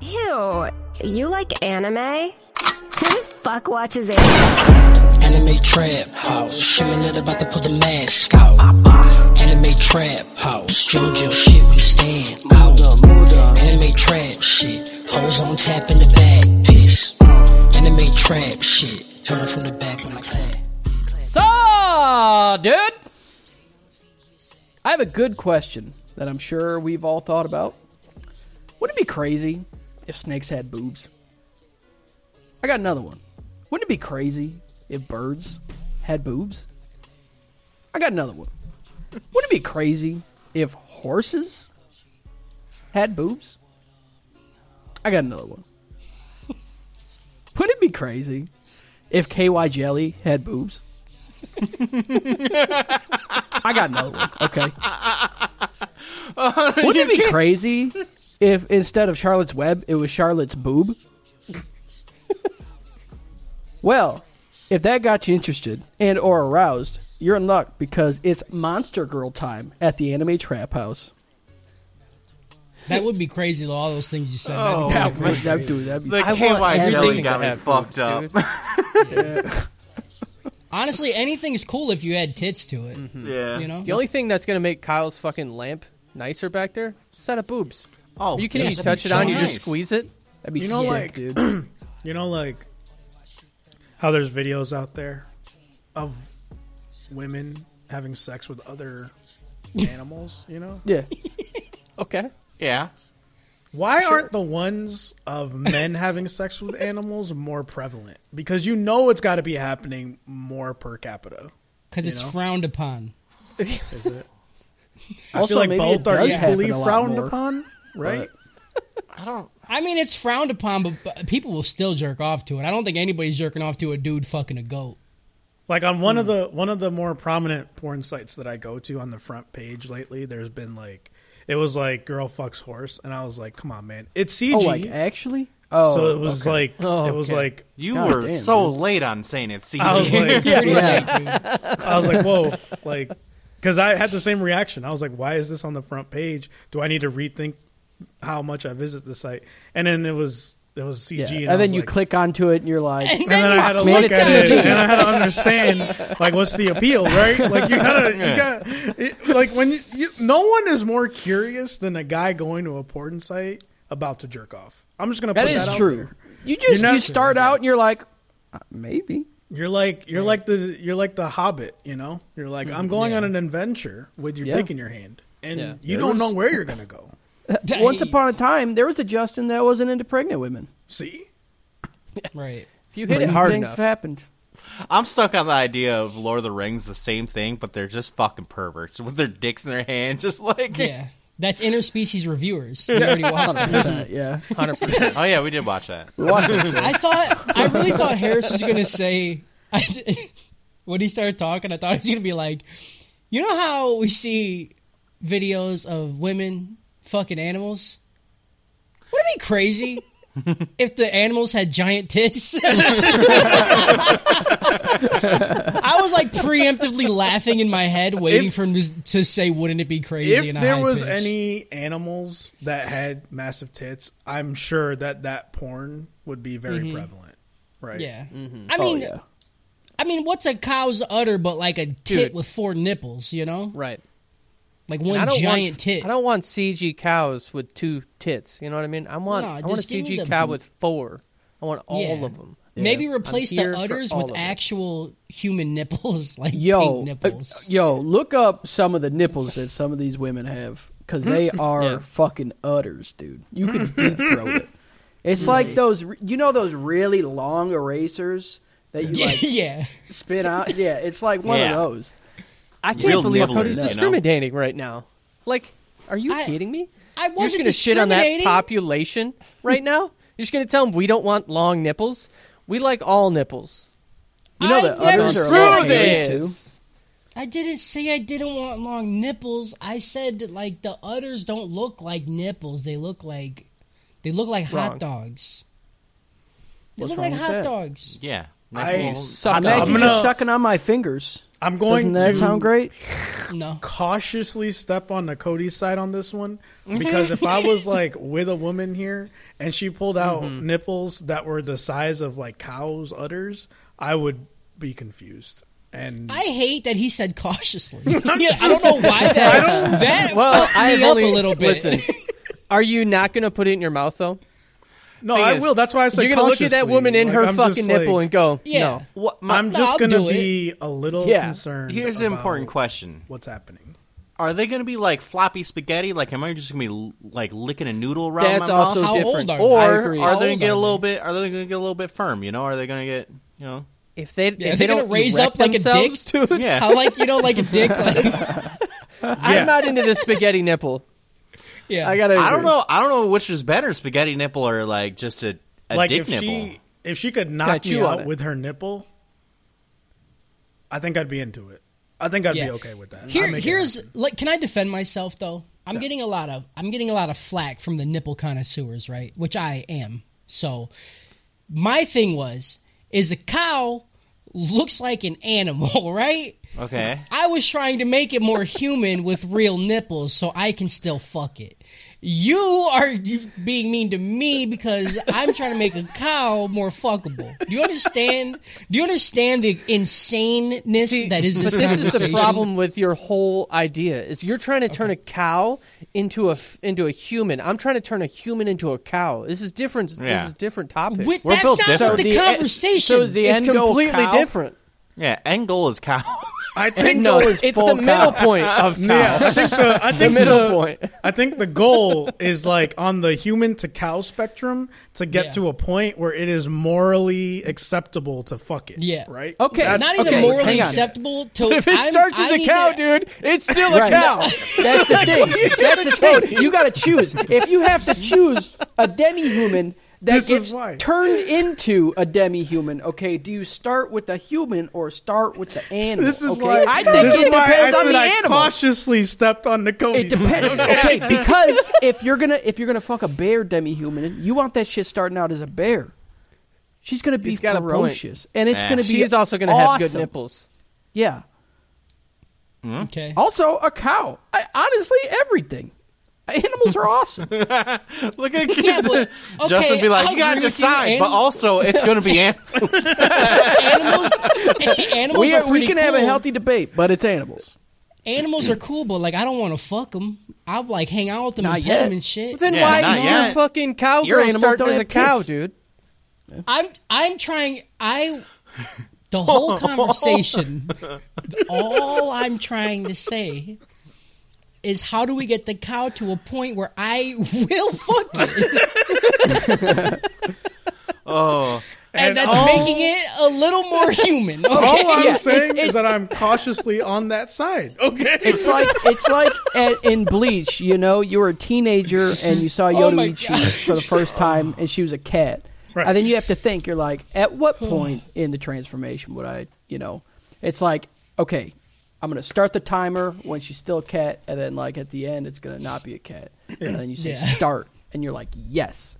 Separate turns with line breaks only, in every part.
Ew, you like anime? Who the fuck watches anime?
Anime trap house, shimming it about to put the mask out. Anime trap house, JoJo shit, we stand out. Anime trap shit, hoes on tap in the back, piss. Anime trap shit, turn it from the back when I clap.
So, dude, I have a good question that I'm sure we've all thought about. Would it be crazy if snakes had boobs? I got another one. Wouldn't it be crazy if birds had boobs? I got another one. Wouldn't it be crazy if horses had boobs? I got another one. Wouldn't it be crazy if KY Jelly had boobs? I got another one. Okay.
Oh,
Wouldn't it be crazy if instead of Charlotte's Web, it was Charlotte's boob? well, if that got you interested and or aroused, you're in luck because it's Monster Girl time at the Anime Trap House.
That would be crazy, though, all those things you said.
Oh,
That'd
That would- that- dude, that'd be
The
sick.
KY jelly
everything
got me fucked up.
be- Honestly, anything's cool if you add tits to it.
Mm-hmm.
yeah.
You know?
The only thing that's gonna make Kyle's fucking lamp nicer back there, set of boobs.
Oh,
you can
yeah,
not even
that'd
touch
be
it
so
on, you
nice.
just squeeze it.
That'd be
You know,
sick,
like-
dude.
You know, like how there's videos out there of women having sex with other animals, you know?
Yeah.
Okay.
Yeah.
Why aren't the ones of men having sex with animals more prevalent? Because you know it's got to be happening more per capita.
Because it's
know?
frowned upon.
I feel like
maybe it
both are
does happen
equally
a lot
frowned
more.
upon, right?
I don't.
I mean, it's frowned upon, but, but people will still jerk off to it. I don't think anybody's jerking off to a dude fucking a goat.
Like on one of
Hmm.
the one of the more prominent porn sites that I go to on the front page lately, there's been like it was like girl fucks horse, and I was like, come on, man, it's CG.
Oh, like actually? Oh,
so it was
okay.
like
Oh,
it was
okay.
like
You
God
were
damn,
so late on saying it, CG.
I was like
yeah.
I was like whoa like because I had the same reaction. I was like, why is this on the front page? Do I need to rethink how much I visit the site? And then it was it was CG,
Yeah.
and,
And,
I was
then you
like,
click onto it and you're like,
And
and then I had to
Man,
look
it's
at it,
CG.
and I had to understand like what's the appeal, right? Like you gotta, you gotta, it, like when you, you, no one is more curious than a guy going to a porn site about to jerk off. I'm just gonna
that
put
is
that out
true.
there.
You just
not
you
sure,
start
yeah.
out and you're like, uh, maybe.
You're like you're like the you're like the Hobbit, you know. You're like
Mm,
I'm going on an adventure with your
Yeah.
dick in your hand, and
Yeah.
you don't know where you're gonna go.
Once upon a time, there was a Justin that wasn't into pregnant women.
See,
Right.
If you hit it
Crazy
hard
things
enough,
have happened.
I'm stuck on the idea of Lord of the Rings, the same thing, but they're just fucking perverts with their dicks in their hands, just like.
Yeah. That's interspecies reviewers. You already watched that.
yeah.
oh yeah, we did watch that.
I thought I really thought Harris was gonna say I, when he started talking. I thought he was gonna be like, you know how we see videos of women fucking animals. Would it be crazy if the animals had giant tits? I was like preemptively laughing in my head, waiting
If-
for him to, to say, "Wouldn't it be crazy?"
if
in a
there
high
was
pitch?
any animals that had massive tits, I'm sure that that porn would be very
Mm-hmm.
prevalent, right?
yeah,
Mm-hmm.
I mean,
Oh, yeah.
I mean, what's a cow's udder but like a tit with four nipples? You know,
right?
like
And
one
I don't
giant
want,
tit.
I don't want CG cows with two tits. You know what I mean? I want
No,
I want a
just give me
CG
the
cow
boob.
with four. I want all
Yeah.
of them.
Maybe
Yeah.
replace
I'm
the
here for
udders
all
with
of it.
actual human nipples, like pink
Yo,
nipples.
uh, yo, look up some of the nipples that some of these women have because they are
Yeah.
fucking udders, dude. You can deep throat it. It's like those, re- you know, those really long erasers that you like
yeah,
spit out. Yeah, it's like one
Yeah.
of those.
I can't
Real
believe
nibblers,
Cody's
you know?
discriminating right now. Like, are you
I-
kidding me?
I
You're just
wasn't
gonna shit on that
discriminating.
population right now. You're just gonna tell them we don't want long nipples. We like all nipples.
You know
I
that
never
udders are a
said
lot of
this.
weight, too.
I didn't say I didn't want long nipples. I said that like the udders don't look like nipples. They look like they look like
Wrong.
hot dogs. They
What's
look
wrong
like
with
hot
that?
dogs.
Yeah.
I-
Nice little-
Suck
Imagine
I'm
just
gonna-
sucking on my fingers.
I'm
Doesn't
going
that
to
sound great?
No.
cautiously step on the Cody's side on this one
Mm-hmm.
because if I was like with a woman here and she pulled out
Mm-hmm.
nipples that were the size of like cows' udders, I would be confused. And
I hate that he said cautiously. yeah, I don't know why that. that
Well,
fucked
I
me
have
up
only,
a little bit.
Listen, are you not going to put it in your mouth though?
no,
thing
I
is,
will. That's why I said
You're going to look at that
cautiously.
woman in
Like,
her
I'm just,
fucking
like,
nipple and go,
Yeah.
"No."
What, my,
I'm just
I'll
gonna
do it.
be a little
Yeah.
concerned.
here's the important
about
question:
What's happening?
Are they going to be like floppy spaghetti? Like, am I just going to be like licking a noodle around
That's
my
also
mouth?
How
different.
old are
Or
I
are they
How
going to
old
get
are
a little
they?
bit? Are they going to get a little bit firm? You know, are they going to get you know?
If they
Yeah,
if
they're
they
gonna
don't
raise
erect
up like a dick?
themselves, dude,
Yeah,
How like you know like a dick? Like,
Yeah.
I'm not into the spaghetti nipple.
yeah,
I gotta.
I don't
agree.
know. I don't know which is better, spaghetti nipple or like just a, a
like
dick
if
nipple.
she if she could
Gotta
knock
chew
you
on
out
it.
with her nipple, I think I'd be into it. I think I'd
Yeah.
be okay with that. I'd
Here,
make it happen.
here's like, can I defend myself though? I'm getting a lot of, I'm getting a lot of flack from the nipple connoisseurs, right? Which I am. So, my thing was, is a cow looks like an animal, right?
Okay.
I was trying to make it more human with real nipples, so I can still fuck it. You are being mean to me because I'm trying to make a cow more fuckable. Do you understand? Do you understand the insaneness
See,
that is this
but this
conversation?
is the problem with your whole idea is you're trying to turn a cow into a f- into a human. I'm trying to turn a human into a cow. This is different.
Yeah.
This is different topic.
With,
We're
that's
built
not
different.
what
e,
the,
So
uh,
conversation.
so the
it's
end goal
completely
cow?
different.
Yeah, end goal is cow.
I think
no,
though
it's,
it's
the
full
middle
cow.
point of cow.
Yeah, I think the, I think
middle point.
I think the goal is like on the human to cow spectrum to get
Yeah.
to a point where it is morally acceptable to fuck it.
Yeah.
Right.
Okay,
Uh,
That's-
not even
okay, hang
morally
on.
acceptable to.
If it
I'm-
starts
I
as a
need
cow,
to-
dude, it's still a
Right.
cow.
That's the thing. That's the thing. You got to choose. If you have to choose a demi-human that
This is
gets
why.
turned into a demi-human, okay, do you start with the human or start with the animal?
This is
okay?
why
I think
this
it
is why
depends
I
on
said
the
I
animal.
cautiously stepped on the Cody.
It depends. Okay, because if you're gonna if you're gonna fuck a bear demi-human, you want that shit starting out as a bear. She's gonna be
He's got a point.
ferocious, and it's
Nah.
gonna be.
She is also going to have good
awesome.
nipples.
Yeah.
Okay.
Also, a cow. I, honestly, everything. Animals are awesome.
Look at
Yeah, but-
Justin
okay,
be like,
I'll
you gotta
agree with you,
decide, but
animal-
also it's gonna be animal.
animals, animals
we,
are
are, we
pretty
can have a
cool.
healthy debate, but it's animals.
Animals are cool, but like I don't want to fuck them. I'll like hang out with them
Not
and pet
yet.
them and shit.
Then
Yeah,
why
not
is your
yet.
fucking cow
Your
girl
animals
starting
don't
as a
have
cow,
kids.
dude?
I'm I'm trying. I the whole conversation. all I'm trying to say is how do we get the cow to a point where I will fuck it,
Oh,
and that's making it a little more human. Okay.
All I'm
Yeah,
saying
it's-
is that I'm cautiously on that side. Okay.
It's like it's like at, in Bleach. You know, you were a teenager and you saw
Oh my
Yoruichi for the first time, and she was a cat.
Right.
And then you have to think. You're like, at what point in the transformation would I? You know, it's like okay, I'm gonna start the timer when she's still a cat, and then like at the end, it's gonna not be a cat, and then you say
Yeah.
start, and you're like, yes.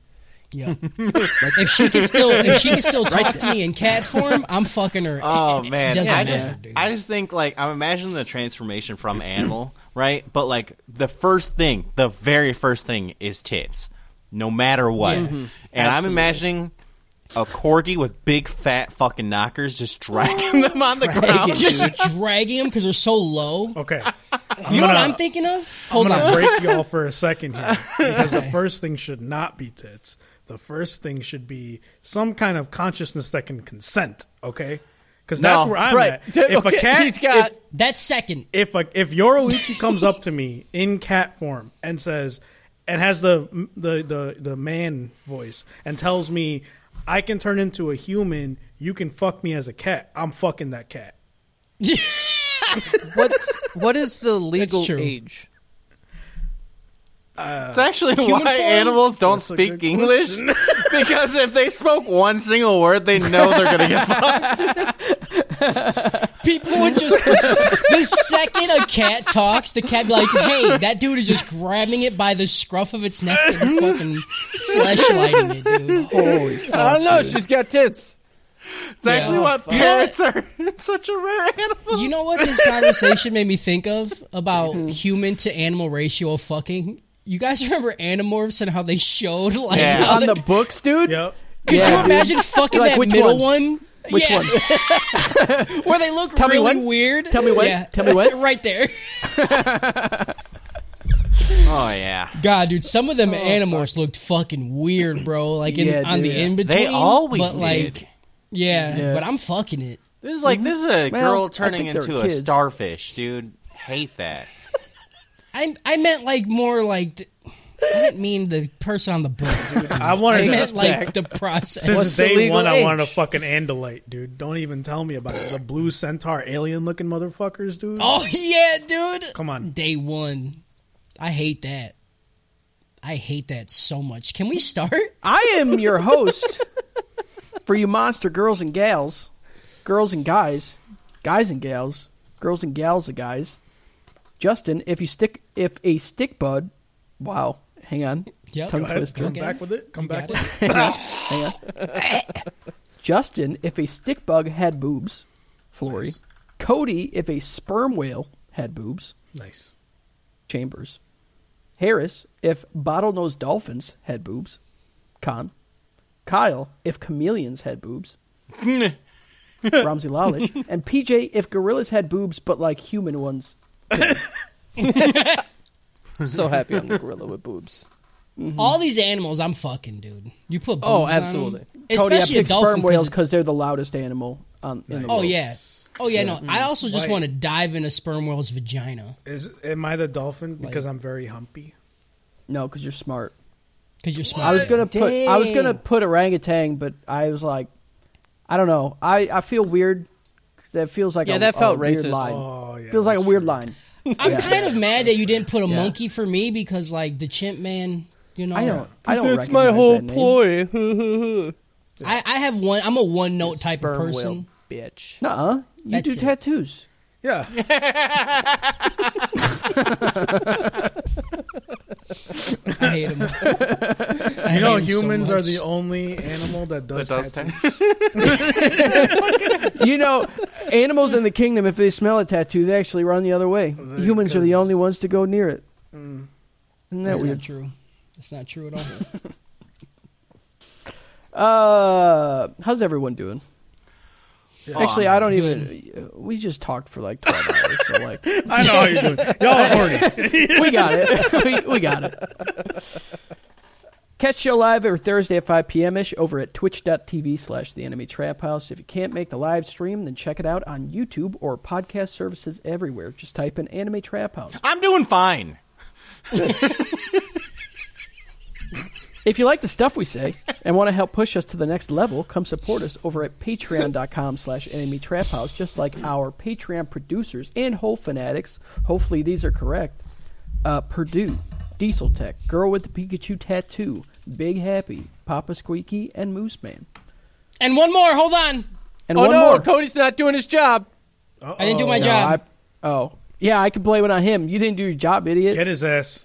Yeah. if she can still if she can still talk to me in cat form, I'm fucking her.
oh
It- it
man,
doesn't
I
matter,
just
dude.
I just think like I'm imagining the transformation from animal, right? But like the first thing, the very first thing is tits, no matter what.
Mm-hmm.
And I'm imagining a corgi with big fat fucking knockers just dragging them on the ground.
just dragging them because they're so low.
okay. I'm
You know what
gonna-
I'm thinking of?
I'm
Hold
gonna
on.
break y'all for a second here because the first thing should not be tits. The first thing should be some kind of consciousness that can consent. Okay, because that's
No,
where I'm
right.
at.
D-
If
okay,
a cat,
he's got-
if,
That's second.
if a if Yoruichi comes up to me in cat form and says and has the the the the man voice and tells me I can turn into a human, you can fuck me as a cat. I'm fucking that cat.
What's what is the legal
true.
age?
It's actually why
Uh, Human form?
animals don't
That's a
speak
good
English because if they spoke one single word, they know they're gonna get fucked.
People would just the second a cat talks, the cat be like, "Hey, that dude is just grabbing it by the scruff of its neck and fucking fleshlighting it, dude."
I don't know. She's got tits.
It's actually
Oh,
what
fuck.
parrots are. It's such a rare animal.
You know what this conversation made me think of about human to animal ratio of fucking? You guys remember Animorphs and how they showed like
Yeah.
how
on
they-
the books, dude.
Yep.
could
Yeah,
you
dude.
imagine fucking
Like,
that
which
middle
one?
one?
Which
Yeah.
one?
Where they look
Tell me
really
when.
weird.
Tell me when.
Yeah.
Tell me when.
right there.
Oh yeah,
God, dude, some of
Oh,
them Animorphs looked fucking weird, bro. Like in,
Yeah,
on the
dude.
in between.
they always
but,
did.
like yeah,
Yeah.
but I'm fucking it.
This is like this is a
Well, I
girl
think
turning
they're
into a
kids.
starfish, dude. Hate that.
I I meant like more like th- I didn't mean the person on the book. dude.
I wanted
I
to,
meant like
back.
the process.
since
the
day
legal
one, I
age?
wanted a fucking Andalite, dude. Don't even tell me about it. The blue centaur alien looking motherfuckers, dude.
Oh yeah, dude.
Come on.
Day one. I hate that. I hate that so much. Can we start?
I am your host for you monster girls and gals, girls and guys, guys and gals, girls and gals and guys. Justin, if you stick, if a stick bud, wow, hang on,
Yep.
tongue
Go
Come
twister.
Okay.
back with it. Come back
got
with it.
Justin, if a stick bug had boobs, Flory. Cody, if a sperm whale had boobs,
Nice.
Chambers. Harris, if bottlenose dolphins had boobs, Con. Kyle, if chameleons had boobs, Ramsey Lalish. And PJ, if gorillas had boobs but like human ones.
so happy I'm the gorilla with boobs.
All these animals, I'm fucking, dude. You put boobs
Oh,
on 'em.
absolutely.
Cody, I
especially a
picked
dolphin.
sperm whales
'cause-
because they're the loudest animal on, in the
oh
world.
yeah, oh yeah. No, I also just want to dive in a sperm whale's vagina
Is am I the dolphin because I'm very humpy?
No, because you're smart.
because you're smart.
I was gonna put I was gonna
Dang.
put orangutan, but I was like, I don't know. I, I feel weird. That feels like
Yeah,
a,
that
a
felt
weird
racist.
Line.
Oh yeah.
feels like a
that's
weird
true.
line.
I'm
Yeah.
kind of mad that you didn't put a
Yeah.
monkey for me because like the chimp man, you know.
I don't. I don't. recognize that name.
ploy.
I, I have one. I'm a one note type of
Sperm whale
person.
bitch.
Nuh-uh. You
That's
do
it.
tattoos.
Yeah.
I hate him. I
You know,
hate him so
humans are
much.
the only animal that does. tattoos.
you know, animals in the kingdom, if they smell a tattoo, they actually run the other way. Humans are the only ones to go near it. Isn't that
That's
weird?
not true. That's not true at all.
Uh, how's everyone doing? Actually,
Aw,
I don't even. We just talked for like twelve hours, so like
I know how you're doing. Y'all are horny.
we got it. we, we got it. Catch the show live every Thursday at 5 p.m. ish over at twitch.tv slash the enemy trap house. If you can't make the live stream, then check it out on YouTube or podcast services everywhere. Just type in anime trap house.
I'm doing fine.
If you like the stuff we say and want to help push us to the next level, come support us over at patreon.com slash enemy trap house, just like our Patreon producers and whole fanatics, hopefully these are correct, uh, Purdue, Diesel Tech, Girl with the Pikachu Tattoo, Big Happy, Papa Squeaky, and Moose Man.
and one more. Hold on.
And
Oh
one
no,
more.
Cody's not doing his job.
I didn't do my
No,
job.
I- oh, yeah, I can blame it on him. You didn't do your job, idiot.
Get his ass.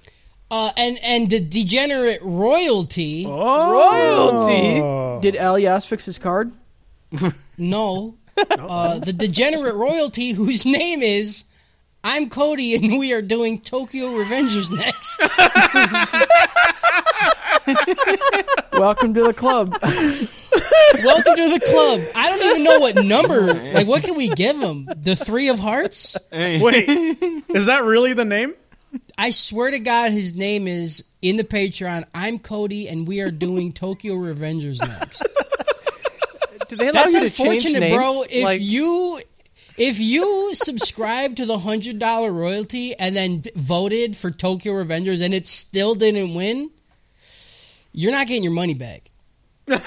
uh, and and the degenerate royalty.
Royalty.
Did Elias fix his card?
No, uh, the degenerate royalty whose name is. I'm Cody, and we are doing Tokyo Revengers next.
Welcome to the club.
Welcome to the club. I don't even know what number. Like, what can we give him? The three of hearts?
Wait, is that really the name?
I swear to God, his name is in the Patreon. I'm Cody, and we are doing Tokyo Revengers next.
Do they allow
That's
you to change
unfortunate,
names?
bro. If
Like-
you if you subscribe to the hundred dollar royalty and then d- voted for Tokyo Revengers and it still didn't win, you're not getting your money back. That's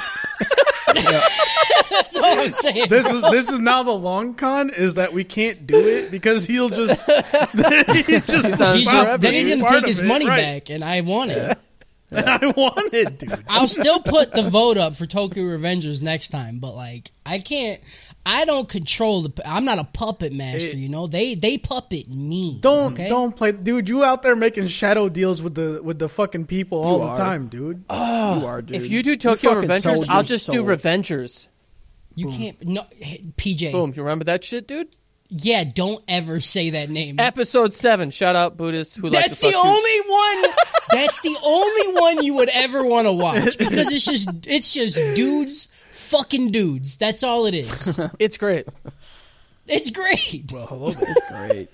all I'm saying.
This is this is now the long con is that we can't do it because he'll just he's just,
He's just, then he's
He's
gonna
part
take
of
his
it,
money
right.
back, and I want it.
And I want it, dude.
I'll still put the vote up for Tokyo Revengers next time, but like I can't. I don't control the. I'm not a puppet master, you know. They they puppet me.
Don't
okay?
don't play, dude. You out there making shadow deals with the with the fucking people all the
are.
time, dude.
you are, dude.
If you do Tokyo
fucking
Revengers,
sold
I'll
your
just
soul.
do Revengers.
You can't. No, hey, PJ.
Boom. You remember that shit, dude?
Yeah, don't ever say that name.
Episode seven. Shout out Buddhists who like to
That's
fuck
the
dudes.
only one. That's the only one you would ever want to watch because it's just it's just dudes fucking dudes. That's all it is.
It's great.
It's great.
Great.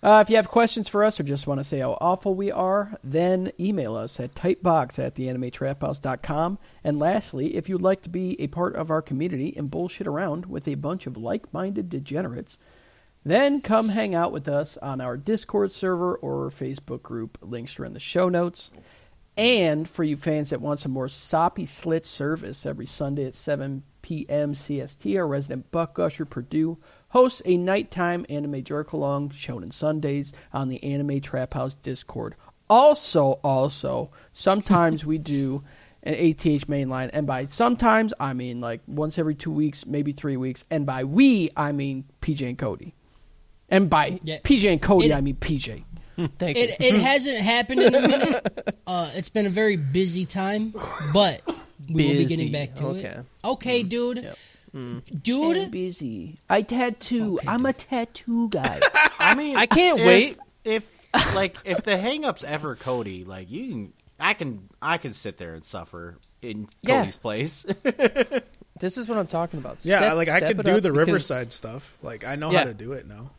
Uh, if you have questions for us or just want to say how awful we are, then email us at typebox at theanimetraphouse.com. And lastly, if you'd like to be a part of our community and bullshit around with a bunch of like minded degenerates, then come hang out with us on our Discord server or Facebook group. Links are in the show notes. And for you fans that want some more soppy slit service every Sunday at 7 p.m. CST, our resident Buck Gusher Purdue hosts a nighttime anime jerk along shonen Sundays on the Anime Trap House Discord. Also, also, sometimes we do an ATH mainline, and by sometimes I mean like once every two weeks, maybe three weeks, and by we I mean PJ and Cody, and by
Yeah.
PJ and Cody
It-
I mean PJ.
Thank you.
It it hasn't happened in a minute. Uh, it's been a very busy time, but we will be
Busy.
getting back to
Okay. Mm.
it. Okay, dude. Dude,
busy. I tattoo. I'm a tattoo guy.
I mean,
I can't
if-
wait.
If like if the hangups ever Cody, like you can, I can, I can sit there and suffer in
Yeah.
Cody's place.
This is what I'm talking about.
Yeah,
Step-
like I
step
could
it
do
up
the
because-
Riverside stuff. Like I know
Yeah.
how to do it now.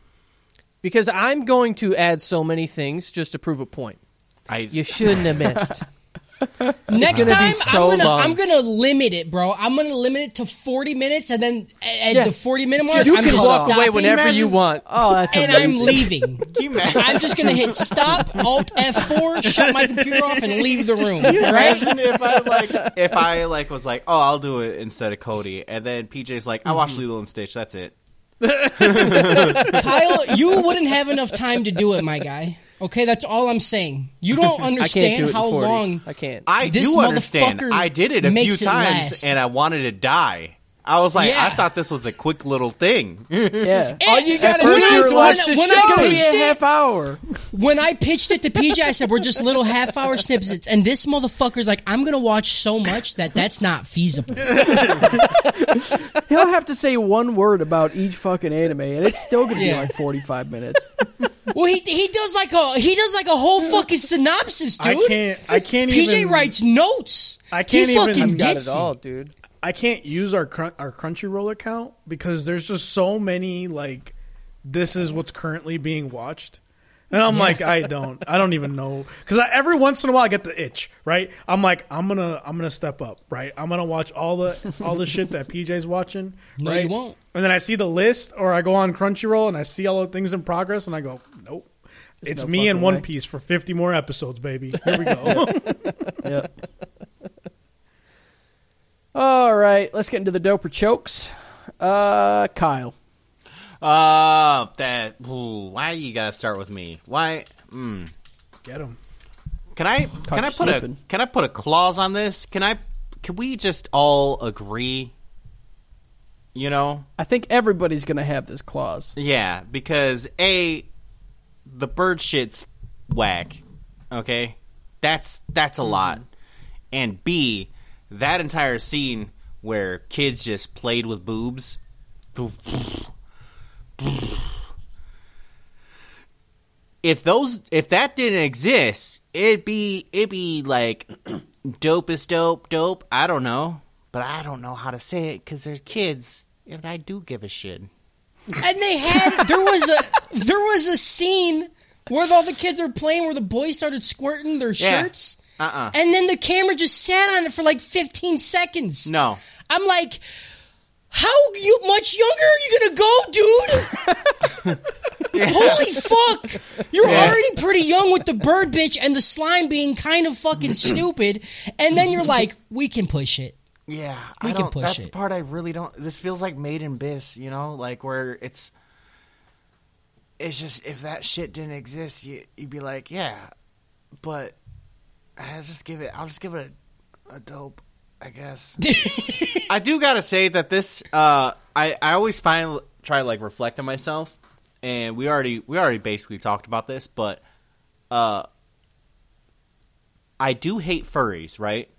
because I'm going to add so many things just to prove a point.
I
You shouldn't have missed.
next
gonna be
time
so
I'm gonna
long.
I'm gonna limit it, bro. I'm gonna limit it to 40 minutes, and then at
Yeah.
the 40 minute mark,
you
I'm
can
just
walk away
stopping,
whenever you want.
oh, that's
and I'm leaving.
can you imagine?
I'm just gonna hit stop, alt F4, shut my computer off, and leave the room. Right?
Imagine if I like if I like was like, oh, I'll do it instead of Cody, and then PJ's like, I watched Lilo and Stitch. That's it.
Kyle, you wouldn't have enough time to do it, my guy. Okay, that's all I'm saying. You don't
I can't do it
understand
in
how
40.
long.
I can't.
I
This
do understand.
motherfucker
I did it a few
makes it
times,
last.
and I wanted to die. I was like, I
Yeah.
thought this was a quick little thing.
yeah.
All you gotta
First
do
you
is
were like,
watch
"This
the
shit's
show.
gonna be
Pitched
a
it.
half hour.
When I pitched it to PJ, I said we're just little half-hour snippets, and this motherfucker's like, I'm gonna watch so much that that's not feasible.
He'll have to say one word about each fucking anime, and it's still gonna be
Yeah.
like 45 minutes.
Well, he he does like a he does like a whole fucking synopsis, dude.
I can't. I can't
PJ
even.
writes notes.
I can't
he
even-
fucking
I've
I've got
gets
it all, dude.
I can't use our crun- our Crunchyroll account because there's just so many like this is what's currently being watched. And I'm like, I don't, I don't even know, because every once in a while I get the itch, right? I'm like, I'm gonna, I'm gonna step up, right? I'm gonna watch all the, all the shit that PJ's watching,
No,
right?
you won't.
And then I see the list, or I go on Crunchyroll and I see all the things in progress, and I go, nope, it's
no
me and
fucking
One
way.
Piece for 50 more episodes, baby. Here we go.
yeah. All right, let's get into the doper chokes. Uh, Kyle.
Uh, that ooh, why you gotta start with me? Why? Mm.
get him.
Can I can I put
slipping.
a can I put a clause on this? Can I? Can we just all agree? You know,
I think everybody's gonna have this clause.
Yeah, because a the bird shit's whack. Okay, that's that's a lot. And b that entire scene where kids just played with boobs. If those if that didn't exist, it'd be it'd be like dope is dope dope. I don't know, but I don't know how to say it because there's kids, and I do give a shit.
And they had there was a there was a scene where all the kids were playing where the boys started squirting their
Yeah.
shirts.
Uh-uh.
And then the camera just sat on it for like 15 seconds.
No.
I'm like how you much younger are you going to go, dude? Holy fuck. You're already pretty young with the bird bitch and the slime being kind of fucking stupid and then you're like we can push it.
Yeah,
We
I
can
don't,
push
that's
it.
the part I really don't. This feels like Made in Abyss, you know, like where it's. It's just if that shit didn't exist, you, you'd be like, yeah, but I just give it. I'll just give it a, a dope, I guess. I do gotta say that this, uh, I I always find try to like reflect on myself, and we already we already basically talked about this, but uh, I do hate furries, right?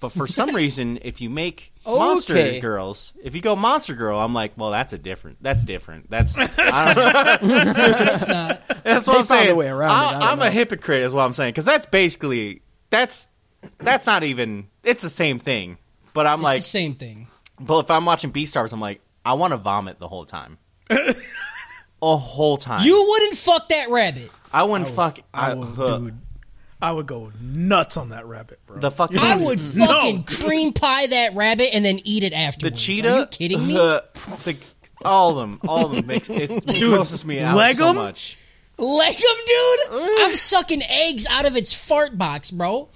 But for some reason, if you make monster
Okay.
girls, if you go monster girl, I'm like, well, that's a different. That's different. That's I don't know. that's what I'm
found a
saying.
way around it, I
I,
don't
am a hypocrite, is what I'm saying, because that's basically that's that's not even. It's the same thing. But I'm
It's
like,
the same thing.
but if I'm watching Beastars, I'm like, I want to vomit the whole time. a whole time.
You wouldn't fuck that rabbit.
I wouldn't fuck. I,
I would,
uh,
dude, I would go nuts on that rabbit, bro.
the fucking.
I would fucking cream pie that rabbit and then eat it
the
afterwards.
cheetah.
Are you kidding me?
uh, the, all of them. All of them makes it grosses me out
leg
so
'em?
much.
Leg 'em, dude.
Mm.
I'm sucking eggs out of its fart box, bro.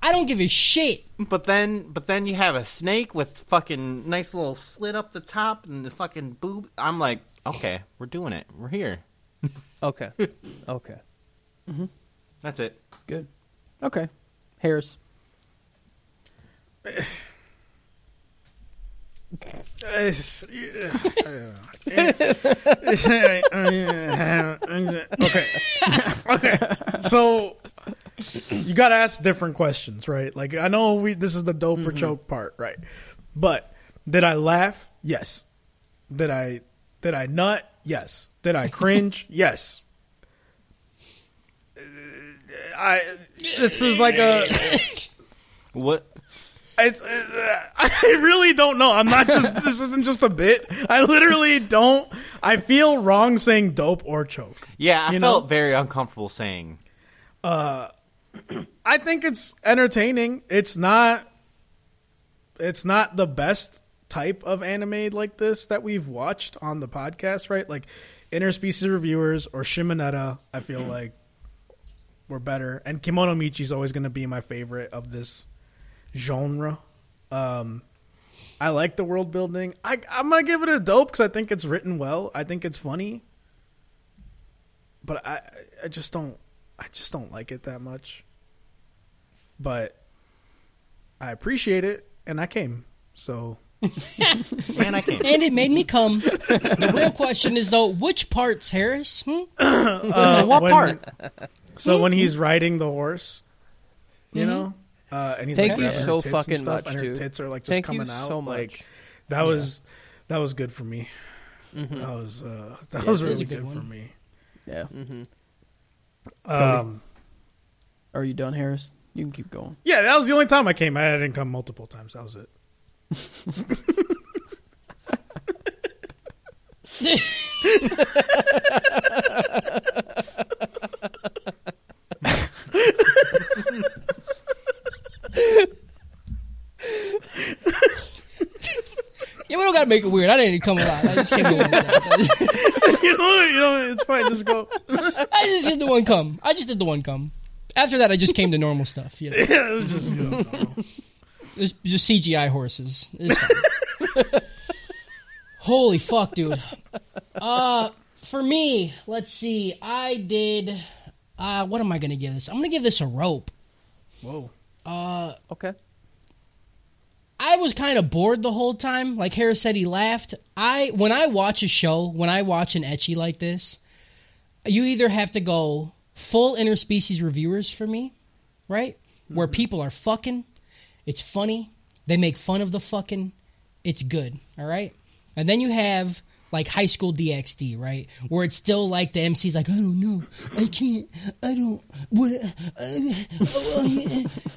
I don't give a shit.
But then, but then you have a snake with fucking nice little slit up the top and the fucking boob. I'm like, okay, we're doing it. We're here.
Okay. Okay.
That's it.
Good. Okay. Harris.
It's- yeah, yeah. okay. Okay. So you got to ask different questions, right? Like I know we this is the dope or choke part, right? But did I laugh? Yes. Did I did I nut? Yes. Did I cringe? yes. Uh, I this is like a
What?
it's, uh, I really don't know. I'm not just. this isn't just a bit. I literally don't. I feel wrong saying dope or choke.
Yeah, I
You
felt
know?
very uncomfortable saying.
I think it's entertaining. It's not. It's not the best type of anime like this that we've watched on the podcast, right? Like interspecies reviewers or Shimonetta. I feel like were better, and Kimono Michi's always going to be my favorite of this genre. Um, I like the world building. I, I'm gonna give it a dope because I think it's written well. I think it's funny, but I I just don't I just don't like it that much. But I appreciate it, and I came. So
Man, I can't.
And it made me come. The real question is though, which parts, Harris? Hmm?
what
when-
part?
So when he's riding the horse, you know, uh, and he's
Mm-hmm. Thank
like
you
grabbing her
so
tits and
fucking
stuff,
much,
and her
dude.
tits are like just
Thank you
coming out.
so
Like
much.
that was that was good for me.
Mm-hmm.
That was uh, that was really
good
good,
one.
for me.
Yeah.
Mm-hmm.
Um,
Are you done, Harris? You can keep going.
yeah, that was the only time I came. I didn't come multiple times. That was it.
Yeah, we don't gotta make it weird. I didn't come out. I just came in with that.
you know, you know, it's fine. Just go.
I just did the one come. I just did the one come. After that, I just came to normal stuff. You know,
Yeah, it was just you know,
it's just CGI horses. It's fine. Holy fuck, dude! Uh, for me, let's see. I did. Uh, what am I gonna give this? I'm gonna give this a rope. Uh,
whoa.
Okay.
I was kind of bored the whole time. Like Harris said, he laughed. I when I watch a show, when I watch an etchy like this, you either have to go full interspecies reviewers for me, right? Where
Mm-hmm.
people are fucking, it's funny. They make fun of the fucking. It's good, all right. And then you have like high school DxD, right? Where it's still like the MC's like, I don't know, I can't, I don't, what,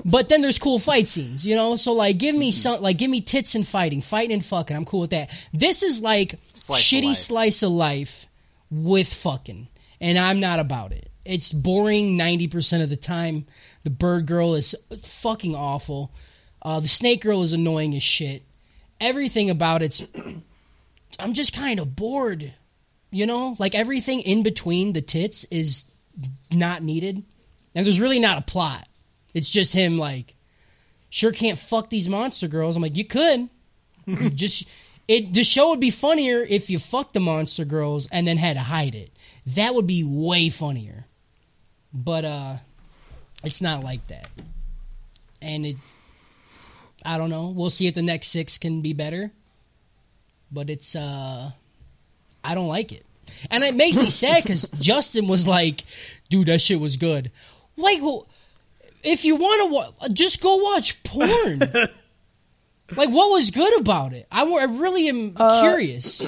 but then there's cool fight scenes, you know. So like, give
Mm-hmm.
me some, like, give me tits and fighting, fighting and fucking. I'm cool with that. This is like
Slice of
shitty
life.
slice of life with fucking, and I'm not about it. It's boring ninety percent of the time. The bird girl is fucking awful. Uh, the snake girl is annoying as shit. Everything about it's, I'm just kind of bored. You know, like everything in between the tits is not needed, and there's really not a plot. It's just him like, sure can't fuck these monster girls. I'm like, you could. You just it the show would be funnier if you fucked the monster girls and then had to hide it. That would be way funnier. But uh it's not like that. And it I don't know. We'll see if the next six can be better. But it's uh I don't like it. And it makes me sad because Justin was like, dude, that shit was good. Like, wh- if you want to, wa- just go watch porn. like, what was good about it? I, wa- I really am
Uh,
curious.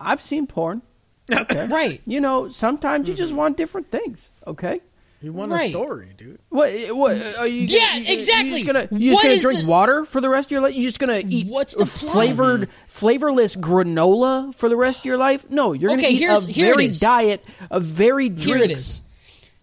I've seen porn.
right.
You know, sometimes you just
Mm-hmm.
want different things. Okay.
You want
Right.
a story, dude.
What? eh, What? Are you?
Yeah,
you- you-
exactly.
You just gonna, you just
What
gonna
is
drink
the-
water for the rest of your life? You just gonna eat
What's the plot?
flavored, flavorless granola for the rest of your life? No, you're gonna
Okay,
eat
here's-
a
here it
very
is.
diet of very drinks.
Here it is.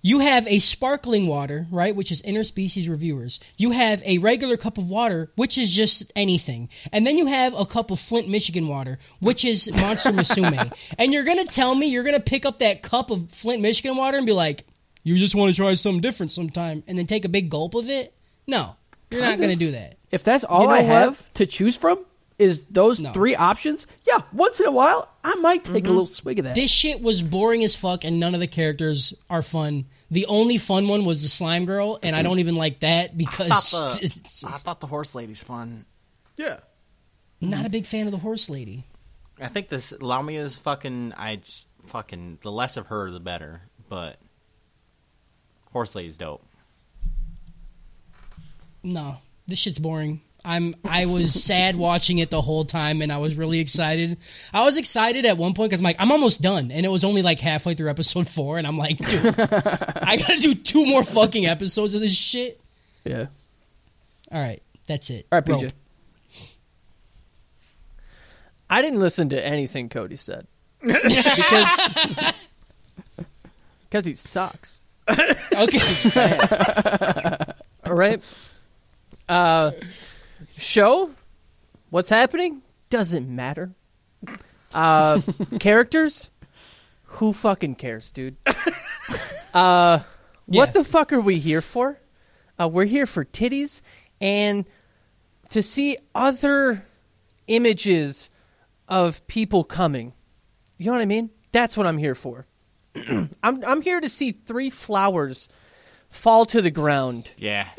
You have a sparkling water, right, which is interspecies reviewers. You have a regular cup of water, which is just anything. And then you have a cup of Flint, Michigan water, which is Monster Musume. And you're going to tell me you're going to pick up that cup of Flint, Michigan water and be like, you just want to try something different sometime and then take a big gulp of it? No, you're not going to do that.
If that's all
know
I
what?
have to choose from is those
No.
three options, yeah. Once in a while, I might
Mm-hmm.
take a little swig of that.
This shit was boring as fuck, and none of the characters are fun. The only fun one was the slime girl, and I don't even like that because it's
I
just-
thought the horse lady's fun.
Yeah.
not a big fan of the horse lady.
I think this Lamia's fucking. I just, fucking the less of her the better. But horse lady's dope.
No, this shit's boring. I'm. I was sad watching it the whole time, and I was really excited. I was excited at one point because I'm like, I'm almost done, and it was only like halfway through episode four, and I'm like, dude, I gotta do two more fucking episodes of this shit.
yeah.
All right, that's it.
All right, PJ.
Rope.
I didn't listen to anything Cody said because because he sucks.
Okay,
All right. Uh, show, what's happening doesn't matter. Uh, characters, who fucking cares, dude? Uh,
Yeah.
what the fuck are we here for? Uh, we're here for titties and to see other images of people coming. You know what I mean? That's what I'm here for. I'm I'm here to see three flowers fall to the ground
Yeah,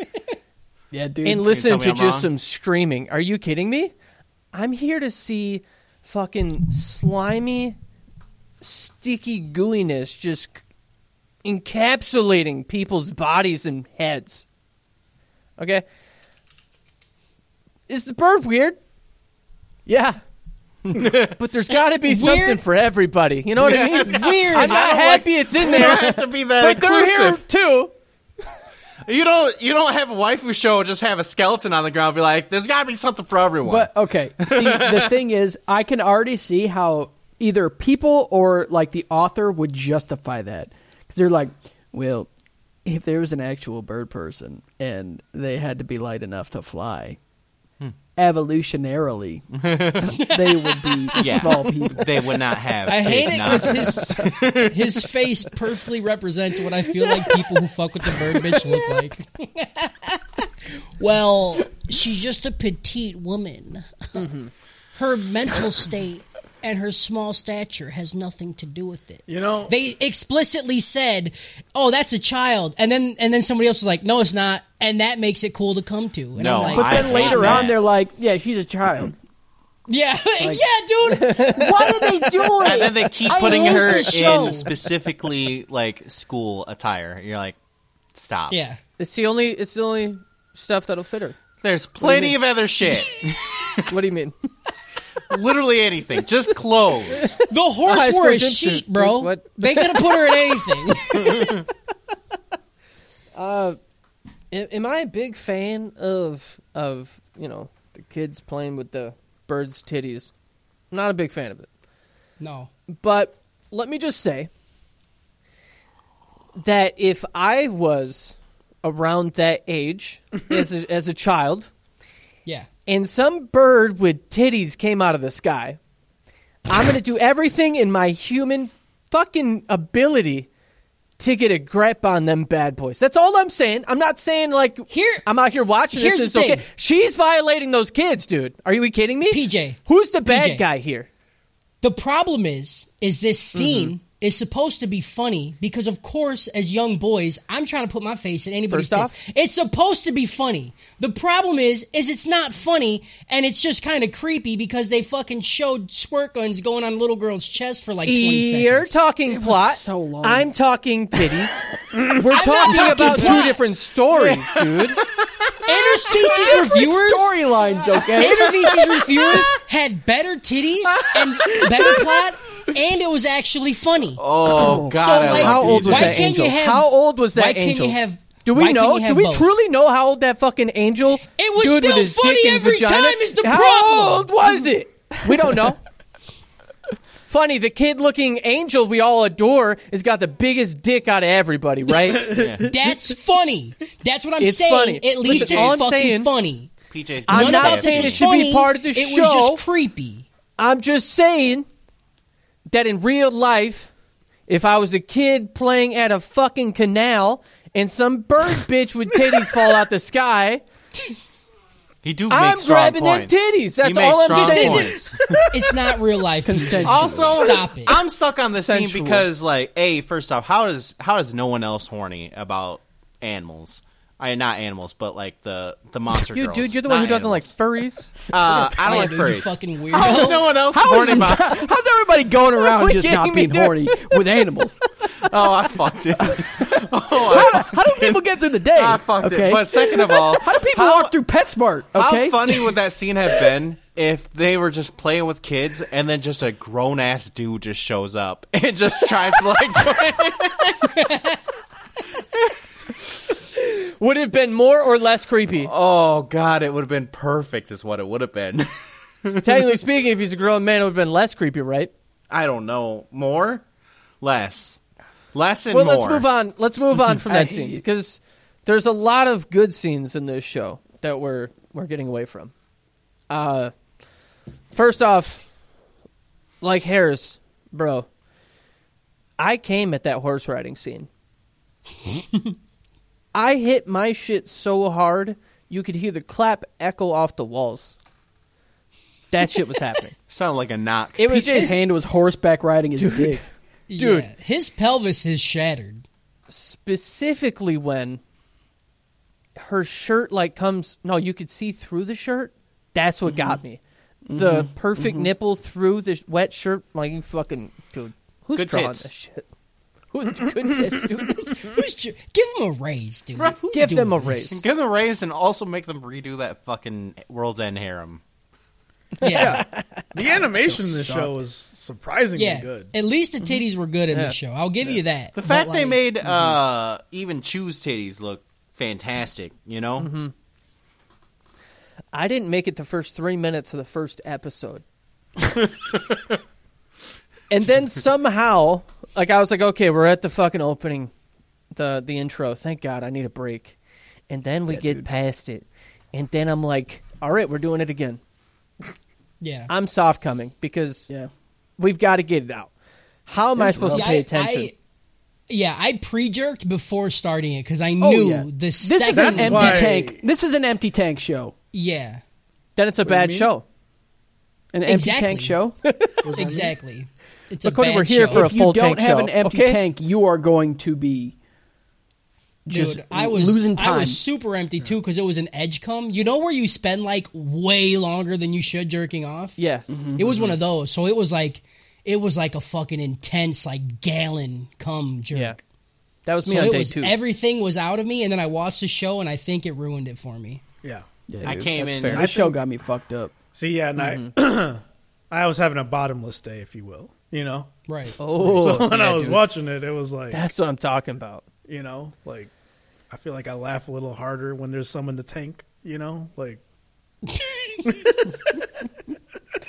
Yeah, dude.
and listen
tell me
to
I'm
just
wrong?
some screaming. Are you kidding me? I'm here to see fucking slimy, sticky gooiness just c- encapsulating people's bodies and heads. Okay? Is the bird weird? Yeah. but there's got to be something
Weird?
for everybody. You know what I mean?
it's weird.
I'm not happy it's in there,
to be that
but they're here too.
You don't. You don't have a waifu show. Just have a skeleton on the ground. Be like, there's got to be something for everyone.
But okay, see, the thing is, I can already see how either people or like the author would justify that because they're like, well, if there was an actual bird person and they had to be light enough to fly,
Hmm.
evolutionarily, they would be
Yeah.
small people.
they would not have.
I hate it
not-
because his his face perfectly represents what I feel like people who fuck with the bird bitch look like. well, she's just a petite woman.
Mm-hmm.
Her mental state and her small stature has nothing to do with it.
You know,
They explicitly said, "Oh, that's a child," and then and then somebody else was like, "No, it's not," and that makes it cool to come to. And
No,
I'm like,
But I
But then
hate
later
that.
on, they're like, yeah, she's a child.
yeah, yeah, dude, why do they do it?
And then they keep
I
putting
hate
her
this show.
in specifically like school attire. You're like, stop.
Yeah.
It's the only. It's the only stuff that'll fit her.
There's plenty of other shit.
What do you mean?
Literally anything. Just clothes.
The horse
High
wore a
school gym
sheet,
suit.
bro.
What?
They could have put her in anything.
Am, am I a big fan of of you know the kids playing with the birds' titties? I'm not a big fan of it,
no.
but let me just say that if I was around that age as a, as a child,
Yeah.
and some bird with titties came out of the sky, I'm going to do everything in my human fucking ability to get a grip on them bad boys. That's all I'm saying. I'm not saying like
Here-
I'm out here watching this.
here's
It's
the thing.
okay. She's violating those kids, dude. Are you kidding me?
PJ.
Who's the bad
PJ.
guy here?
Mm-hmm. The problem is, is this scene is supposed to be funny because, of course, as young boys, I'm trying to put my face in anybody's
First off-
tits. It's supposed to be funny. The problem is, is it's not funny, and it's just kind of creepy because they fucking showed squirt guns going on little girl's chest for like 20
You're
seconds.
talking plot.
so long.
I'm talking titties. We're
not
talking,
talking
about two
plot.
different stories, dude.
Interspecies reviewers.
storylines, okay?
Interviews reviewers had better titties and better plot, and it was actually funny.
Oh God!
So,
I
like,
love
How old
you,
was
why
dude.
that
can't you
angel?
have-
how old was that
why can't you
angel?
have-
Do
why
we
can't
know?
you
Do
have
we
both?
truly know how old that fucking angel?
It was
dude with
still
his dick
funny
and
every
vagina?
time is the
how
problem.
old was it? We don't know. Funny, the kid-looking angel we all adore has got the biggest dick out of everybody, right?
That's funny. That's what I'm
It's
saying.
funny.
At least
Listen,
it's
all I'm
fucking
saying-
funny.
PJ's
I'm
None
not
of us
saying
was
it should be
funny.
part of the
it
show.
was just creepy.
I'm just saying that in real life, if I was a kid playing at a fucking canal and some bird bitch with titties fall out the sky,
He do.
I'm
make strong
grabbing them
points.
titties. That's
he makes
all I'm
strong
saying.
points.
It's not real life. PJ.
Also,
stop it.
I'm stuck on this scene
Sensual.
because, like, a first off, how does how does no one else horny about animals? I not animals, but like the the monster.
you
girls.
dude, you're the one who
Not
doesn't like
animals.
furries.
Uh, I don't
Yeah,
like
dude,
furries.
You fucking
How
weirdo.
is no one else horny about?
How's everybody going around
What
just
can
not
you
being
do?
horny with animals?
Oh, I fucked it. Oh,
How do people get through the day?
Ah,
I fucked
okay?
it. But second of all,
How do people walk through PetSmart? Okay,
How funny would that scene have been if they were just playing with kids and then just a grown ass dude just shows up and just tries to like
Would it have been more or less creepy?
Oh god, it would have been perfect is what it would have been.
Technically speaking, if he's a grown man, it would have been less creepy, right?
I don't know. More? Less. Less and
Well,
more.
let's move on. Let's move on from that scene because there's a lot of good scenes in this show that we're we're getting away from. Uh, first off, like Harris, bro, I came at that horse riding scene. I hit my shit so hard you could hear the clap echo off the walls. That shit was happening.
Sounded like a knock.
It was
PJ's
just
hand was horseback riding his dick.
dude.
Yeah, his pelvis is shattered.
specifically when her shirt like comes no you could see through the shirt that's what got me the perfect nipple through the sh- wet shirt like you fucking dude who's
Good
drawing
tits.
this shit Who, good tits dude
Who's ju- give him a raise, dude? Who's
give them a
doing this?
raise
Give them a raise and also make them redo that fucking World's End harem.
Yeah,
The animation in this show is surprisingly
yeah.
good.
At least the titties were good in the show. I'll give you that.
The
But,
fact they
like,
made uh even choose titties look fantastic, you know?
i didn't make it the first three minutes of the first episode and then somehow like i was like okay we're at the fucking opening the the intro thank god i need a break and then we get past it and then i'm like all right we're doing it again
yeah.
i'm soft coming because
Yeah,
we've got to get it out how am i supposed
See,
to pay
I-
attention
I- yeah, I pre-jerked before starting it because I knew
Oh, yeah.
the
This is
second.
That's
empty
why-
tank. This is an empty tank show.
yeah,
then it's a
you
bad
mean?
show
An empty
Exactly.
tank show.
exactly. It's
Look, Cody,
bad
we're here
show.
for a
if
full
you don't
tank
have
show,
an empty
okay?
tank, you are going to be just
Dude, I was
losing time.
I was super empty too because it was an edge cum. You know where you spend like way longer than you should jerking off.
yeah
it was one of those. So it was like, it was like a fucking intense like gallon cum jerk.
yeah that was me
So
on
it
day
was
two
everything was out of me, and then I watched the show, and I think it ruined it for me.
Yeah.
Yeah,
I
dude,
came
that's
in-
Fair.
I
This show got me fucked up.
See, yeah, and I, I was having a bottomless day, if you will. You know,
Right.
oh
so when
yeah,
I was
dude.
watching it, it was like,
that's what i'm talking about
you know, like I feel like I laugh a little harder when there's some in the tank. You know, like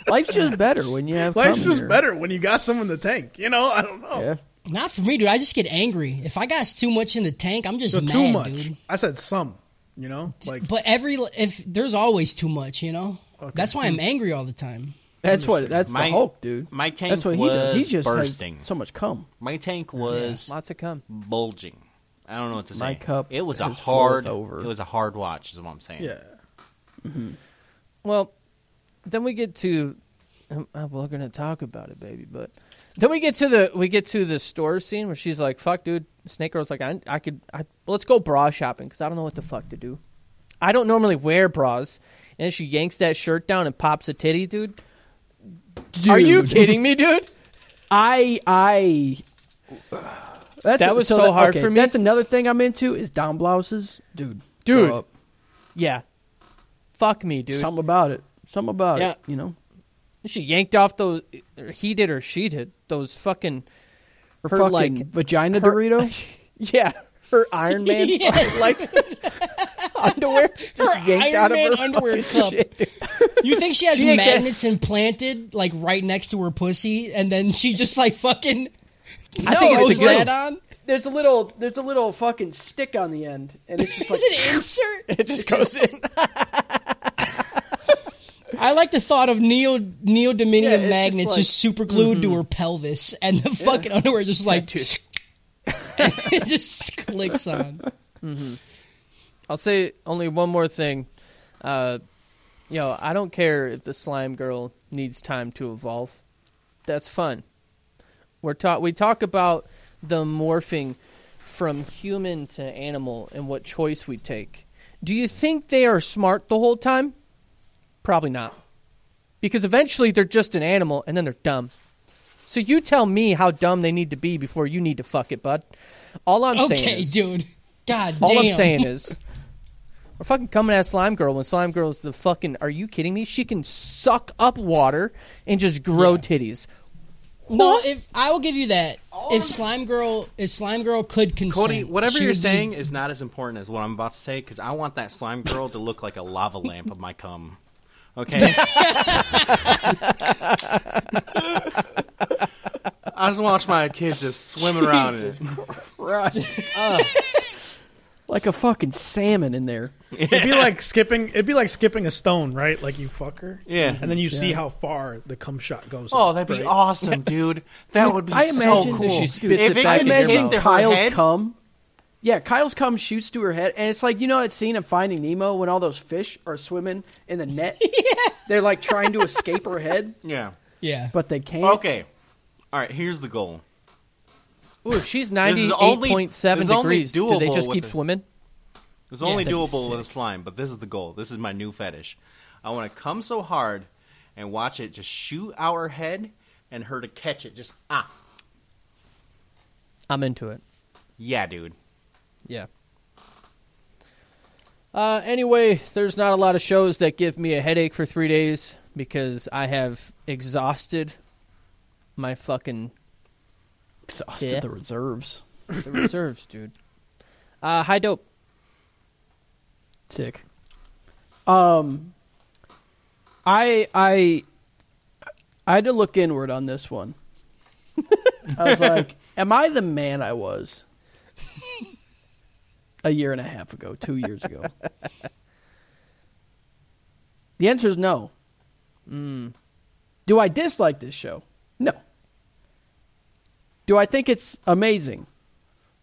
Life's just better when you have.
life's
cum
just
here.
better when you got some in the tank. You know, I don't know.
Yeah.
Not for me, dude. I just get angry if I got too much in the tank. I'm just
So
mad,
too much.
dude.
I said some. You know, like
But every if there's always too much, you know. That's why I'm angry all the time.
That's what. That's
My-
the Hulk, dude.
my tank
that's what he does. He
was
just has
bursting.
so much cum.
My tank was
lots of cum
bulging. I don't know what to say.
My cup
it was a
has
hard
flowed over.
It was a hard watch is what I'm saying.
yeah.
Well, then we get to. um, uh, We're going to talk about it, baby. But Then we get to the we get to the store scene where she's like, "Fuck, dude." Snake Girl's like, "I, I could, I, let's go bra shopping because I don't know what the fuck to do. I don't normally wear bras." And she yanks that shirt down and pops a titty, dude. Are you
Dude,
kidding me, dude?
I I. That's
That was so hard for me.
That's another thing I'm into is down blouses, dude.
Dude,
grow up.
Yeah, fuck me, dude.
something about it. Something about
Yeah.
it. You know,
she yanked off those. or He did or she did those fucking
her,
Her,
fucking
like,
vagina
her-
Dorito.
yeah her Iron Man fucking, like underwear
Just
Her
yanked
Iron
out of
Man
her
underwear cup. You think she has
She ain't get-
magnets implanted like right next to her pussy, and then she just like fucking
I think
throws
it's the glue.
that on?
There's a little. There's a little fucking stick on the end, and it's just like
Is it insert?
it just goes in.
I like the thought of neo neodymium
Yeah, it's
magnets
just
just,
like- mm-hmm.
super glued to her pelvis, and the fucking underwear just like it just clicks on.
I'll say only one more thing. Uh, yo, I don't care if the slime girl needs time to evolve. That's fun. We're taught we talk about the morphing from human to animal and what choice we take. Do you think they are smart the whole time? Probably not. Because eventually they're just an animal and then they're dumb. So you tell me how dumb they need to be before you need to fuck it, bud. All I'm saying
Okay,
is,
dude. God
all
damn.
I'm saying is, we're fucking coming at Slime Girl when Slime Girl's the fucking. Are you kidding me? She can suck up water and just grow titties.
no. If I will give you that, if Slime Girl, if Slime Girl could consent,
Cody, whatever
she
you're
would be-
saying is not as important as what I'm about to say because I want that slime girl to look like a lava lamp of my cum. Okay. I just watch my kids just swimming around in it.
right, uh, like a fucking salmon in there.
It'd be like skipping. It'd be like skipping a stone, right? Like you fucker.
Yeah.
And then you see how far the cum shot goes.
Oh,
up,
that'd be
right?
awesome, dude. That would be
I
so
imagine
cool.
that she
If
spits it
it
back
could
in
hit
your
her
mouth. Kyle's
head,
cum. Yeah, Kyle's cum shoots to her head, and it's like you know that scene of Finding Nemo when all those fish are swimming in the net. They're like trying to escape her head,
Yeah.
yeah,
but they can't.
Okay. All right. Here's the goal.
Ooh, if she's
This
ninety
is
eight
only-
point seven
this is only
degrees, do they
doable
just
with
keep
the-
swimming?
It's only
that'd be
doable with a slime, but this is the goal. This is my new fetish. I want to come so hard and watch it just shoot out her head and her to catch it. Just ah,
I'm into it.
yeah, dude.
Yeah. Uh, anyway, there's not a lot of shows that give me a headache for three days because I have exhausted my fucking
Exhausted
Yeah.
the reserves.
the reserves, dude. Uh, high dope.
Sick. Um, I I I had to look inward on this one. I was like, "Am I the man I was a year and a half ago, two years ago?" the answer is no. Mm. Do I dislike this show? No. Do I think it's amazing?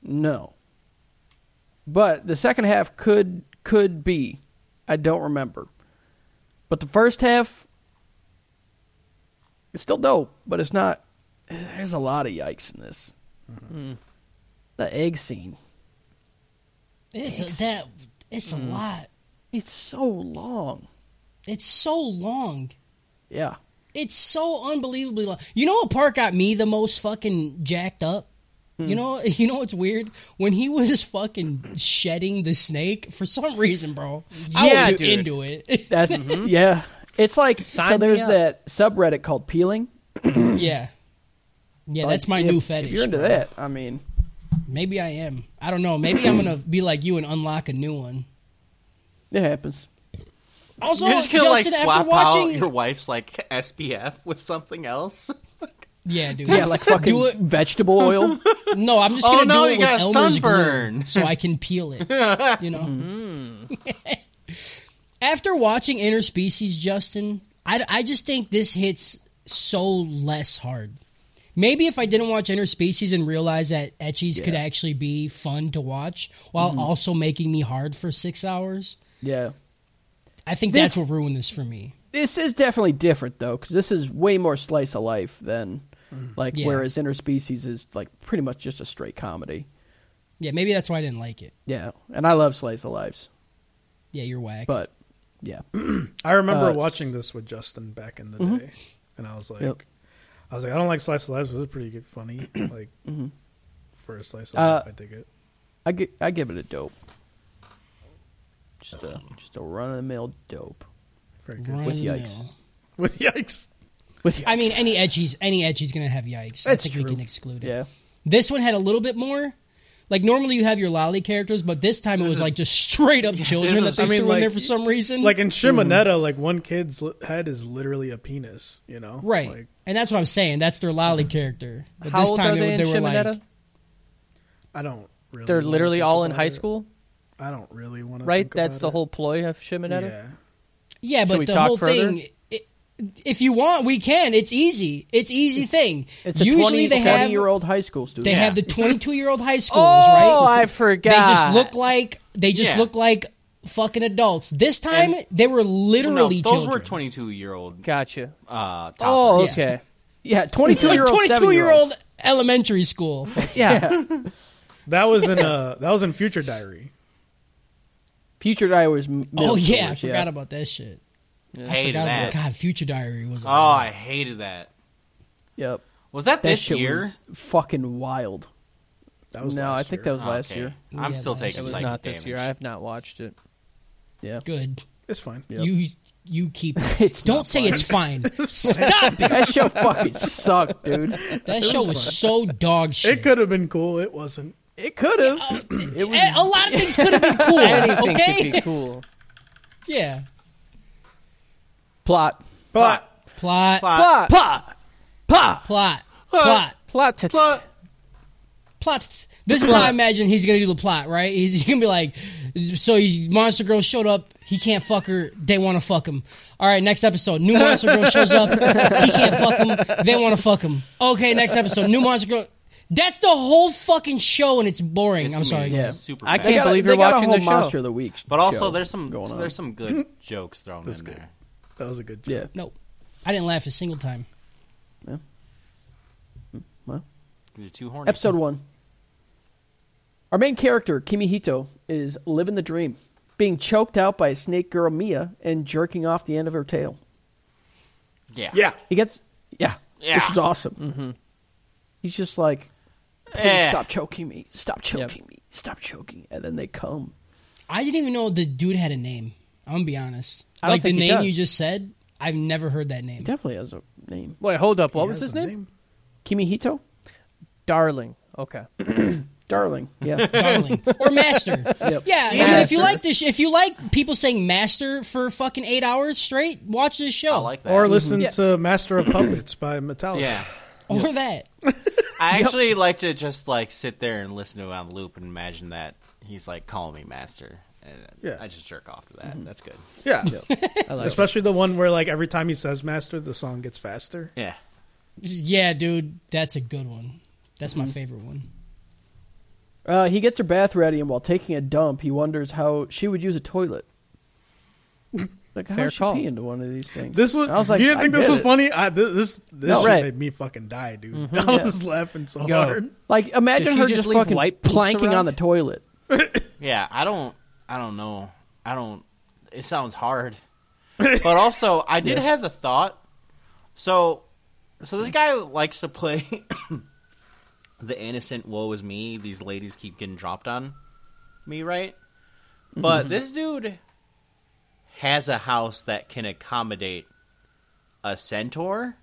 No. But the second half could could be. I don't remember. But the first half it's still dope, but it's not there's a lot of yikes in this.
Mm-hmm.
Mm. The egg scene.
it's, that it's a
Mm.
lot.
It's so long.
It's so long.
Yeah.
It's so unbelievably long. You know what part got me the most fucking jacked up? You know, you know what's weird? When he was fucking shedding the snake for some reason, bro.
Yeah,
I was
dude.
into it.
That's yeah. It's like so
Sign me
there's
up.
that subreddit called peeling.
yeah, yeah.
Like,
that's my
if-
new fetish.
If you're into
bro.
that, I mean
Maybe I am. I don't know. Maybe I'm gonna be like you and unlock a new one.
it happens.
Also,
You're just gonna like
Justin,
swap
after watching,
out your wife's like SPF with something else.
yeah, dude,
Yeah, like fucking
do it.
vegetable oil.
No, I'm just
Oh,
gonna
no,
do it
you
with
got a
Elmer's glue
sunburn.
so I can peel it. You know. After watching Interspecies, Justin, I, I just think this hits so less hard. Maybe if I didn't watch Interspecies and realize that etchies could actually be fun to watch while also making me hard for six hours,
yeah.
I think
This-
that's what ruined this for me.
this is definitely different though because this is way more slice of life than Like
Mm. Yeah.
whereas Interspecies is like pretty much just a straight comedy.
Yeah, maybe that's why I didn't like it.
Yeah, and I love Slays the Lives,
Yeah, you're whack.
but yeah,
I remember
Uh,
watching this with Justin back in the
Mm-hmm.
day, and I was like,
Yep.
I was like, I don't like slice of life, but it's pretty good, funny. Like
Mm-hmm.
for a slice of
Uh,
life, I dig it.
I gi- I give it a dope. Just a just a run of the mill dope
Very good.
Run
with
of the
yikes.
mill.
With yikes,
with
I mean, any edgy's any edgy's gonna have yikes. I
That's
think
true.
we can exclude it.
Yeah.
This one had a little bit more. Like normally you have your lolly characters, but this time it was like just straight up children that
this
they
is-
I mean,
threw in
like-
there for some reason.
like in
Mm-hmm.
Shimonetta, like one kid's li- head is literally a penis. You know,
right,
Like,
and that's what I'm saying. That's their lolly character. But
How
this
old
time
are
it-
they, in
were
Shimonetta?
like,
I don't. really
They're
wanna
literally
think
all in
about
high
it.
school,
I don't really want to.
right? That's the whole ploy of Shimonetta.
Yeah.
yeah, but
we
the
talk
whole
further?
thing. It, if you want, we can. It's easy. It's easy thing.
It's a
Usually
20,
they have
year old high school student.
They have the 22 year old high schoolers,
Oh,
right?
I forgot.
They just look like they just
Yeah.
look like fucking adults. This time
And-
they were
Well,
literally
no, those
children.
were 22 year old
Gotcha.
uh,
Oh,
toppers.
okay.
yeah, twenty two
like
year old,
22 year old elementary school. Fuck.
Yeah.
That was in uh that was in Future Diary.
Future Diary was m- middle
oh yeah, I
schoolers,
forgot about that shit.
hated
Forgot
that.
about- God, Future Diary was.
Oh, I hated that.
Yep,
Was that,
that
this
shit
year?
was fucking wild. Ah,
That was
no,
last
I think
year.
that was
Oh,
last
okay.
year.
I'm
Yeah,
still
last
taking
year.
It was
psychic
not this
damage.
year. I have not watched it.
Yeah,
good.
it's fine.
You you keep.
It's
Don't say it's fine. Stop it.
that show fucking sucked, dude.
That show was so dog shit.
It could have been cool. It wasn't.
It could have. It was
Eh, a lot of things could have been cool.
Anything
okay.
could be cool.
Yeah.
plot,
But
Plot. Plot.
Plot.
plot, plot.
Plot. plot.
Plot. T-
Plot.
plots. This is how I imagine he's gonna do the plot, right? He's, gonna be like, so he's, Monster Girl showed up. He can't fuck her. They want to fuck him. All right, next episode, new Monster Girl shows up. He can't fuck him. They want to fuck him. Okay, next episode, new Monster Girl. That's the whole fucking show, and it's boring.
It's
I'm
gonna
sorry.
be
guys.
Super
I
bad.
They
can't
got a-
believe
they
you're
got a
watching
whole
the show.
Monster of the Week,
But also,
show
there's some
going on.
there's some good jokes thrown in there.
that was a good joke.
yeah.
Nope. I didn't laugh a single time.
Well,
You're too horny.
episode one. Our main character Kimihito is living the dream, being choked out by a snake girl Mia and jerking off the end of her tail.
Yeah.
Yeah.
He gets yeah. This
Yeah.
is awesome. Mm-hmm. He's just like, please
Eh.
stop choking me, stop choking me, stop choking, and then they come.
I didn't even know the dude had a name. I'm gonna be honest.
I don't
like
think
the
he
name
does.
you just said, I've never heard that
He
name.
definitely has a name.
Wait, hold up. What
He
was
has
his
a
name?
Kimihito,
Darling. Okay.
darling. Yeah,
darling or master. Yeah, dude. If you like this, sh- if you like people saying master for fucking eight hours straight, watch this show
I like that. Mm-hmm.
Or listen
Yeah.
to Master of Puppets by Metallica.
yeah.
or that.
I actually like to just like sit there and listen to it on loop and imagine that he's like calling me master. And
Yeah.
I just jerk off to that.
Mm-hmm.
That's good.
Yeah. Especially the one where like every time he says master, the song gets faster.
Yeah.
Yeah, dude. That's a good one. That's my favorite one.
uh, he gets her bath ready, and while taking a dump, he wonders how she would use a toilet. Like how
Fair
is she
call.
pee into one of these things?
This was,
I was like,
you didn't
I
think this
get
was
it.
funny? I, thi- this this
No,
shit
right. Mm-hmm.
made me fucking die, dude. I
Yeah.
was laughing so
Yo.
hard.
Like imagine
she
her
just
just
leave
fucking
white poops
planking on
around?
the toilet.
Yeah. I don't. I don't know. I don't. It sounds hard. but also, I did have the thought. So, so this guy likes to play the innocent "woe is me." These ladies keep getting dropped on me, right? But this dude has a house that can accommodate a centaur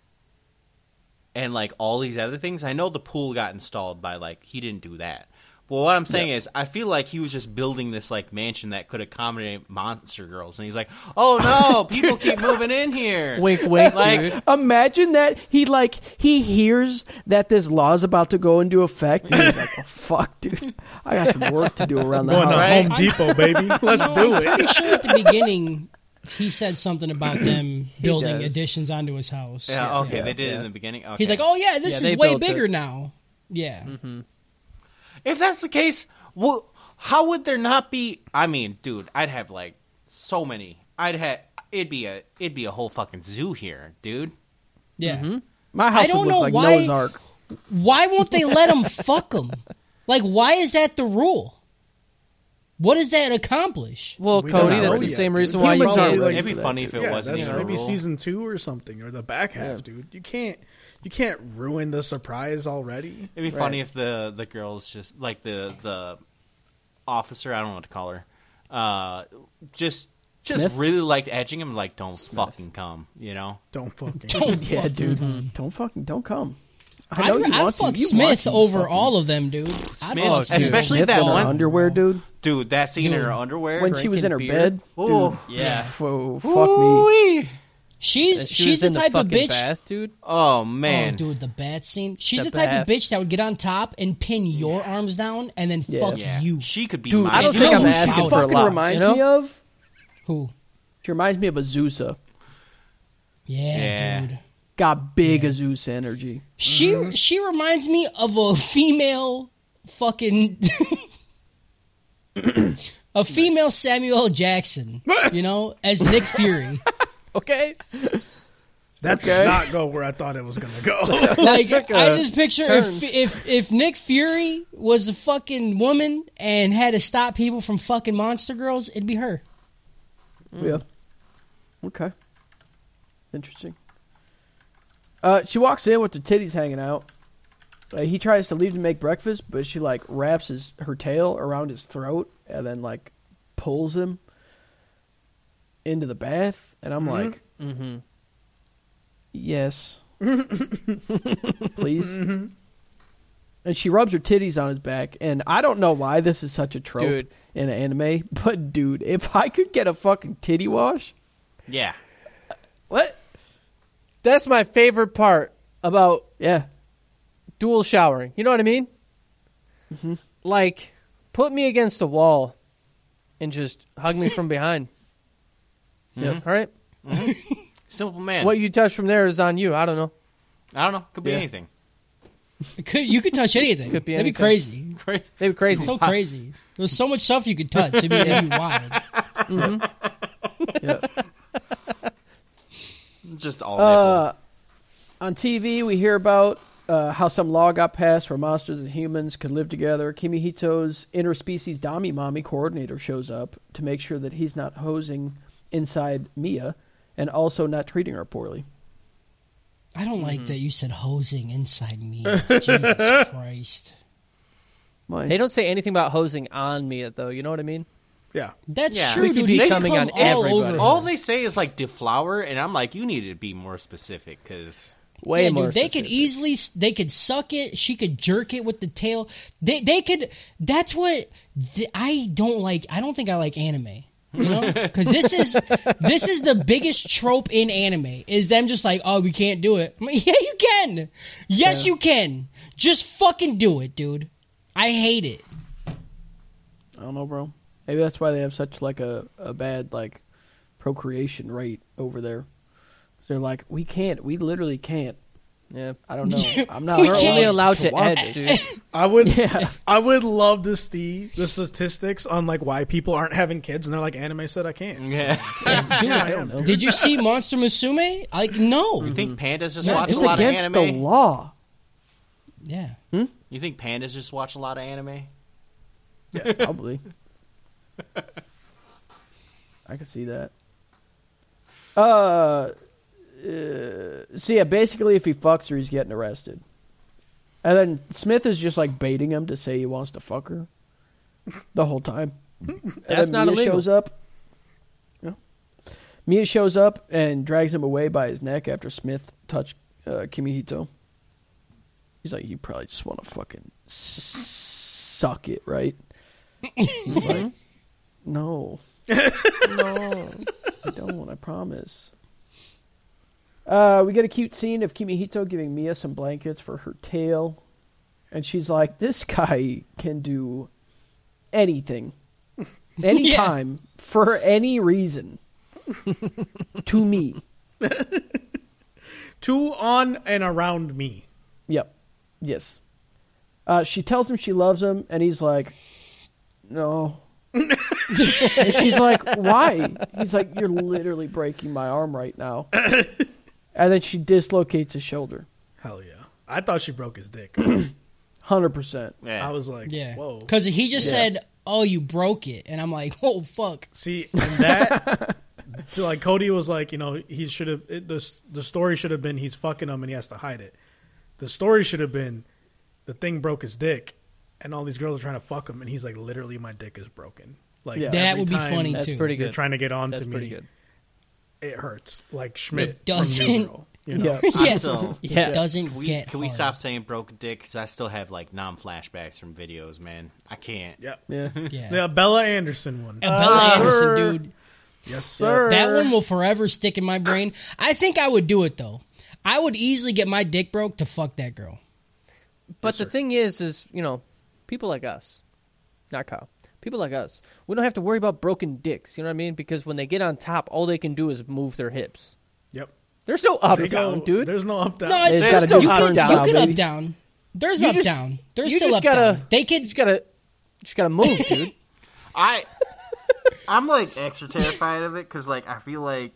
and like all these other things. I know the pool got installed by like he didn't do that. Well, what I'm saying is, I feel like he was just building this like mansion that could accommodate monster girls, and he's like, "Oh no, people keep moving in here."
Wink, wink,
Like-
dude.
Imagine that he like he hears that this law is about to go into effect, and he's like, "Oh fuck, dude, I got some work to do around the
Going to
house."
Right.
Home Depot, baby. Let's do
I'm
it.
pretty sure at the beginning he said something about them building
does.
additions onto his house.
Yeah, okay, they did it in the beginning. Okay.
He's like, oh yeah, this
Yeah, they
is way
built
bigger
it.
now. Yeah.
If that's the case, well, how would there not be? I mean, dude, I'd have like so many. I'd have it'd be a it'd be a whole fucking zoo here, dude.
Yeah.
My house
I don't
would look
know
like
why-
Noah's Ark.
Why won't they let him fuck him? Like, why is that the rule? What does that accomplish?
Well,
We don't
Cody,
know
that's the
yet,
same
dude.
reason
He
why you
might
can't.
be like-
It'd be
that,
funny if it
yeah,
wasn't
that's
even a
maybe
rule.
season two or something, or the back half, dude. You can't, you can't ruin the surprise already.
It'd be funny if the the girls just like the the officer. I don't know what to call her. Uh, just just
Smith?
really liked edging him. Like, don't fucking come. You know.
Don't fucking.
Yeah, dude. Don't fucking don't come. I
I'd,
know you
I'd
want
fuck
to. You want
Smith
to
over
fucking
all of them, dude. I'd
Smith,
fuck Smith.
especially
Smith
that
in her
one
underwear, dude.
dude. That scene in her underwear.
When she was in her
beer.
bed.
Ooh.
Dude.
Yeah.
Whoa, fuck me.
Ooh-wee.
She's
She
she's
was
the
in
type of
fucking
bitch.
Bath, dude.
Oh
Oh,
man.
dude, the bath scene. She's the,
The
type
bath.
of bitch that would get on top and pin your arms down and then fuck
yeah.
you.
She could be.
Dude,
my
I don't
It's
think
no
I'm
doubt.
asking
She
for a
fucking
lot.
reminds
you know?
me of.
Who?
She reminds me of Azusa.
Yeah,
Yeah.
dude.
Got big Azusa energy.
She she reminds me of a female fucking a female Samuel L. Jackson, you know, as Nick Fury.
Okay.
That did not go where I thought it was gonna go.
Like
took a
I just picture if,
turn.
if if Nick Fury was a fucking woman and had to stop people from fucking monster girls, it'd be her.
Yeah. Okay. Interesting. Uh, she walks in with the titties hanging out. Uh, he tries to leave to make breakfast, but she like wraps his her tail around his throat and then like pulls him into the bath. And I'm like,
Mm-hmm.
yes, please.
Mm-hmm.
And she rubs her titties on his back, and I don't know why this is such a trope
Dude.
in an anime, but dude, if I could get a fucking titty wash,
yeah.
what?
That's my favorite part about
Yeah,
dual showering. You know what I mean? Like, put me against a wall and just hug me from behind.
Yep.
All right.
Simple man.
What you touch from there is on you. I don't know.
I don't know. Could be
Yeah.
anything.
It could you could touch anything.
Could be
That'd be
anything.
crazy.
They were crazy.
It's so crazy. There's so much stuff you could touch. It'd be, it'd be wild.
yeah.
Just all.
Uh, on TV, we hear about uh, how some law got passed where monsters and humans could live together. Kimihito's interspecies Dami Mommy coordinator shows up to make sure that he's not hosing inside Mia and also not treating her poorly.
I don't
Mm-hmm.
like that you said hosing inside me. Jesus Christ.
Mine.
They don't say anything about hosing on me, though. You know what I mean?
yeah,
That's
Yeah.
true,
Ricky
dude.
D
He
coming on
come all
everybody.
over.
All they say is like deflower, and I'm like, you need to be more specific because
Way
yeah,
more.
dude, they could
specific.
easily they could suck it. She could jerk it with the tail. They they could. That's what th- I don't like. I don't think I like anime. You know, because this is this is the biggest trope in anime is them just like, oh, we can't do it. I'm like, yeah, you can. Yes, you can. Just fucking do it, dude. I hate it.
I don't know, bro. Maybe that's why they have such like a, a bad like procreation rate over there. They're like, we can't. We literally can't.
Yeah.
I don't know. I'm not.
We
We're only
can't.
allowed to
watch
edge, dude.
I would.
Yeah.
I would love to see the statistics on like why people aren't having kids, and they're like, anime said I
Mm.
can't.
yeah.
Dude,
I don't know.
did you see Monster Musume? Like, no.
You think pandas just
No,
watch
It's
a lot of
against
anime?
the law.
Yeah.
You think pandas just watch a lot of anime?
Probably. I could see that. Uh, uh, so yeah, basically, if he fucks her, he's getting arrested. And then Smith is just like baiting him to say he wants to fuck her the whole time. and
That's
then
not
Mia
illegal.
shows up. No. Mia shows up and drags him away by his neck after Smith touched uh, Kimihito. He's like, "You probably just want to fucking s- suck it, right?" He's like, "No, no, I don't. I promise." Uh, we get a cute scene of Kimihito giving Mia some blankets for her tail, and she's like, "This guy can do anything, anytime, for any reason, to me."
Two on and around me.
Yep. Yes. Uh, she tells him she loves him, and he's like, "No." and she's like, "Why?" He's like, "You're literally breaking my arm right now." and then she dislocates his shoulder.
Hell yeah. I thought she broke his dick.
Hundred percent.
Yeah.
I was like,
Yeah.
whoa.
Because he just said, "Oh, you broke it," and I'm like, "Oh fuck."
See, and that to like Cody was like, you know, he should have it- the the story should have been he's fucking him and he has to hide it. The story should have been the thing broke his dick, and all these girls are trying to fuck him, and he's like, literally, my dick is broken. Like
Yeah.
That
every
would be
time
funny
That's
too.
pretty
You're
good.
trying to get on
That's
to
pretty
me.
good.
It hurts like Schmidt. from
doesn't.
New Girl, you know?
Yeah.
Yeah.
Also,
Yeah.
It doesn't
Can we,
get.
can we
hard.
stop saying broken dick? Because I still have like non flashbacks from videos, man. I can't.
Yep.
Yeah.
Yeah.
The Bella Anderson one.
And Bella Anderson,
sir.
dude.
yes, sir.
That one will forever stick in my brain. I think I would do it though. I would easily get my dick broke to fuck that girl.
But the thing is, is you know, people like us, not Kyle, people like us, we don't have to worry about broken dicks. You know what I mean? Because when they get on top, all they can do is move their hips.
Yep.
There's no up
They
or
go-
down, dude.
There's no up down.
No,
There's
there's
gotta
no
be
you
up
can,
down,
you can
baby.
up down. There's
You
up
just-
down. There's
you
still
just
up
gotta-
down. They could
You just gotta, just gotta move, dude.
I I'm like extra terrified of it because like I feel like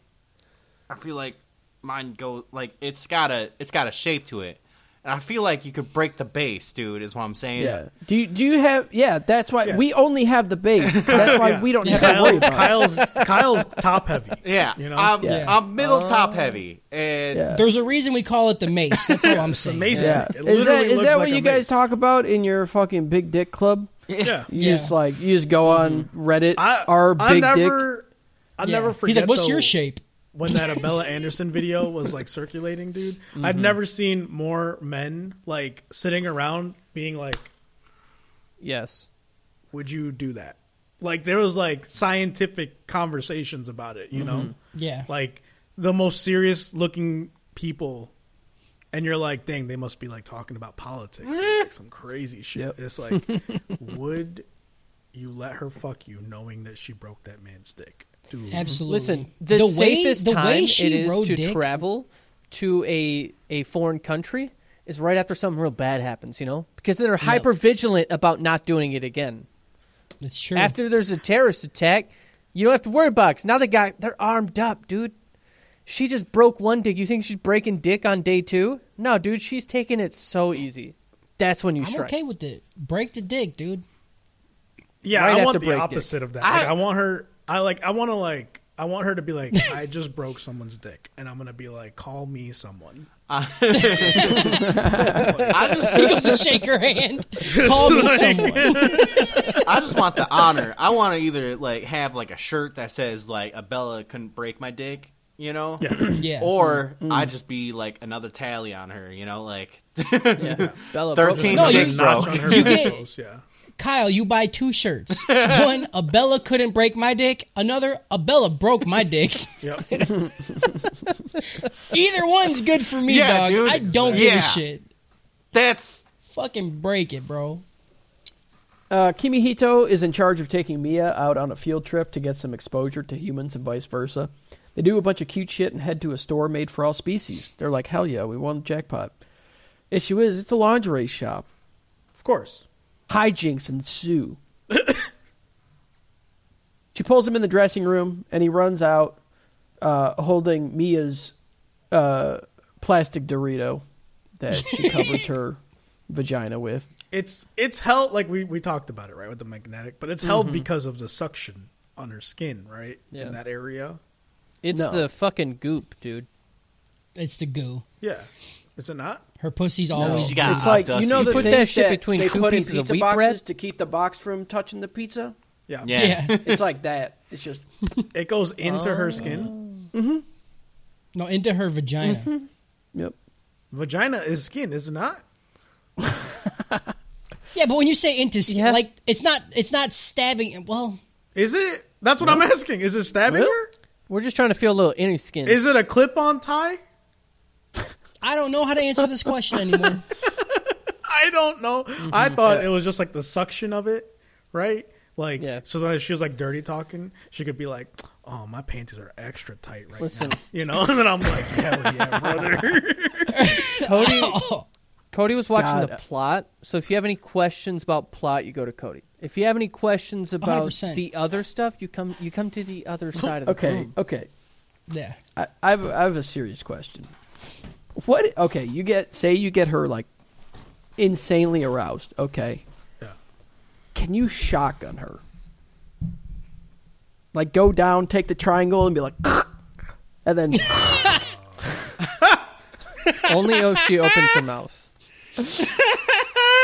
I feel like mine go like it's got a it's got a shape to it, and I feel like you could break the base, dude. Is what I'm saying.
Yeah. Do you, do you have? Yeah. That's why we only have the base. That's why we don't have to worry
Kyle,
about. it.
Kyle's Kyle's top heavy.
Yeah,
You know? Uh,
I'm,
Yeah.
I'm middle top heavy, and
Yeah.
There's a reason we call it the mace. That's all I'm saying.
Mason.
Yeah.
It
Is that
literally
is
looks
that
like
what
a
you guys
mace.
talk about in your fucking big dick club?
Yeah.
You
Yeah.
just like you just go on
Mm-hmm.
Reddit. our
I
big dick.
never, I
Yeah.
never forget.
He's like, "What's
though,
your shape?"
When that Abella Anderson video was like circulating, dude, I'd
Mm-hmm.
never seen more men like sitting around being like,
yes.
"Would you do that?" Like there was like scientific conversations about it, you know,
Mm-hmm.
Yeah.
like the most serious looking people. And you're like, dang, they must be like talking about politics, or, like some crazy shit.
Yep.
It's like, would you let her fuck you, knowing that she broke that man's dick? Dude,
Absolutely.
Listen, the, safest time it is to travel to a a foreign country is right after something real bad happens. You know, because they're hyper vigilant about not doing it again.
That's true.
After there's a terrorist attack, you don't have to worry about it. 'cause Now they got they're armed up, dude. She just broke one dick. You think she's breaking dick on day two? No, dude, she's taking it so easy. That's when you
I'm
strike.
okay with it. Break the dick, dude.
Yeah,
Right
I
after
want the
break,
opposite of that.
I-
I, like, I want her. I like. I want to like. I want her to be like. I just broke someone's dick, and I'm gonna be like, call me someone.
I just
He goes to shake her hand. Call me someone.
I just want the honor. I want to either like have like a shirt that says like Abella couldn't break my dick, you know,
Yeah.
or
Mm-hmm.
I just be like another tally on her, you know, like
Yeah. Bella
thirteen
No,
dick
you-
broke.
Notch on her
You get-
videos, yeah.
Kyle, you buy two shirts. One, Abella couldn't break my dick. Another, Abella broke my dick.
Yep.
Either one's good for me,
Yeah,
dog.
dude.
I don't give
Yeah.
a shit.
That's
Fucking break it, bro.
Uh, Kimihito is in charge of taking Mia out on a field trip to get some exposure to humans and vice versa. They do a bunch of cute shit and head to a store made for all species. They're like, hell yeah, we won the jackpot. Issue is, it's a lingerie shop.
Of course.
Hijinks ensue. she pulls him in the dressing room, and he runs out uh, holding Mia's uh, plastic Dorito that she covers her vagina with.
It's it's held like we we talked about it right with the magnetic, but it's held because of the suction on her skin, right?
Mm-hmm. Yeah.
In that area.
It's
No.
the fucking goop, dude.
It's the goo.
Yeah. Is it not?
Her pussy's always.
she got
it's like
dusty.
you know the
Put
things
that shit between
they
two
put in
pieces of
pizza
wheat
boxes
bread?
to keep the box from touching the pizza.
Yeah.
yeah.
Yeah.
It's like that. It's just
It goes into
Oh.
her skin.
No, into her vagina.
yep.
Vagina is skin, is it not?
Yeah, but when you say into, skin,
Yeah.
like it's not, it's not stabbing. Well,
Is it? That's what I'm asking. Is it stabbing
Well-
her?
We're just trying to feel a little inner skin.
Is it a clip-on tie?
I don't know how to answer this question anymore.
I don't know.
Mm-hmm.
I thought it was just like the suction of it, right? Like,
Yeah.
so then if she was like dirty talking, she could be like, "Oh, my panties are extra tight right
Listen.
now," you know. And then I'm like, "Hell yeah, brother!"
Cody,
Oh,
Cody was watching
God.
the plot. So if you have any questions about plot, you go to Cody. If you have any questions about
100%.
the other stuff, you come you come to
Mm.
the other side of the
Okay,
room.
okay.
yeah,
I, I have I have a serious question. What? Okay, you get say you get her like insanely aroused. Okay. Can you shotgun her? Like go down, take the triangle, and be like, and then
Only if she opens her mouth.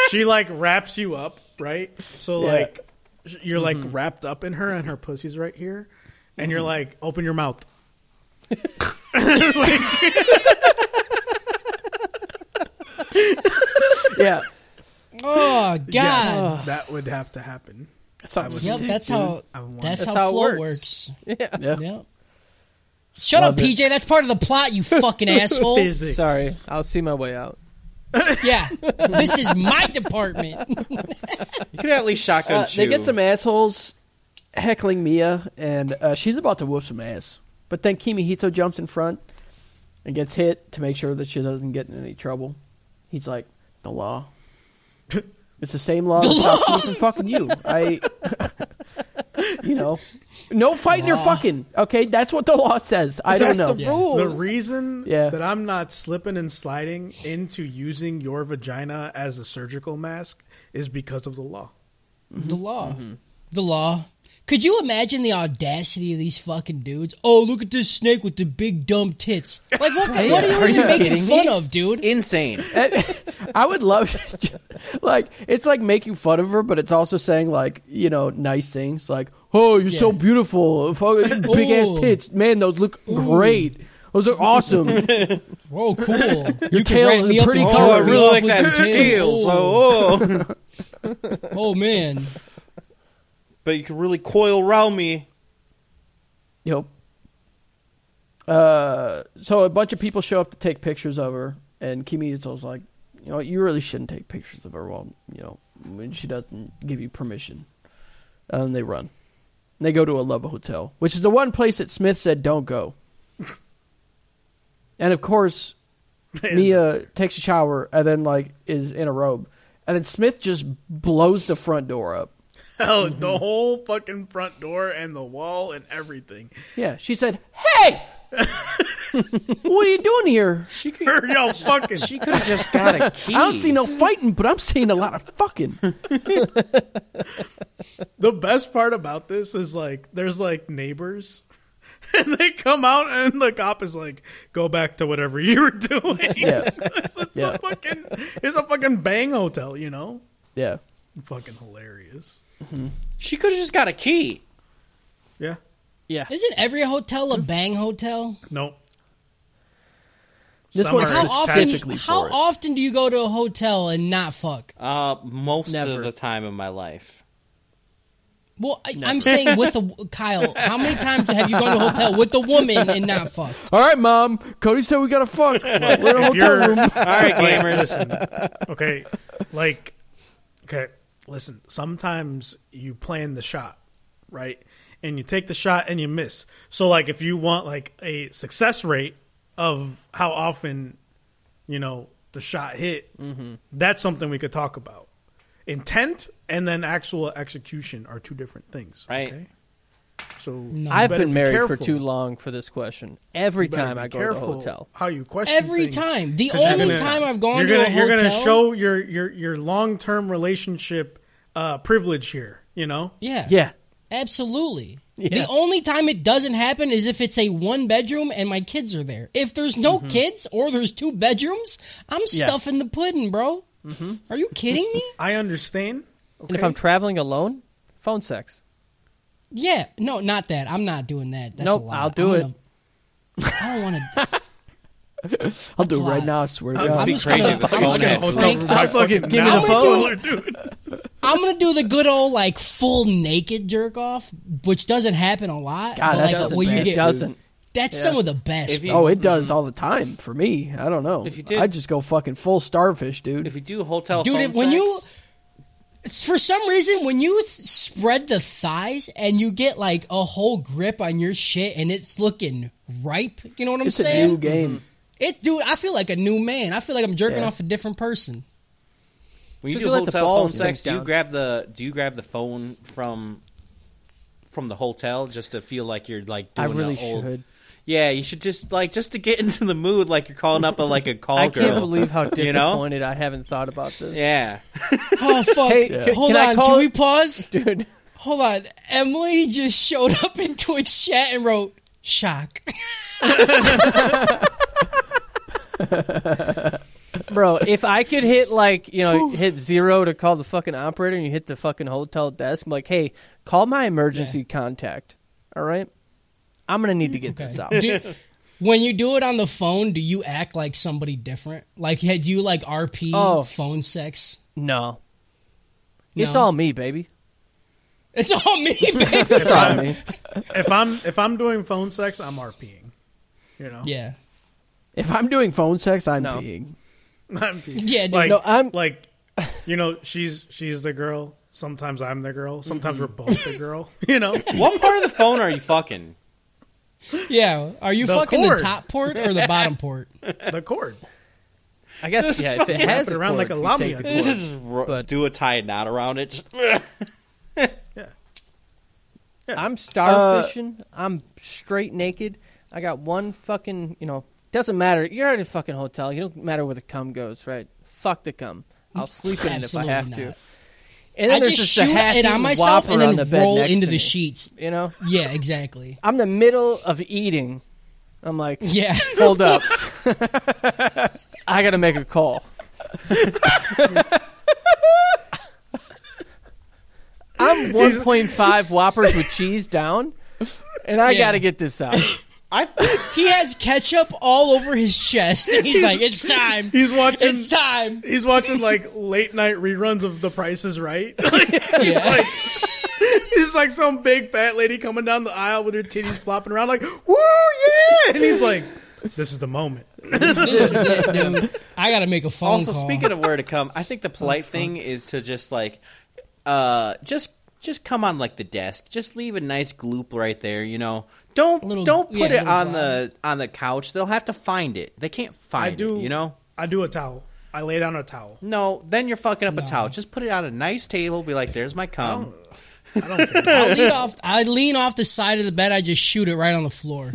she like wraps you up, right? So
Yeah.
like sh- you're
Mm-hmm.
like wrapped up in her, and her pussy's right here, and you're like, open your mouth.
yeah.
Oh God.
Yes, that would have to happen.
Sounds
Yep,
sick,
that's
dude.
how
I want
That's
that's, how,
how it works.
flow works.
Yeah.
Yep. Shut up, PJ. That's part of the plot, you fucking asshole.
Physics.
Sorry, I'll see my way out.
Yeah, this is my department.
You could at least shotgun
Uh,
chew.
they get some assholes heckling Mia, and uh, she's about to whoop some ass. But then Kimihito jumps in front and gets hit to make sure that she doesn't get in any trouble. He's like, "The law. It's the same law that stops me from fucking you. I, you know, no fighting or fucking. Okay, that's what the law says. I don't
That's
know.
the
Yeah.
rules.
The reason
Yeah.
that I'm not slipping and sliding into using your vagina as a surgical mask is because of the law.
the law. Mm-hmm. The law. Could you imagine the audacity of these fucking dudes? Oh, look at this snake with the big dumb tits. Like, what, what are you
Are
even
you
making
kidding
fun
me?
of, dude?
insane.
eh, I would love, like, it's like making fun of her, but it's also saying like, you know, nice things like, "Oh, you're so
Yeah.
beautiful, big ass
Ooh.
tits, man. Those look great. Those are awesome."
Whoa, cool. you can
tail
wrap
is
me
a
up
pretty
and
color.
Oh, I
cover me
really
up
like
with
that
your tail.
steel. So,
Oh,
oh.
oh, man.
but you can really coil around me.
Yep. Uh, so a bunch of people show up to take pictures of her, and Kimi Ito's like, you know, you really shouldn't take pictures of her while you know when she doesn't give you permission. And they run. And they go to a Lova hotel, which is the one place that Smith said don't go. and of course, Mia takes a shower and then like is in a robe, and then Smith just blows the front door up.
Hell,
Mm-hmm.
the whole fucking front door and the wall and everything.
Yeah, she said, "Hey, what are you doing here?
She could.
Yo, fucking
She could have just got a key.
I don't see no fighting, but I'm seeing a lot of fucking."
The best part about this is like there's like neighbors and they come out and the cop is like, Go back to whatever you were doing.
Yeah,
it's,
Yeah.
a fucking, it's a fucking bang hotel, you know?
yeah.
Fucking hilarious.
She could have just got a key.
Yeah.
Isn't every hotel a bang hotel?
No.
This
Some
one's
How
are
often?
specifically for
How
it.
often do you go to a hotel and not fuck?
Uh, most
Never.
of the time in my life.
Well, I, I'm saying with a Kyle. How many times have you gone to a hotel with a woman and not fuck?
All right, mom. Cody said we gotta fuck. We're in a
If
hotel
you're-
room.
All right, gamers.
okay, like, okay, listen. Sometimes you plan the shot, right? And you take the shot and you miss. So, like, if you want like a success rate of how often, you know, the shot hit,
Mm-hmm.
that's something we could talk about. Intent and then actual execution are two different things,
Right.
So you
I've
better
been
be
married for
careful.
too long for this question. Every
You better
time
be
I go to
careful
a hotel,
How you question
Every
things.
time. The
'Cause you're
only
gonna-
time I've gone to
you're gonna,
a hotel.
you're gonna show your your your long term relationship uh, privilege here. You know,
Yeah.
yeah,
Absolutely. The only time it doesn't happen is if it's a one bedroom and my kids are there. If there's no kids or there's two bedrooms, I'm stuffing the pudding, bro. Are you kidding me?
I understand. Okay?
and if I'm traveling alone, phone sex.
Yeah. No, not that. I'm not doing that. That's
Nope,
a lot.
I'll do
I'm gonna- I don't want to.
I'll do it
That's
right
why.
now. I swear to
I'm
God.
just
crazy
gonna.
if it's
I'm just
phone
gonna
Oh,
actually.
crank
Right
up-
fucking give me
now.
the
I'm gonna
phone.
Cooler, dude.
I'm gonna do the good old like full naked jerk off, which doesn't happen a lot.
God,
but,
that
like,
doesn't.
where you
man.
get-
It doesn't.
That's some of the best.
If you-
bro.
Oh, it does all the time for me. I don't know.
mm. If you did-
I just go fucking full starfish, dude.
If you do hotel,
Dude,
phone
it- when
sex,
you- For some reason, when you th- spread the thighs and you get like a whole grip on your shit and it's looking ripe, you know what I'm
it's a
saying? Mm-hmm.
new game.
It, dude, I feel like a new man. I feel like I'm jerking
Yeah.
off a different person.
when you
Just
do
let the
hotel phone
balls
sex,
sink
do you
down.
grab the do you grab the phone from from the hotel just to feel like you're like
I
doing
really
the old?
should.
Yeah, you should just like just to get into the mood, like you're calling up a like a call
I
girl.
can't believe how disappointed
you know?
I haven't thought about this.
Yeah,
Oh fuck!
Hey, Yeah.
Hold
can I
on,
call-
can we pause?
Dude,
Hold on. Emily just showed up in Twitch chat and wrote shock.
bro, if I could hit like, you know, hit zero to call the fucking operator and you hit the fucking hotel desk, I'm like, hey, call my emergency contact. All right? I'm going to need to get this out.
Do, when you do it on the phone, do you act like somebody different? Like had you like RP
Oh.
phone sex?
No.
No.
It's all me, baby.
It's all me, baby.
It's all me.
If I'm if I'm doing phone sex, I'm RPing. You know.
yeah.
If I'm doing phone sex, I'm
No.
peeing.
I'm peeing.
Yeah, dude.
Like,
No, I'm-
like, you know, she's she's the girl. Sometimes I'm the girl. Sometimes
Mm-hmm.
we're both the girl. You know.
what part of the phone are you fucking?
Yeah. Are you
The
fucking
cord.
the top port or the bottom port?
the cord.
I guess, yeah, if it
wrap
has
it
a
around
cord,
like a
you take
lamia.
the cord.
Just ro-
But-
do a tie knot around it. Just-
I'm
Uh,
starfishing. I'm straight naked. I got one fucking, you know, doesn't matter. You're at a fucking hotel. You don't matter where the cum goes, right? Fuck the cum. I'll sleep in it if I
Absolutely
have to.
not.
And then
I
there's
just
a
shoot
half
it on myself and then
on the bed
roll
next
into
to
the
me,
sheets.
You know,
Yeah, exactly.
I'm the middle of eating. I'm like,
Yeah.
hold up. I gotta make a call. I'm 1.5 whoppers with cheese down, and I
Yeah.
gotta get this out.
He has ketchup all over his chest. And he's like, it's time.
He's watching.
It's time.
He's watching like late night reruns of The Price is Right. Like,
Yeah.
he's like some big fat lady coming down the aisle with her titties flopping around, like "Woo, yeah!" And he's like, "This is the moment."
this is it, dude. I gotta make a phone
also,
call.
speaking of where to come, I think the polite thing is to just like, uh, just just come on like the desk. Just leave a nice gloop right there. You know, don't
Little-
don't
yeah,
put it
little
on the on the couch. They'll have to find it. They can't
I
find
do.
it. You know.
I do a towel. I lay down a towel.
No, then you're fucking up a towel. Just put it on a nice table. Be like, "There's my cum."
I don't care.
I lean off. I lean off the side of the bed. I just shoot it right on the floor.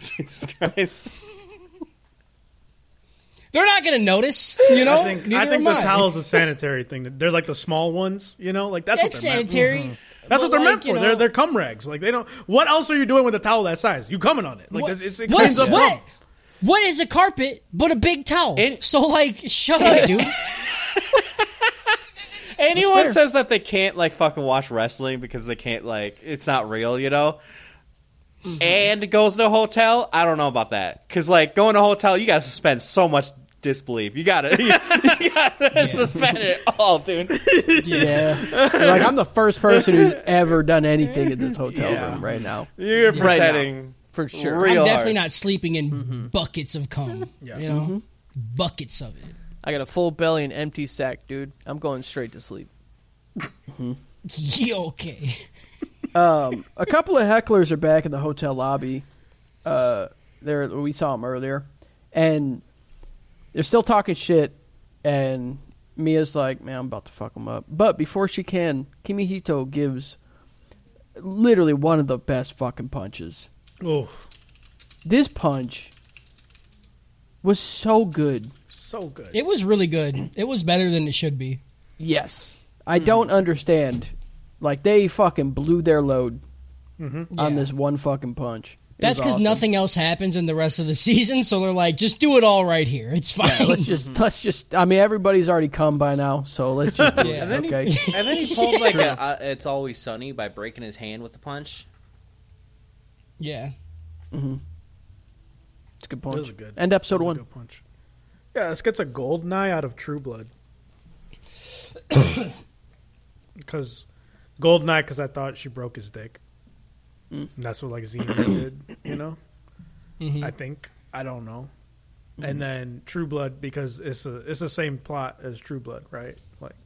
Jesus Christ!
They're not gonna notice, you know.
I think,
Neither
I think
am
the towel's a sanitary thing. They're like the small ones, you know. Like that's,
That's
what they're meant
sanitary.
for. Mm-hmm. That's
But
what they're
like,
meant for.
you know-
They're they're cum rags. Like they don't. What else are you doing with a towel that size? You coming on it? Like
What,
it's it
what,
cleans up.
what, what is a carpet but a big towel? so like, shut up, dude.
Anyone says that they can't like fucking watch wrestling because they can't like it's not real, you know. Mm-hmm. And goes to a hotel. I don't know about that because like going to a hotel, you gotta suspend so much disbelief. You gotta, you, gotta suspend it all, dude.
Yeah. like, I'm the first person who's ever done anything in this hotel room right now.
You're
now.
pretending
For sure.
real
I'm definitely
hard.
not sleeping in
Mm-hmm.
buckets of cum. You
Mm-hmm.
know, buckets of it.
I got a full belly and empty sack, dude. I'm going straight to sleep.
Yeah, okay.
a couple of hecklers are back in the hotel lobby. Uh, there we saw them earlier, and they're still talking shit. And Mia's like, "Man, I'm about to fuck them up." But before she can, Kimihito gives literally one of the best fucking punches.
Oh,
This punch was so good.
so good.
It was really good. It was better than it should be.
Yes,
Hmm.
I don't understand. Like they fucking blew their load on
Yeah.
this one fucking punch. It
That's
was
because
awesome.
nothing else happens in the rest of the season, so they're like, just do it all right here. It's fine.
let's just let's just. I mean, everybody's already come by now, so let's just. Do
Yeah.
And
it,
then,
okay.
he, and then he pulled like a, uh, "It's Always Sunny" by breaking his hand with the punch.
yeah.
It's a good
That was a
point.
good.
End
that
episode
was a
one.
good punch. Yeah, this gets a gold nigh out of True Blood. Because gold nigh, because I thought she broke his dick. And that's what like Xena did, you know. I think I don't know. And then True Blood because it's a, it's the same plot as True Blood, right? Like,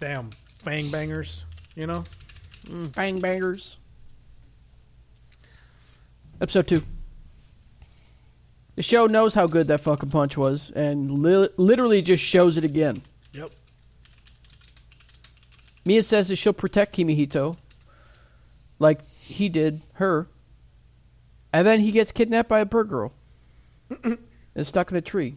damn, fang bangers, you know.
Bang bangers. Episode two. The show knows how good that fucking punch was, and li- literally just shows it again.
Yep.
Mia says that she'll protect Kimihito, like he did her. And then he gets kidnapped by a bird girl and stuck in a tree.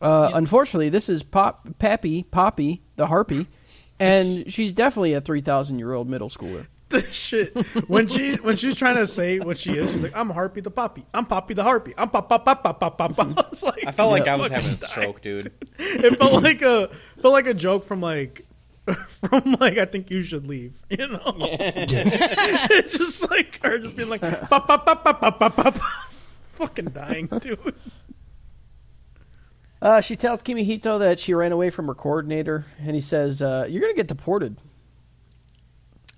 Uh, Unfortunately, this is Pop Pappy Poppy the harpy, and she's definitely a three thousand year old middle schooler.
This shit. When she when she's trying to say what she is, she's like, "I'm Harpy the Poppy. I'm Poppy the Harpy. I'm pop pop pop pop pop pop." pop." I was like,
I felt like
Yeah.
I was having a stroke, dude.
it felt like a felt like a joke from like from like I think you should leave. You know, it's just like her just being like pop pop pop pop pop pop pop. Fucking dying, dude.
Uh, she tells Kimihito that she ran away from her coordinator, and he says, uh, "You're gonna get deported."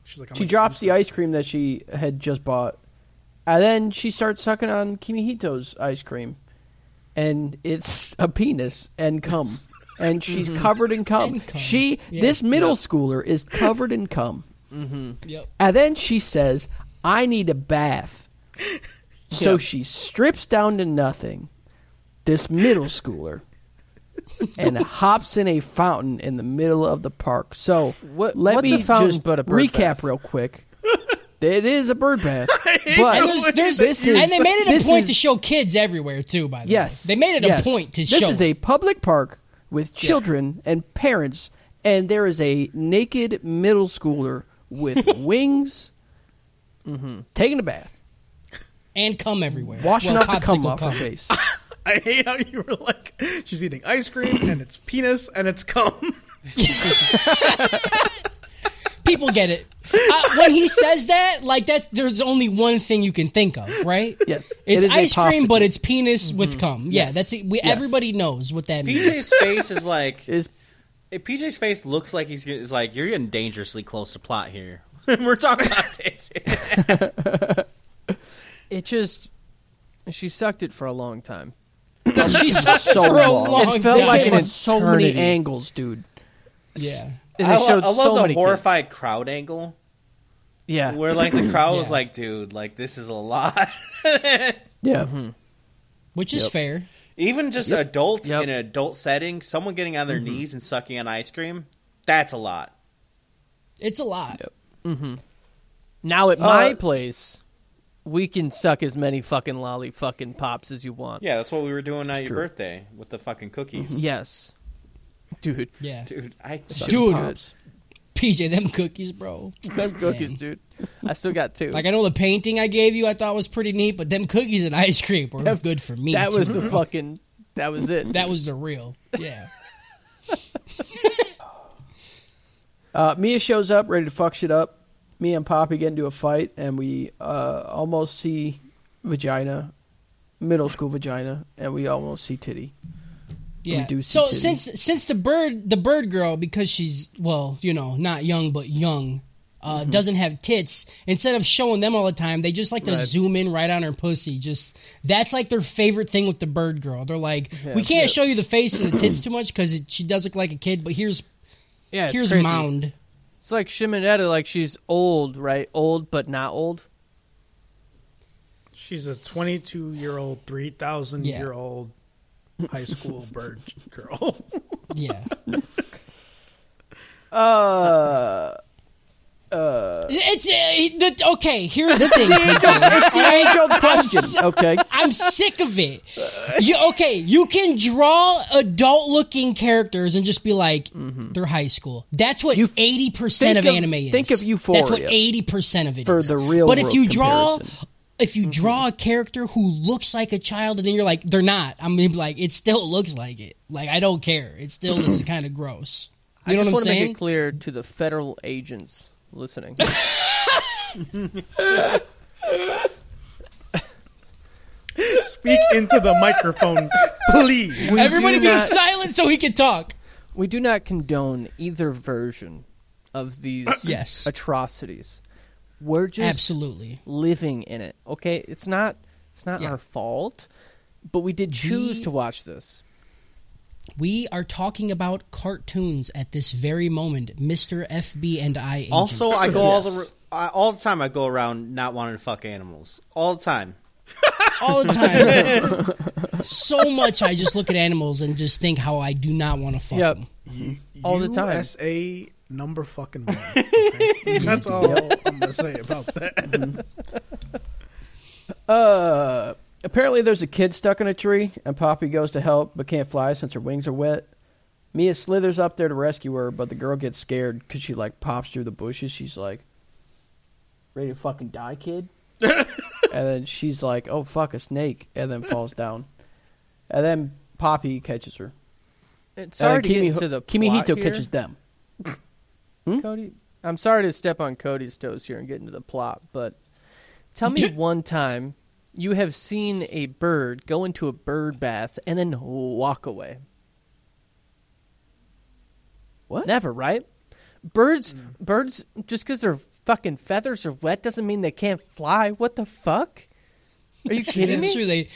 She's like, I'm
she
like,
drops
I'm
the
sus-
ice cream that she had just bought, and then she starts sucking on Kimihito's ice cream, and it's a penis and cum, and she's covered in cum.
And cum.
She,
Yeah.
this middle schooler, is covered in cum,
Yep.
and then she says, "I need a bath," so
Yeah.
she strips down to nothing. This middle schooler. and hops in a fountain in the middle of the park. So
What-
let
what's
me
a fountain
just
but a bird
recap
bath?
real quick. It is a bird bath,
And,
but
there's, there's,
this is-
and they made it
this
a point
is-
to show kids everywhere too. By the
yes,
way, they made it
yes.
a point to
This
show.
is a public park with children and parents, and there is a naked middle schooler with wings
Mm-hmm.
taking a bath,
and cum everywhere.
washing
well,
off the cum
popsicle
off her
cum.
face.
I hate how you were like, she's eating ice cream and it's penis and it's cum.
People get it. Uh, when he says that, like that's there's only one thing you can think of, right?
Yes, it
It's
is a Mm-hmm.
ice cream,
popsicle.
but it's penis with cum. Yeah, that's it. We, everybody knows what that means.
PJ's face is like
Is
if PJ's face looks like he's get- is like you're getting dangerously close to plot here. We're talking about tits.
It just she sucked it for a long time.
She sucked it
so
for a
long.
long
it felt
time.
like it was so many
eternity.
angles, dude.
yeah.
And
I,
they
lo-
showed
I love
so
the
many things.
horrified crowd angle
Yeah,
where like the crowd was
Yeah.
like, "Dude, like this is a lot."
Yeah,
which is fair.
Even just adults
Yep. Mm-hmm.
in an adult setting, someone getting on their knees and sucking on ice cream, that's a lot.
It's a lot.
Now at my place, we can suck as many fucking lolly fucking pops as you want.
Yeah, that's what we were doing on your birthday with the fucking cookies.
Yes, dude.
Yeah,
Dude, I
dude,
Pops.
PJ, them cookies, bro.
Them cookies, dude. I still got two.
Like I know the painting I gave you, I thought was pretty neat, but them cookies and ice cream were good for me.
that was
too.
the fucking. That was it.
that was the real. Yeah,
Uh, Mia shows up ready to fuck shit up. Me and Poppy get into a fight, and we uh, almost see vagina, middle school vagina, and we almost see titty.
yeah.
do see
so
titty.
since since the bird the bird girl because she's well you know not young but young. Uh,
Mm-hmm.
Doesn't have tits. Instead of showing them all the time, they just like to zoom in right on her pussy. Just that's like their favorite thing with the bird girl. They're like, we can't show you the face and the tits too much because she does look like a kid. But here's
yeah, it's
here's
crazy.
mound.
It's like Shimonetta, like she's old, right? Old but not old.
She's a 22 year old, 3,000
Yeah.
year old high school bird girl.
Yeah.
Uh,
It's uh, the, okay. Here's the thing.
angel question.
s-
Okay,
I'm sick of it. You okay? You can draw adult-looking characters and just be like, they're high school. That's what
Mm-hmm. You
eighty percent of
think of-
anime is.
think
That's
of
what
Euphoria
eighty percent of it is.
for the real
But if
world
you draw,
comparison. Mm-hmm.
if you draw a character who looks like a child, and then you're like, they're not. I mean, like it still looks like it. Like I don't care. It still is kind of gross. You
I
know
just
what I'm
want to
saying?
make it clear to the federal agents listening.
Speak into the microphone, please.
Everybody
do
be
not-
silent so he can talk.
we do not condone either version of these
yes.
atrocities. We're just
Absolutely.
living in it. Okay, it's not it's not
Yeah.
our fault, but we did choose
We-
to watch this.
We are talking about cartoons at this very moment, Mister FB and I. Agents.
Also, I go all the I, all the time. I go around not wanting to fuck animals all the time.
all the time. so much, I just look at animals and just think how I do not want to fuck
Yep.
them.
All the time.
USA number fucking one. okay? That's all I'm going to say about that.
Uh, apparently there's a kid stuck in a tree, and Poppy goes to help but can't fly since her wings are wet. Mia slithers up there to rescue her, but the girl gets scared because she like pops through the bushes. She's like, "Ready to fucking die, kid?" and then she's like, "Oh fuck, a snake!" And then falls down. And then Poppy catches her.
It's
And
sorry
then
to get
Kimi-
into the plot here,
Kimihito catches them. Hmm?
Cody. I'm sorry to step on Cody's toes here and get into the plot, but tell me one time you have seen a bird go into a bird bath and then walk away.
What?
Never, right? Birds,
Hmm.
birds, just because their fucking feathers are wet doesn't mean they can't fly. What the fuck? Are you kidding me?
That's true. They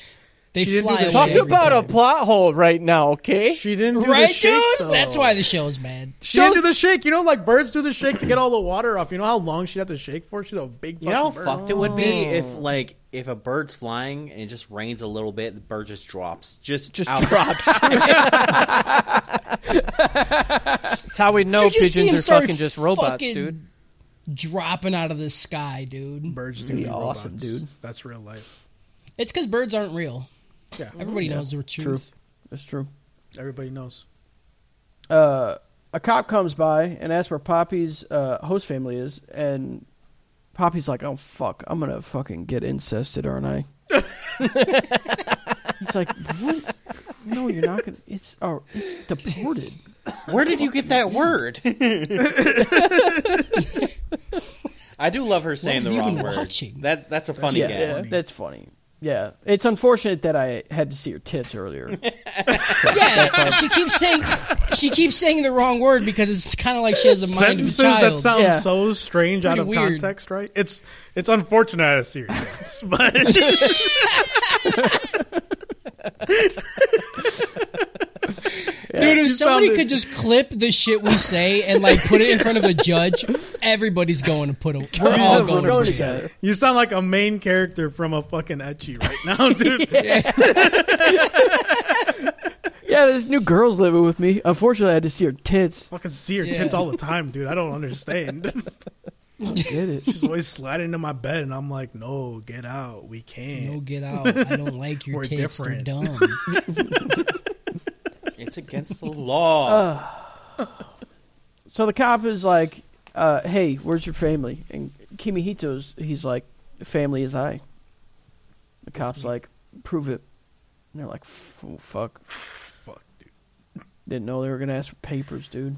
they
She didn't
fly
do the
away.
Talk
shit.
every
about a
time.
plot hole right now, okay?
She didn't do
right,
the shake.
dude.
though.
That's why the show's bad.
She didn't do the shake. You know, like birds do the shake to get all the water off. You know how long she'd have to shake for? She's a big
You know how
fucking bird.
fucked it would be if like if a bird's flying and it just rains a little bit, the bird just drops, just
Just
out. drops.
That's how we know
You just see
Oh, pigeons
him
are
start
fucking just robots,
fucking
dude.
Dropping out of the sky, dude.
Birds do
Be
be
awesome,
robots.
dude.
That's real life.
It's because birds aren't real.
Yeah,
Everybody
Mm,
knows the truth.
True. That's true.
everybody knows.
uh, a cop comes by and asks where Poppy's uh, host family is, and Poppy's like, "Oh fuck, I'm gonna fucking get incested, aren't I?" It's like, "What? No, you're not gonna. It's oh, it's deported."
Where did you get that word? I do love her saying
have
the
you
wrong
been
word.
watching?
That that's a funny
yeah,
gag.
that's funny. Yeah, it's unfortunate that I had to see your tits earlier.
Yeah, she keeps saying she keeps saying the wrong word because it's kind of like she has the mind
Sentences
of a child.
that sound
Yeah.
so strange out
Pretty
of
weird.
context, right? It's it's unfortunate I had a serious chance, but
Dude, if somebody
sounded-
could just clip the shit we say and like put it in front of a judge, everybody's going to put a. We're all
We're
going
going
to. jail.
together.
you sound like a main character from a fucking etchy right now, dude.
Yeah, this new girl's living with me. Unfortunately, I had to see her tits.
Fucking see your tits all the time, dude. I don't understand.
Get it?
She's always sliding into my bed, and I'm like, "No, get out. We can't."
No, get out! I don't like your
We're
tits.
different.
They're dumb.
It's against the
Uh,
law.
So the cop is like, uh, "Hey, where's your family?" And Kimihito's he's like, "Family is I." The cop's like, "Prove it." And they're like, "F- oh, "Fuck,
Fuck, dude.
didn't know they were gonna ask for papers, dude."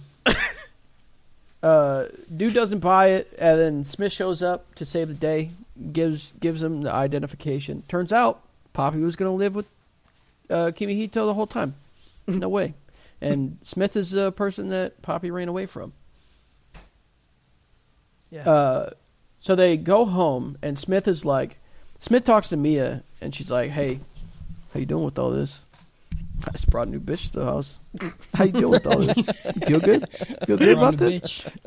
uh, dude doesn't buy it, and then Smith shows up to save the day. gives gives him the identification. Turns out Poppy was gonna live with uh, Kimihito the whole time. No way. And Smith is the person that Poppy ran away from.
Yeah.
Uh, so they go home, and Smith is like, Smith talks to Mia, and she's like, "Hey, how you doing with all this? I just brought a new bitch to the house. How you doing with all this? You feel good? You feel good
You're on
about
the
this?"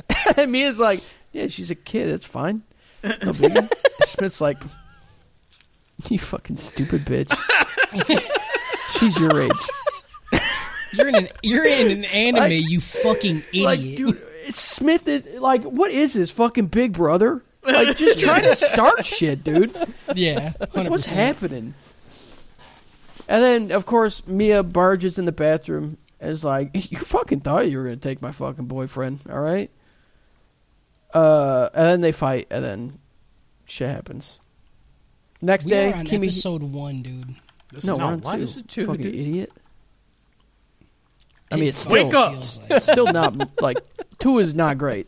bitch.
and Mia's like, "Yeah, she's a kid. It's fine." No biggie. Smith's like, "You fucking stupid bitch. she's your age."
You're in an you're in an anime.
Like-
you fucking idiot.
Like, dude, it's Smith is like, what is this fucking Big Brother? Like, just trying to start shit, dude.
yeah,
Like,
hundred
what's
percent.
happening? And then, of course, Mia barges in the bathroom and is like, "You fucking thought you were gonna take my fucking boyfriend, all right?" Uh, and then they fight, and then shit happens. Next
We
day,
are on
Kimi.
episode one, dude.
This
no,
is
we're on
not
two.
This is two,
fucking
dude.
idiot. I mean, it's
fucking
still-
feels like-
still not like two is not great.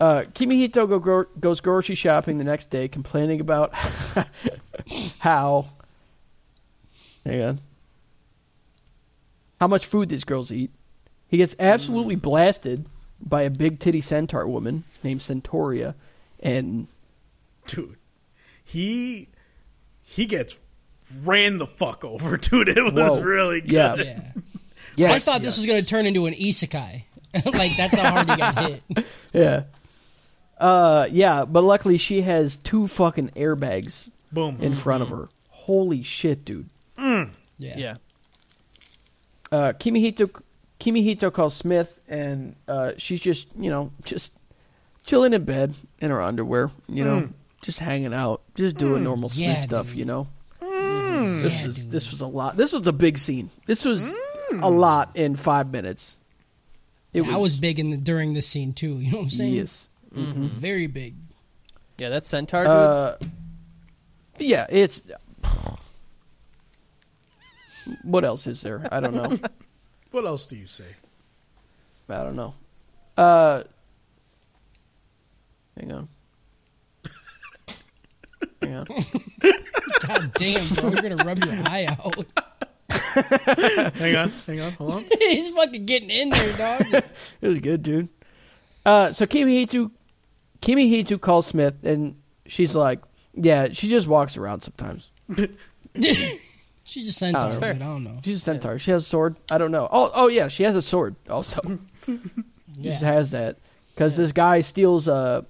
Uh, Kimihito go, gro- goes grocery shopping the next day, complaining about how. Hang on. How much food these girls eat. He gets absolutely blasted by a big titty centaur woman named Centauria, and
dude. He he gets ran the fuck over, dude. It was
Whoa.
really good.
yeah, yeah.
Yeah. I thought this was going to turn into an isekai. like that's how hard he got hit.
Yeah. Uh, yeah, but luckily she has two fucking airbags
Boom.
in front of her. Holy shit, dude.
Yeah.
yeah.
Uh, Kimihito, Kimihito calls Smith, and uh, she's just, you know, just chilling in bed in her underwear, you know, just hanging out, just doing normal s-
yeah,
stuff,
dude.
you know. this
Yeah,
is this was a lot. This was a big scene. This was a lot in five minutes. It
I was big in the, during this scene too. You know what I'm saying?
yes, Mm-hmm.
Very big.
Yeah, that centaur. dude.
uh, yeah. It's what else is there? I don't know.
What else do you say?
I don't know. Uh, hang on. Hang on.
God damn, bro, you're gonna rub your eye out.
Hang on, hang on, hold on.
He's fucking getting in there, dog.
It was good, dude. Uh, so Kimi Hitu, Kimi Hitu calls Smith, and she's like, "Yeah, she just walks around sometimes.
she just sent
Oh,
off.
fair.
I don't know.
She's a centaur. She has a sword. I don't know. Oh, oh yeah, she has a sword. Also, she just
Yeah.
has that because this guy steals a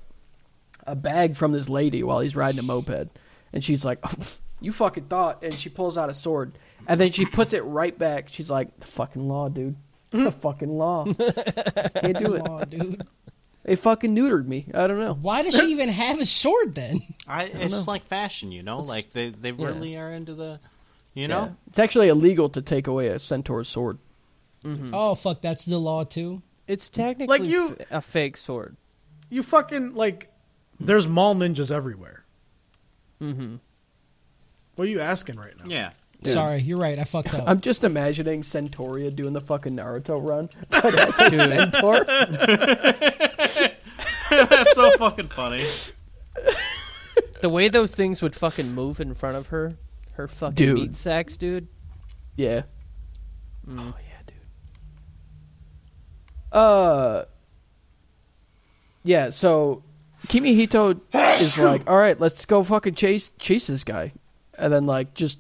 a bag from this lady while he's riding a moped, and she's like, "You fucking thought," and she pulls out a sword, and then she puts it right back. She's like, "The fucking law, dude. The fucking law. Can't do it.
Oh, dude.
They fucking neutered me. I don't know."
Why does she even have a sword then?
I, it's just like fashion, you know. like they they really are into the, you know.
Yeah. It's actually illegal to take away a centaur's sword. Hmm.
Oh fuck, that's the law too.
it's technically
Like you-
f- a fake sword.
You fucking like. There's mall ninjas everywhere.
Mm-hmm.
What are you asking right now?
Yeah.
Dude.
Sorry, you're right. I fucked up.
I'm just imagining Centauria doing the fucking Naruto run, but as a centaur.
That's so fucking funny.
The way those things would fucking move in front of her, her fucking
Dude.
meat sacks, dude.
Yeah.
Mm.
Oh yeah, dude. Uh. Yeah. So, Kimihito is like, "All right, let's go fucking chase chase this guy," and then like just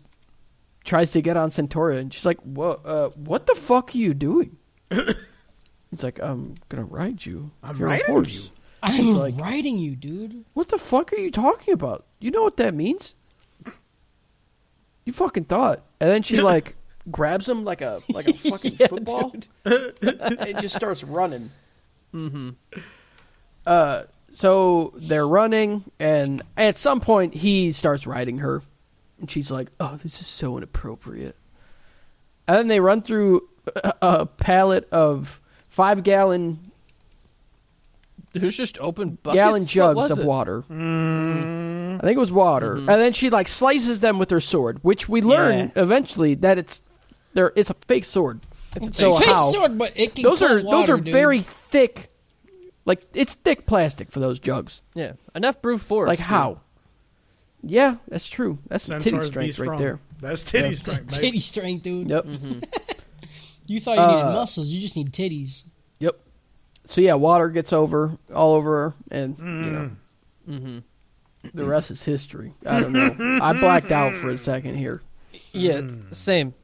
tries to get on Centauria, and she's like, "What? Uh, what the fuck are you doing?" it's like, "I'm gonna ride you.
I'm
You're a
riding
horse."
you.
I'm
like-
writing you, dude.
What the fuck are you talking about? You know what that means? You fucking thought. And then she like grabs him like a like a fucking football and just starts running.
Mm-hmm.
Uh so they're running and at some point he starts riding her and she's like, "Oh, this is so inappropriate." And then they run through a, a pallet of 5-gallon
There's just open buckets.
gallon
What
jugs
was
of
it? Mm-hmm.
water. I think it was water, and then she like slices them with her sword, which we learn eventually that it's there. It's a fake sword.
It's
so
a fake
how-
sword, but it can
Those
cut
are those
water,
are
dude.
very thick, like it's thick plastic for those jugs.
Yeah, enough brute force.
Like
dude.
how? Yeah, that's true. That's the titty
Centaurs be
strength right
strong.
there.
That's titty strength,
titty
baby.
strength, dude.
Yep.
Mm-hmm.
You thought you needed
Uh,
muscles, you just need titties.
Yep. So yeah, water gets over all over her, and you know,
Mm-hmm.
the rest is history. I don't know. I blacked out for a second here.
Yeah, same.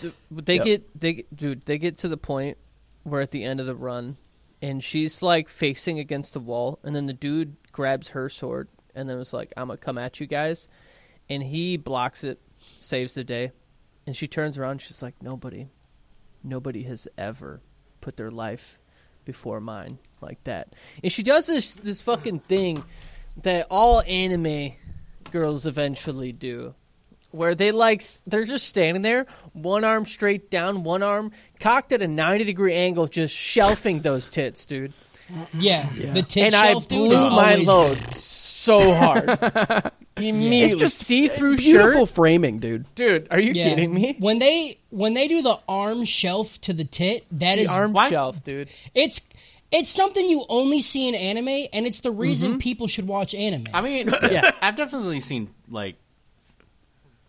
Th- They
Yep.
get they get- dude. They get to the point where at the end of the run, and she's like facing against the wall, and then the dude grabs her sword, and then was like, "I'm gonna come at you guys," and he blocks it, saves the day, and she turns around. She's like, "Nobody, nobody has ever put their life before mine like that," and she does this this fucking thing that all anime girls eventually do where they like s- they're just standing there, one arm straight down, one arm cocked at a ninety degree angle, just shelfing those tits, dude.
Yeah, the tit
and I
shelf,
blew
dude. is
my
always
load so hard.
It's
Immediately,
just
see through
Beautiful
shirt,
framing, dude.
dude. Are you
Yeah.
kidding me?
When they when they do the arm shelf to the tit, that is
The arm
why-
shelf, dude.
it's it's something you only see in anime, and it's the reason people should watch anime.
I mean,
Yeah.
I've definitely seen like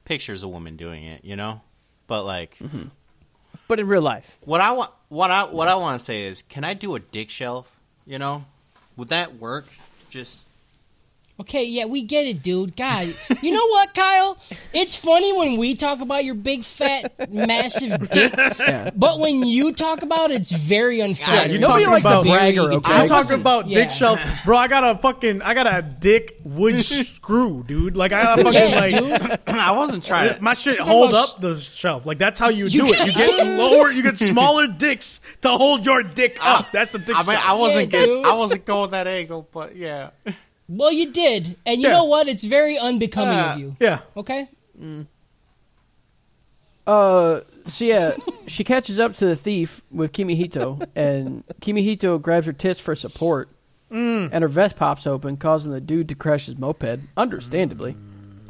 pictures of women doing it, you know. But like,
But in real life,
what I want, what I what I want to say is, can I do a dick shelf? You know, would that work? Just
okay, yeah, we get it, dude. God, you know what, Kyle? It's funny when we talk about your big fat massive dick,
Yeah.
but when you talk about it, it's very unfair.
you're Nobody talking likes a about-
bragger,
Very-
okay?
I'm
I
talking about
Yeah.
dick shelf, bro. I got a fucking, I got a dick wood screw, dude. Like I got a fucking
Yeah,
like.
dude.
I wasn't trying to.
My shit hold
about
up the shelf. Like that's how you,
You
do it. You
get-
get lower, you get smaller dicks to hold your dick up. That's the dick
I mean,
shelf.
I wasn't
Yeah,
getting,
dude.
I wasn't going that angle, but yeah.
Well, you did, and you
Yeah.
know what? It's very unbecoming
Uh,
of you.
Yeah.
Okay.
Uh, so yeah, she catches up to the thief with Kimihito, and Kimihito grabs her tits for support, and her vest pops open, causing the dude to crash his moped. Understandably,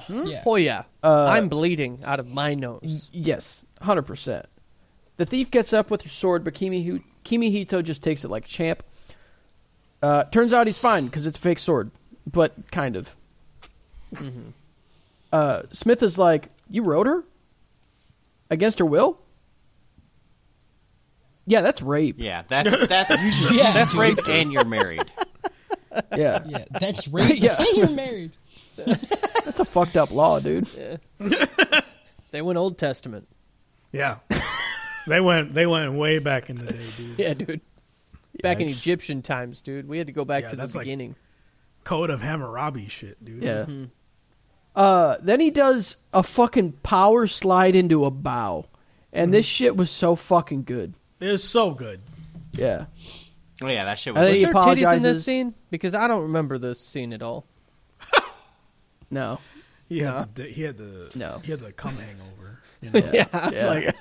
Yeah.
Oh yeah,
Uh,
I'm bleeding out of my nose.
yes, hundred percent. The thief gets up with her sword, but Kimihu- Kimihito just takes it like a champ. Uh, turns out he's fine because it's a fake sword, but kind of. Uh, Smith is like, "You rode her against her will." Yeah, that's rape.
Yeah, that's that's
Yeah,
that's
dude.
rape, and you're married.
Yeah,
Yeah, that's right.
Yeah.
And you're married.
that's a fucked up law, dude.
They went Old Testament.
Yeah. they went they went way back in the day, dude.
Yeah, dude. Back in
Yikes.
Egyptian times, dude. We had to go back
Yeah,
to the
that's like-
beginning.
Code of Hammurabi shit, dude.
Yeah. Uh, then he does a fucking power slide into a bow, and this shit was so fucking good.
It was so good.
Yeah,
Oh yeah, that shit
I
was. Just,
think- he
Was there titties in
apologizes.
this scene? Because I don't remember this scene at all.
no,
He had the, he had the
No.
he had the cum hangover. You know?
Yeah, I was like,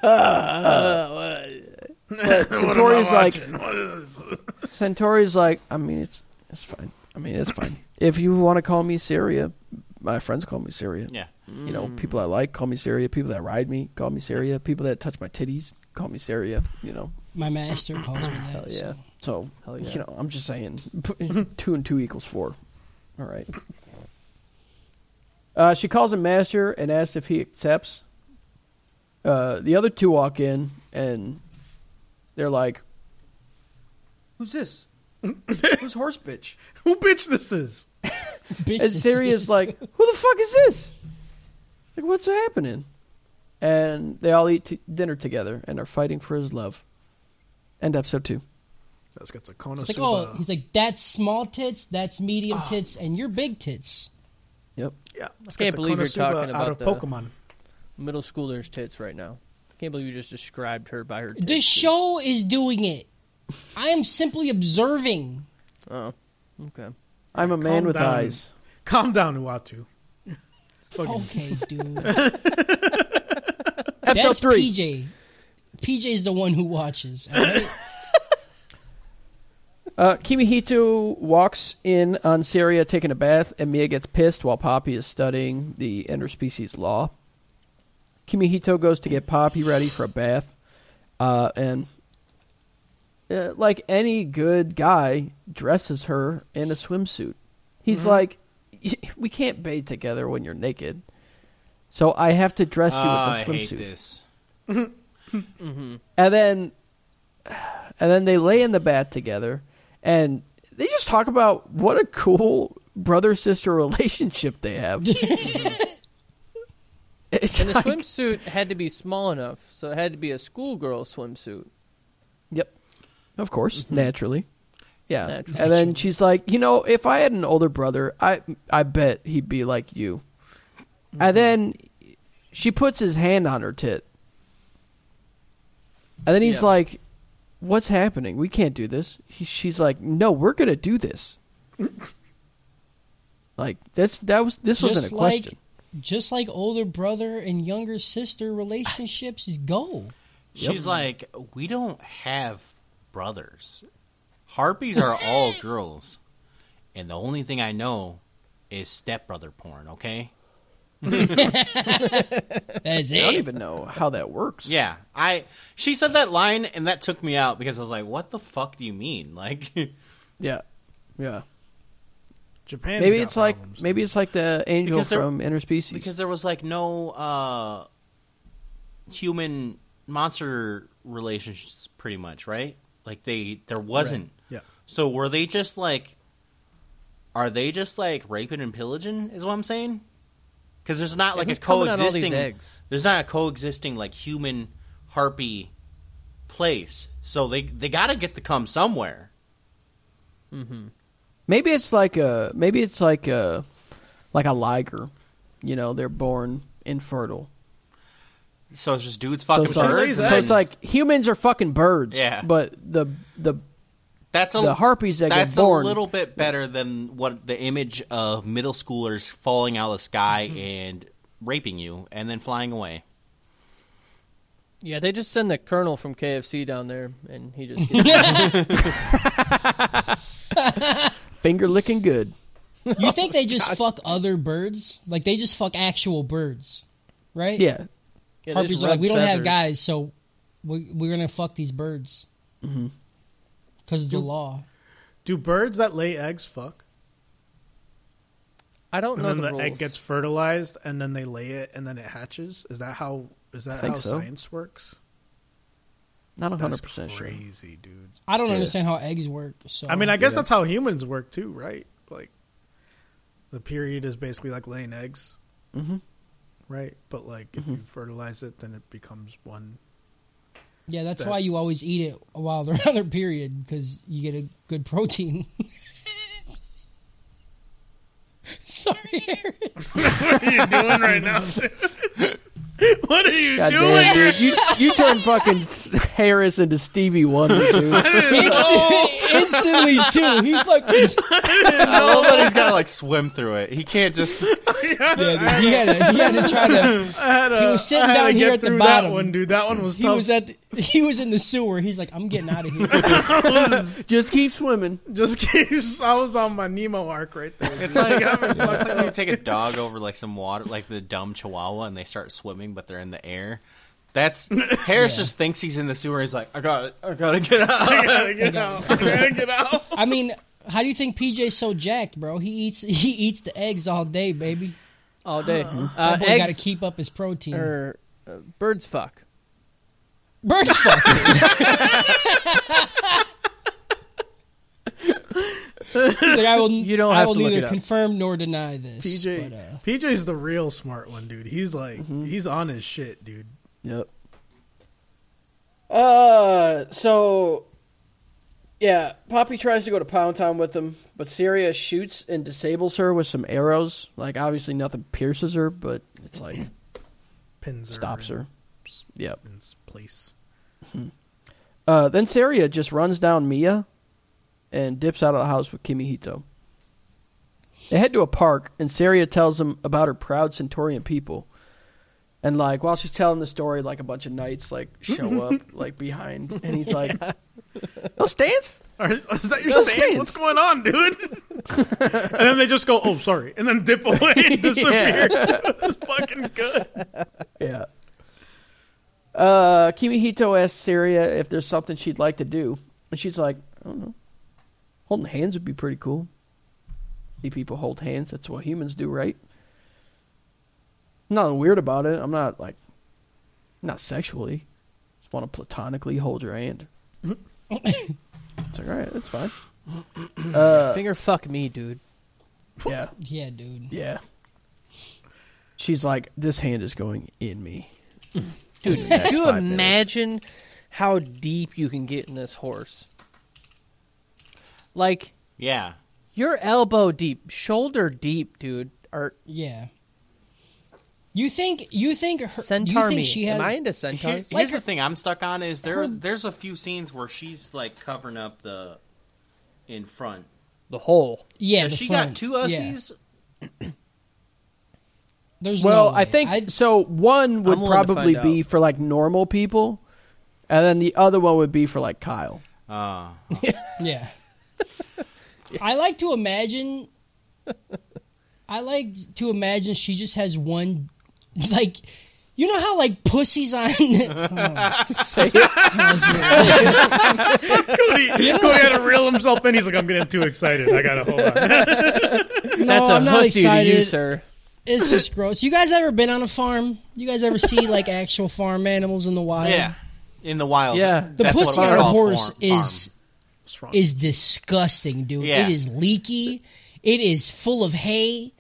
Centauri's Uh, like, Centauri's like, I mean, it's it's fine. I mean, it's fine. If you want to call me Syria, my friends call me Syria.
yeah,
You know, people I like call me Syria. People that ride me call me Syria. People that touch my titties call me Syria. You know,
My master calls me that.
hell yeah.
so-
So,
yeah.
you know, I'm just saying, p- two and two equals four. All right. Uh, she calls him master and asks if he accepts. Uh, the other two walk in and they're like, "Who's this? Who's horse bitch?"
Who bitch this is?
Bitch,
And Sirius like, who the fuck is this? Like, what's happening? And they all eat t- dinner together and are fighting for his love. End episode two.
That's got the Konosuba.
It's like, oh, he's like, that's small tits, that's medium
Ah.
tits, and you're big tits.
Yep.
yeah, that's
Can't
got the
believe you're
Konosuba
talking
out
about
of
the-
Pokemon.
middle schooler's tits right now. Can't believe you just described her by her. Tits,
The
dude.
show is doing it. I am simply observing.
Oh, okay.
I'm a man
Calm
with
down.
eyes.
Calm down, Uatu. Fucking
Okay, dude.
Episode
That's
three.
PJ. PJ's the one who watches. all right?
Uh, Kimihito walks in on Syria taking a bath, and Mia gets pissed while Poppy is studying the interspecies law. Kimihito goes to get Poppy ready for a bath, uh, and uh, like any good guy, dresses her in a swimsuit. He's
Mm-hmm.
like, "We can't bathe together when you're naked, so I have to dress you
Oh, I
with a swimsuit."
hate this.
and then and then they lay in the bath together and they just talk about what a cool brother sister relationship they have. it's
And the
like-
swimsuit had to be small enough, so it had to be a schoolgirl swimsuit.
Yep. Of course, naturally. Yeah.
Naturally.
And then she's like, "You know, if I had an older brother, I I bet he'd be like you." And then she puts his hand on her tit. And then he's
Yeah.
like, "What's happening? We can't do this." He, she's like, "No, we're going to do this." like that's that was this wasn't
just
a
like,
question.
just like older brother and younger sister relationships go.
She's like, we don't have brothers. Harpies are all girls, and the only thing I know is stepbrother porn. Okay.
That's
I don't
it.
even know how that works.
Yeah, I. She said that line, and that took me out because I was like, "What the fuck do you mean?" Like,
Yeah. Yeah.
Japan.
Maybe it's like maybe it's like the angel
Because they're-
from Interspecies.
because there was like no uh human monster relationships, pretty much, right? Like they there wasn't.
yeah.
So were they just like? Are they just like raping and pillaging? Is what I'm saying. Because there's not like
who's
a
coming on all these
coexisting.
eggs?
There's not a coexisting like human harpy place. So they they got to get the cum somewhere.
Maybe it's like a maybe it's like a like a liger. You know, they're born infertile.
So it's just dudes
So
fucking
it's, like,
birds.
She
so
and
lays
it's
then-
like humans are fucking birds.
Yeah.
But the the
That's a
the harpies that get
that's
born.
a little bit better than what the image of middle schoolers falling out of the sky
Mm-hmm.
and raping you and then flying away.
Yeah, they just send the colonel from KFC down there, and he just
Finger licking good.
You think they just fuck other birds? Like they just fuck actual birds, right?
Yeah,
Yeah, they
Harpies
just
are like,
rub
we don't have
feathers.
guys, so we, we're gonna fuck these birds because of the law.
Do birds that lay eggs fuck?
I don't
And
know
then
the,
the
rules.
egg gets fertilized, and then they lay it, and then it hatches. Is that how? Is that
think
how
so.
science works?
not
That's
hundred percent sure.
crazy, dude.
I don't understand how eggs work. So
I mean, I guess that's how humans work too, right? Like, the period is basically like laying eggs, mm-hmm. right? But like, if you fertilize it, then it becomes one.
yeah, that's why you always eat it while they're on their period because you get a good protein. Sorry, Aaron.
What are you
God damn, dude, you you turned fucking S- Harris into Stevie Wonder, dude.
Instantly too, he fucking
I love that he's got to like swim through it. He can't just.
Yeah, dude, he had to, he had to try to.
I had a,
was sitting
I had
down
to
here
get
at the
through
bottom.
That one, dude, that one was
He
tough.
was at the, he was in the sewer. He's like, I'm getting out of here.
Just keep swimming.
Just keeps. I was on my Nemo arc right there.
It's like, it's like when you take a dog over like some water, like the dumb Chihuahua, and they start swimming, but they're in the air. That's Harris just thinks he's in the sewer. He's like, I got, to I gotta get out.
I gotta get out. I gotta get out.
I mean, how do you think PJ's so jacked, bro? He eats he eats the eggs all day, baby.
all day.
Uh-huh.
Uh,
That boy got to
eggs
keep up his protein.
or uh, birds fuck.
Birds fuck. He's like, I will.
You don't
I
have
will
to look
neither
it up.
confirm nor deny this.
PJ,
But, uh, Mm-hmm.
PJ's the real smart one, dude. He's like, he's on his shit, dude.
Yep. Uh, so yeah, Poppy tries to go to Pound Town with him, but Syria shoots and disables her with some arrows. Like obviously nothing pierces her, but it's like
Pins
stops her. Yep.
in his place.
Uh, then Syria just runs down Mia and dips out of the house with Kimihito. They head to a park, and Syria tells them about her proud Centaurian people. And like while she's telling the story, like a bunch of knights like show up like behind, and he's like, "No stance."
Are, is that your
No
stand?
sense.
What's going on, dude? and then they just go, "Oh, sorry," and then dip away and disappear. Fucking good.
Yeah. Uh, Kimihito asks Syria if there's something she'd like to do, and she's like, "I don't know. Holding hands would be pretty cool. See people hold hands. That's what humans do, right?" Nothing weird about it. I'm not like, not sexually. Just want to platonically hold your hand. it's like, all right, that's fine. Uh,
Finger fuck me, dude.
Yeah,
yeah, dude.
yeah. She's like, this hand is going in me.
Dude, could you
five minutes.
imagine how deep you can get in this horse? Like
Yeah,
you're elbow deep, shoulder deep, dude. Or
Yeah. You think you think her,
centaur
you
me.
think she has
Am I into
Here-
centaurs?
here's the thing I'm stuck on is there. there's a few scenes where she's like covering up the in front.
the hole.
yeah,
If
the
she got
front.
two
Yeah.
ussies.
There's
Well,
no
I
way.
think so. One would
I'm willing to
probably
find
be
out.
for like normal people, and then the other one would be for like Kyle.
Uh,
Yeah. I like to imagine. I like to imagine she just has one, like, you know how like pussies on.
Cody, Cody had to reel himself in. He's like, "I'm getting too excited. I gotta hold on."
That's
no,
a
Oh, I'm not
hussy to you,
excited.
sir.
it's just gross. You guys ever been on a farm? You guys ever see like actual farm animals in the wild?
yeah, in the wild.
Yeah.
The
That's what
pussy
we
on a
call
horse
farm-
is is disgusting, dude.
Yeah.
It is leaky. It is full of hay.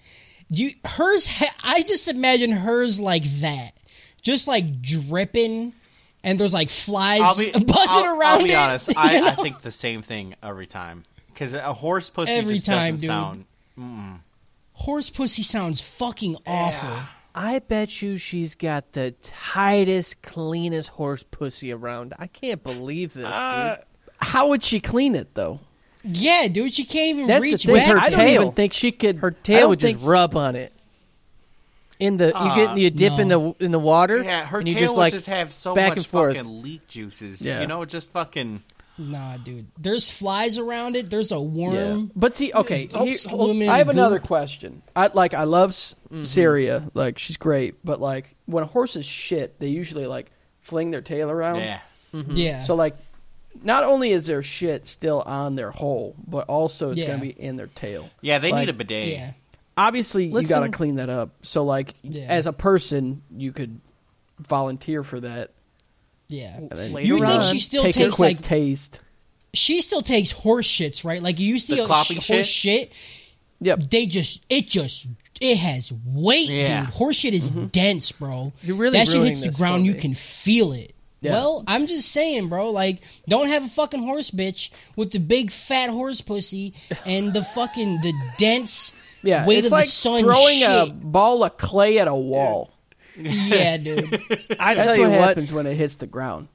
You hers. Ha- I just imagine hers like that, just like dripping, and there's like flies
I'll be,
buzzing
I'll,
around.
I'll be
it,
honest.
you
I, I
know?
think the same thing every time because a horse pussy
Every
just
time,
doesn't
dude.
sound.
horse pussy sounds fucking awful.
I bet you she's got the tightest, cleanest horse pussy around. I can't believe this, dude.
How would she clean it though?
Yeah, dude, she can't even
That's the
reach
thing.
back.
Her
I
I
don't
don't
tail.
even think she could.
Her
I
tail
don't
would just
think-
rub on it. In the you get you dip in the in the water.
Yeah, her
and
tail
you just like
would just have so
back
much
and forth.
fucking leak juices.
Yeah.
You know, just fucking.
even- Nah, dude. There's flies around it. There's a worm.
But see, okay,
Don't
here-
swim in
I have
goop.
another question. I like, I love S Syria, like she's great, but like when horses shit, they usually like fling their tail around.
Yeah.
Mm-hmm.
Yeah.
So like, not only is their shit still on their hole, but also it's
Yeah.
gonna be in their tail.
Yeah, they
Like,
need a bidet.
yeah.
Obviously, you gotta
Listen-
clean that up. So like,
Yeah.
as a person, you could volunteer for that.
Yeah.
and then
you
Later
think
on,
she still
take a
takes
quick
like
taste?
she still takes horse shits, right? Like you see
The
a
cloppy
sh- horse shit.
Yep.
They just it just it has weight,
Yeah.
dude. Horse shit is
Mm-hmm.
dense, bro.
You're really
that shit
ruining
hits the
this
ground.
for
You
me.
can feel it.
Yeah.
Well, I'm just saying, bro. Like, don't have a fucking horse bitch with the big fat horse pussy and the fucking the dense
Yeah,
weight
it's
of
like
the sun.
throwing
shit.
a ball of clay at a wall.
yeah, dude.
I
That's
tell you
what
what,
happens when it hits the ground.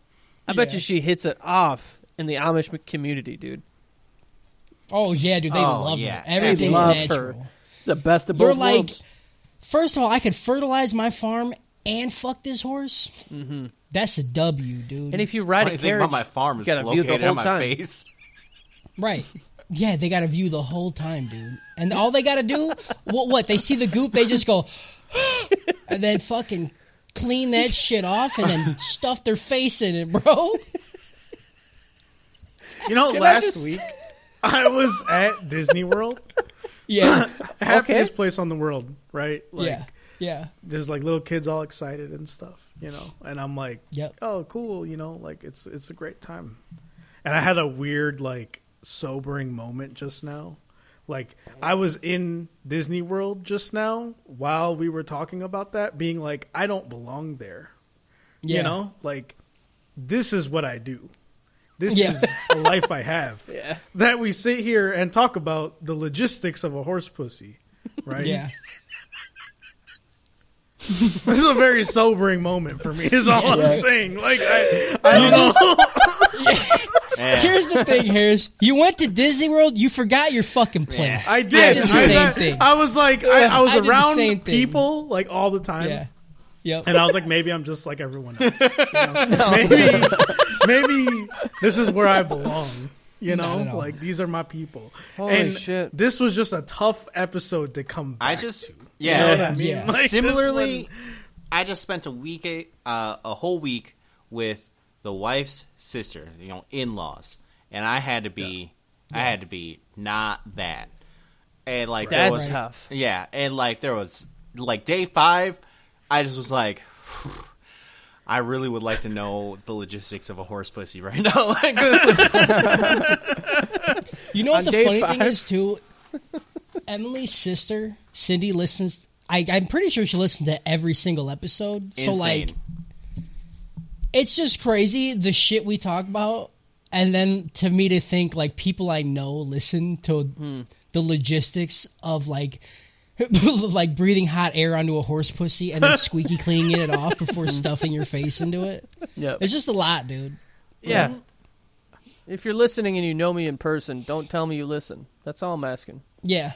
I bet you she hits it off in the Amish community, dude.
Oh yeah, dude. They
Oh,
love
yeah.
her. Everything's
love her.
natural.
The best of
They're
both
like,
worlds.
first of all, I could fertilize my farm and fuck this horse.
Mm-hmm.
That's a W, dude.
And if you ride
Why do
a
you think
carriage,
about my farm is
you gotta view
located
the whole
on my
time.
face?
right, yeah, they got to view the whole time, dude. And all they got to do, what? What? They see the goop, they just go, and then fucking clean that shit off, and then stuff their face in it, bro.
You know, last week I was at Disney World,
Yeah,
happiest place on the world, right? Like,
yeah, yeah.
There's like little kids all excited and stuff, you know. And I'm like,
Yep.
oh, cool, you know, like it's it's a great time. And I had a weird like sobering moment just now. Like I was in Disney World just now while we were talking about that, being like, I don't belong there.
Yeah.
You know, like this is what I do. This
Yeah.
is the life I have. That we sit here and talk about the logistics of a horse pussy, right?
Yeah,
This is a very sobering moment for me. Is all I'm
Yeah.
saying. Like I, I don't know.
Yeah.
here's the thing, Harris. You went to Disney World. You forgot your fucking place.
I did.
did the
I-
same
I,
thing.
I was like, I, I was
I did the
around
same thing.
people like all the time,
Yeah. Yep.
and I was like, maybe I'm just like everyone else. You know? Maybe, maybe this is where I belong. You know,
Not at all.
like these are my people.
Holy
and
shit.
This was just a tough episode to come back.
I just.
you know
Yeah.
what I mean?
Yeah.
Like, this
Similarly,
one-
I just spent a week, uh, a whole week with the wife's sister, you know, in laws, and I had to be, I had to be not that, and like there
That's
was-
tough.
yeah, and like there was like day five, I just was like. I really would like to know the logistics of a horse pussy right now. like this,
You know what the
day
funny thing is too? Emily's sister, Cindy, listens. I, I'm pretty sure she listens to every single episode. So
insane.
like, it's just crazy the shit we talk about, and then to me to think like people I know listen to the logistics of like. like breathing hot air onto a horse pussy and then squeaky cleaning it off before stuffing your face into it.
Yep.
It's just a lot, dude.
Yeah. If you're listening and you know me in person, don't tell me you listen. That's all I'm asking.
Yeah.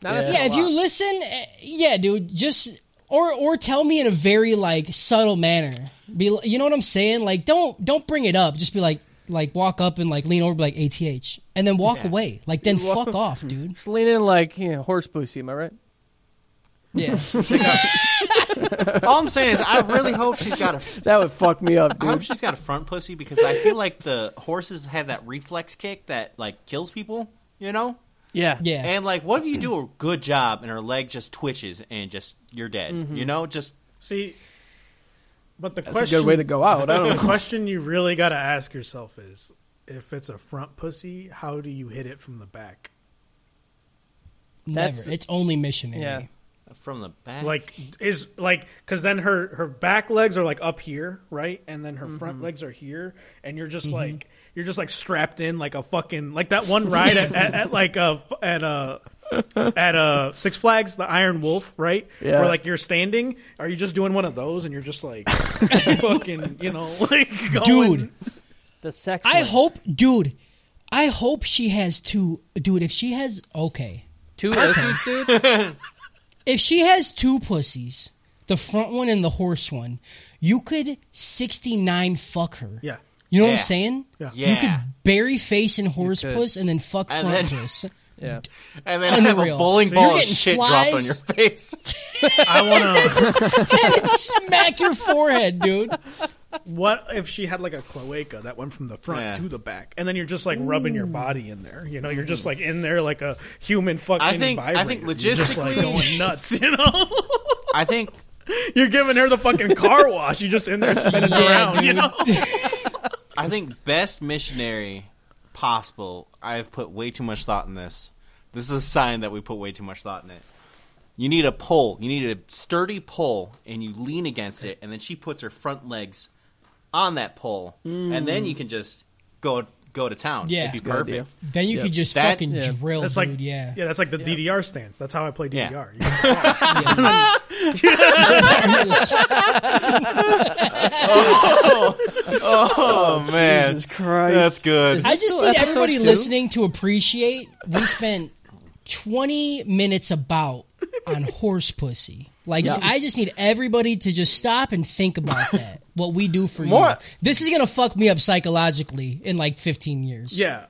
Not
Yeah.
asking
yeah,
a
if you
lot.
listen, eh, yeah, dude, just or or tell me in a very like subtle manner. Be li- you know what I'm saying? Like don't don't bring it up. Just be like like walk up and like lean over be like ATH and then walk away. Like then fuck off, dude.
Just lean in like you know, horse pussy. Am I right?
Yeah.
All I'm saying is, I really hope she's got a
That would fuck me up,
I hope
dude.
she's got a front pussy because I feel like the horses have that reflex kick that like kills people, you know?
Yeah.
Yeah.
And like what if you do a good job and her leg just twitches and just you're dead. You know? Just
see, but the
That's
question
a good way to go out. I don't
the
know.
question you really got to ask yourself is if it's a front pussy, how do you hit it from the back?
Never.
That's-
It's only missionary.
Yeah.
from the back.
Like is like cuz then her her back legs are like up here, right? And then her
Mm-hmm.
front legs are here and you're just like you're just like strapped in like a fucking like that one ride at, at, at like a at a at uh Six Flags, the Iron Wolf, right?
Yeah.
Where like you're standing, are you just doing one of those and you're just like fucking, you know, like going,
Dude,
The sex.
I
one.
hope dude, I hope she has two. Dude, if she has okay,
Two pussies, dude.
if she has two pussies, the front one and the horse one, you could sixty nine fuck her.
Yeah.
You know what
Yeah.
I'm saying?
Yeah.
Yeah.
You could bury face and horse
could.
puss and then fuck
And
front
then-
puss.
Yeah.
And then have a
Unreal.
bowling
So you're
ball of
getting
shit dropped on
flies?
your face.
I want to.
Smack your forehead, dude.
what if she had like a cloaca that went from the front
Yeah.
to the back, and then you're just like rubbing your body in there? You know, you're just like in there like a human fucking.
I think-
Vibrator.
I think
You're just like
logistically-
going nuts. You know,
I think
you're giving her the fucking car wash. You just in there spinning around. You know,
I think best missionary possible. I've put way too much thought in this. This is a sign that we put way too much thought in it. You need a pole. You need a sturdy pole, and you lean against it, and then she puts her front legs on that pole, and then you can just go go to town.
Yeah.
It'd be
Good
perfect.
idea.
Then you
Yeah.
could just
That-
fucking
Yeah.
drill,
that's like
dude. Yeah.
yeah, that's like the DDR stance. That's how I play
Yeah.
DDR. You know?
Oh man,
Jesus Christ.
that's good.
I just
still
need
episode
everybody
two?
listening to appreciate we spent 20 minutes about on horse pussy. Like
Yeah.
I just need everybody to just stop and think about that. What we do for you.
More-
This is going to fuck me up psychologically in like 15 years.
yeah.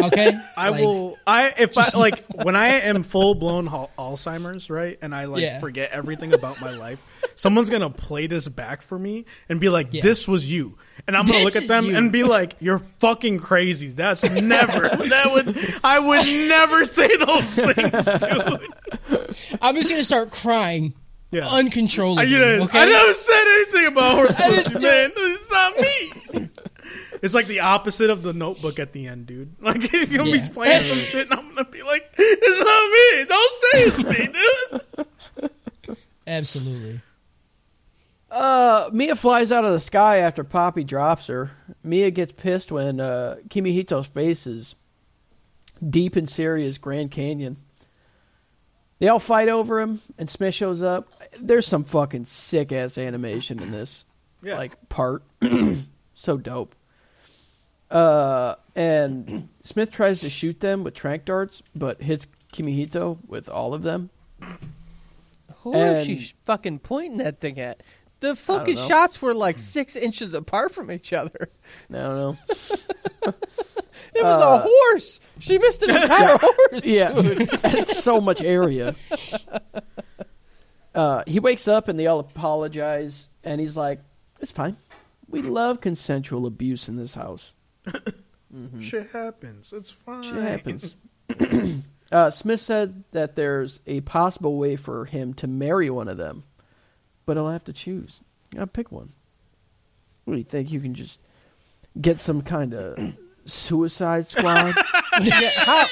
Okay?
I
Like,
will. I if I like when I am full blown hal- Alzheimer's, right, and I like
Yeah.
forget everything about my life. Someone's gonna play this back for me and be like,
Yeah.
"This was you," and I'm gonna
This
look at
is
them
you.
and be like, "You're fucking crazy." That's never. That would. I would never say those things, dude.
I'm just going to start crying
Yeah.
Oh,
I,
uncontrollably.
you didn't,
okay?
I never said anything about horse pussy, man. It's not me. It's like the opposite of the notebook at the end, dude. Like he's gonna
Yeah.
be playing some shit, and I'm gonna be like, "It's not me. Don't say it's me, dude."
Absolutely.
Uh, Mia flies out of the sky after Poppy drops her. Mia gets pissed when uh, Kimihito's face is deep in Syria's Grand Canyon. They all fight over him, and Smith shows up. There's some fucking sick ass animation in this,
Yeah.
like part. so dope. Uh, and Smith tries to shoot them with trank darts, but hits Kimihito with all of them.
Who is
And-
she sh- fucking pointing that thing at? The fucking
know.
shots were like six inches apart from each other.
I don't know.
It was a horse. She missed an entire horse.
Uh, Yeah, That's so much area. Uh, he wakes up and they all apologize, and he's like, "It's fine. We love consensual abuse in this house.
Shit happens. It's fine.
It happens." uh, Smith said that there's a possible way for him to marry one of them, but he'll have to choose. I'll pick one. What do you think? You can just get some kind of suicide squad?
Yeah, how,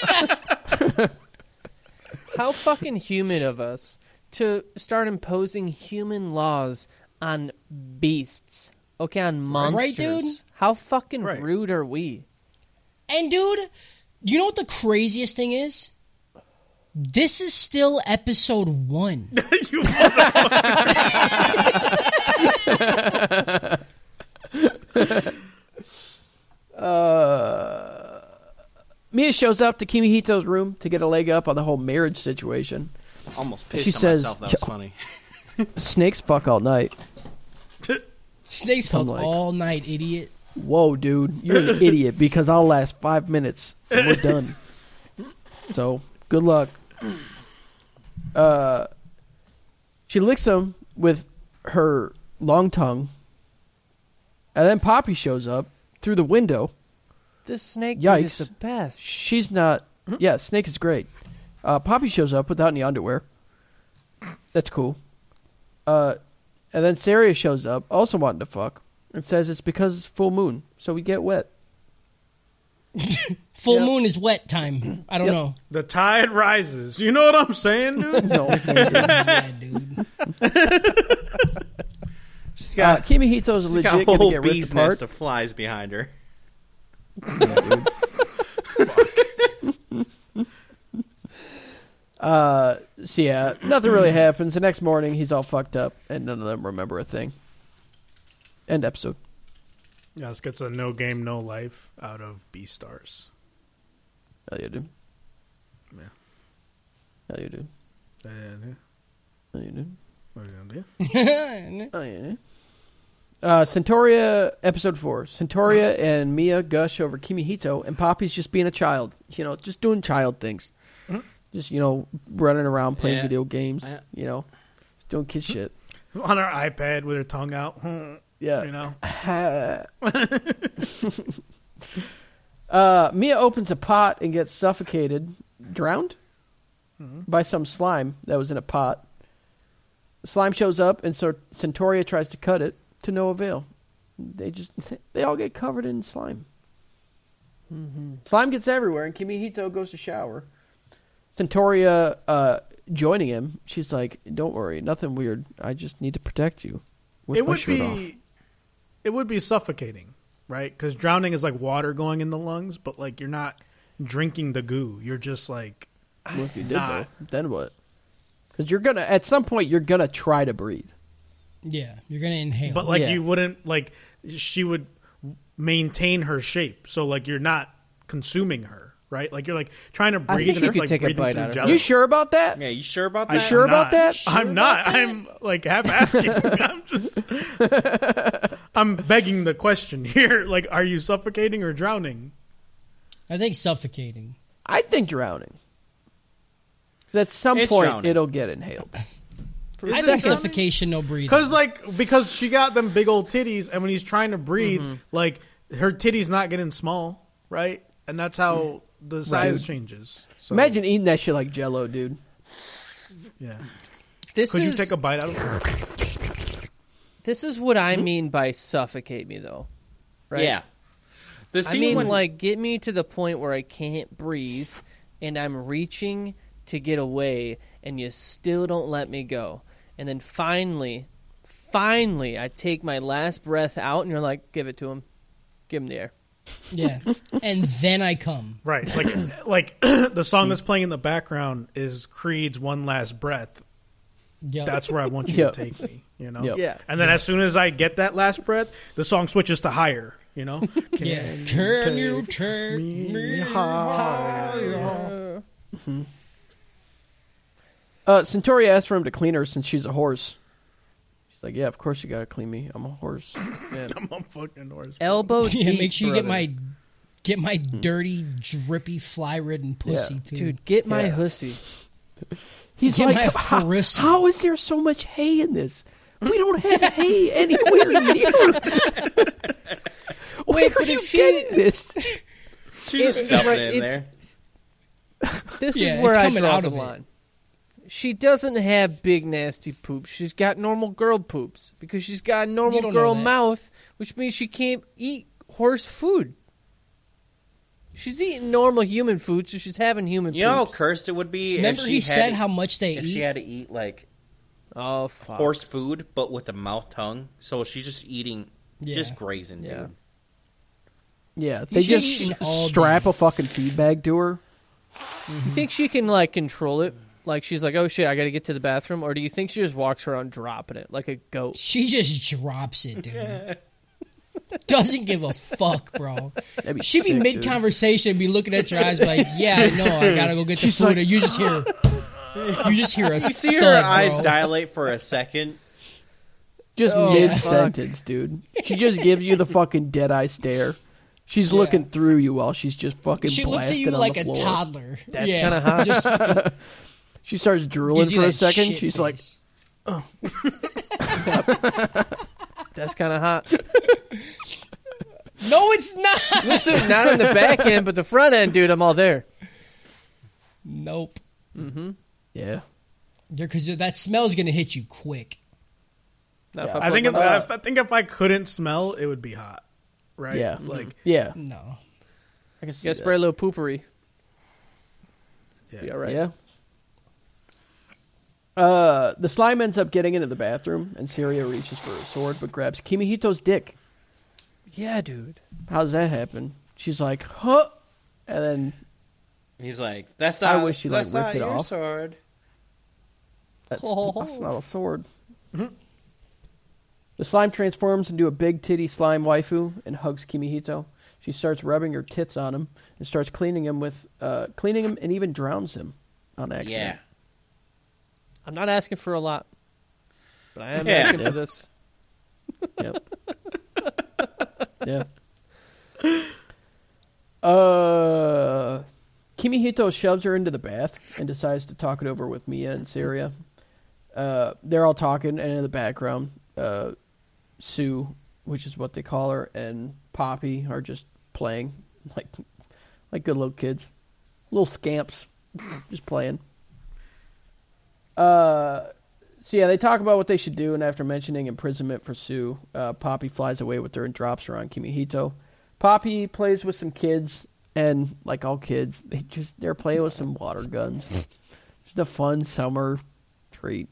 how fucking human of us to start imposing human laws on beasts. Okay, on monsters.
Right, dude?
How fucking
Right.
rude are we?
And dude, you know what the craziest thing is? This is still episode one.
You mother-
Mia shows up to Kimihito's room to get a leg up on the whole marriage situation.
Almost pissed
She
on
says-
myself. That was funny.
Snakes fuck all night.
Snakes fuck
I'm like-
all night, idiot.
Whoa, dude, you're an idiot because I'll last five minutes and we're done. So good luck. Uh, she licks him with her long tongue, and then Poppy shows up through the window.
This snake dude is
Yikes.
the best.
She's not. Yeah, Snake is great. Uh, Poppy shows up without any underwear. That's cool. Uh, and then Saria shows up, also wanting to fuck, and says it's because it's full moon, so we get wet.
Full
Yep.
moon is wet time. I don't know.
the tide rises. You know what I'm saying, dude?
No, I'm saying it.
Yeah, dude.
She's
uh,
got,
Kimihito's
she's
legit
got a
gonna
whole
get ripped
bee's nest
apart.
of flies behind her.
Uh, so yeah, nothing really happens. The next morning, he's all fucked up, and none of them remember a thing. End episode.
Yes, gets a no game, no life out of B stars.
Hell yeah, dude.
Yeah.
Hell yeah, dude. Hell yeah, dude. Oh yeah.
Uh, Centauria episode four. Centauria and Mia gush over Kimihito, and Poppy's just being a child. You know, just doing child things. Just you know, running around playing
Yeah.
video games.
Yeah.
You know, just doing kid shit.
On her iPad with her tongue out.
Yeah.
You know?
Uh, Mia opens a pot and gets suffocated, drowned
Mm-hmm.
by some slime that was in a pot. The slime shows up, and so Centauria tries to cut it to no avail. They just they all get covered in slime.
Mm-hmm.
Slime gets everywhere, and Kimihito goes to shower. Centauria uh, joining him, she's like, "Don't worry, nothing weird. I just need to protect you." With
It
my
would
shirt
be
off."
it would be suffocating, right? Because drowning is like water going in the lungs, but like you're not drinking the goo. You're just like
Well, if you did
Nah.
though, then what? Because you're gonna at some point you're gonna try to breathe.
Yeah, you're gonna inhale.
but like
Yeah.
you wouldn't like she would maintain her shape so like you're not consuming her right like you're like trying to breathe
think
and
you
it's
could
like
take a
breathing
bite
through
out of her.
jello.
You sure about that?
Yeah, you sure about
I'm
that?
sure about
not.
that?
i'm not i'm like half asking i'm just i'm begging the question here like are you suffocating or drowning
I think suffocating.
I think drowning. At some
It's
point
drowning.
it'll get inhaled.
I think suffocation, no breathing.
Because like because she got them big old titties, and when he's trying to breathe, like her titties not getting small, right? And that's how the size changes. So,
Imagine eating that shit like Jello, dude.
yeah.
This
Could you
is
take a bite out of it?
this is what I mean by suffocate me though. Right?
Yeah. The scene
I mean,
when,
like, get me to the point where I can't breathe and I'm reaching to get away and you still don't let me go. And then finally, finally, I take my last breath out and you're like, give it to him. Give him the air.
yeah, and then I come.
Right, like like the song that's playing in the background is Creed's "One Last Breath."
Yep.
That's where I want you
Yep.
to take me. You know,
Yep. Yeah.
And then as soon as I get that last breath, the song switches to higher. You know, Can
yeah. Can you take me?
Uh, Centauria asked for him to clean her since she's a horse. She's like, yeah, of course you gotta clean me. I'm a horse. Man.
I'm a fucking horse.
Elbow
Yeah,
deep,
make sure you get
brother.
my get my dirty, drippy, fly-ridden pussy,
Hmm. Yeah.
too.
dude. Get my
Yeah.
hussy.
He's
Get
like,
my
"How-
horse."
how is there so much hay in this? We don't have hay anywhere near. Where
but
are you
if she-
getting this?
she's just
it's-
stuffing
right,
it in
it's-
there.
This
Yeah,
is where
it's
I
coming
draw
out
the
of it.
line. She doesn't have big nasty poops. She's got normal girl poops because she's got a normal
You don't
girl
know that.
mouth, which means she can't eat horse food. She's eating normal human food, so she's having human.
You know how
poops.
cursed it would be.
Remember,
if she
he
had
said
to-
how much they
if she
eat.
had to eat like
oh fuck.
horse food, but with a mouth tongue. So she's just eating, just
Yeah.
grazing, dude.
Yeah.
Yeah, they
should
just
eat
sh-
an all
strap a fucking feed bag to her.
You think she can like control it? Like she's like, oh shit, I gotta get to the bathroom, or do you think she just walks around dropping it like a goat?
She just drops it, dude. Doesn't give a fuck, bro.
That'd be
She'd be
sick,
mid
dude.
conversation and be looking at your eyes like, yeah, I know, I gotta go get the food. and you just hear, you just hear a
You see her
thud,
eyes
bro.
dilate for a second.
Just
Oh,
mid
fuck.
sentence, dude. She just gives you the fucking dead eye stare. She's looking through you while she's just fucking.
She looks at
blasted
you
on
like
the
a
floor.
toddler.
That's
yeah,
kinda hot.
Just
She starts drooling
gives you
for a
that
second.
shit
She's like,
face.
That's kind of hot.
no, it's not.
Listen, not in the back end, but the front end, dude. I'm all there.
Nope.
"Yeah,
Because that smell's gonna hit you quick.
Not if
Yeah.
I
I
put
think
my
if,
mouth-
I, I think if I couldn't smell, it would be hot. Right?
Yeah.
Like
yeah."
No.
I can see
You gotta spray a little poopery.
Yeah.
Yeah, right.
Yeah. Uh, the slime ends up getting into the bathroom, and Syria reaches for her sword but grabs Kimihito's dick.
Yeah, dude.
How does that happen? She's like, "Huh," and then
And he's like, "That's
I
not.
wish he, like,
that's
ripped
not
it
your
off.
sword."
That's, that's not a sword. The slime transforms into a big titty slime waifu and hugs Kimihito. She starts rubbing her tits on him and starts cleaning him with uh, cleaning him and even drowns him on accident.
Yeah.
I'm not asking for a lot, but I am
Yeah.
asking for this.
Yep. yeah. Uh, Kimihito shoves her into the bath and decides to talk it over with Mia and Syria. Uh, they're all talking, and in the background, uh, Sue, which is what they call her, and Poppy are just playing like like good little kids, little scamps, just playing. So yeah, they talk about what they should do, and after mentioning imprisonment for Sue, uh, Poppy flies away with her and drops her on Kimihito. Poppy plays with some kids, and like all kids, they just they're playing with some water guns. Just a fun summer treat,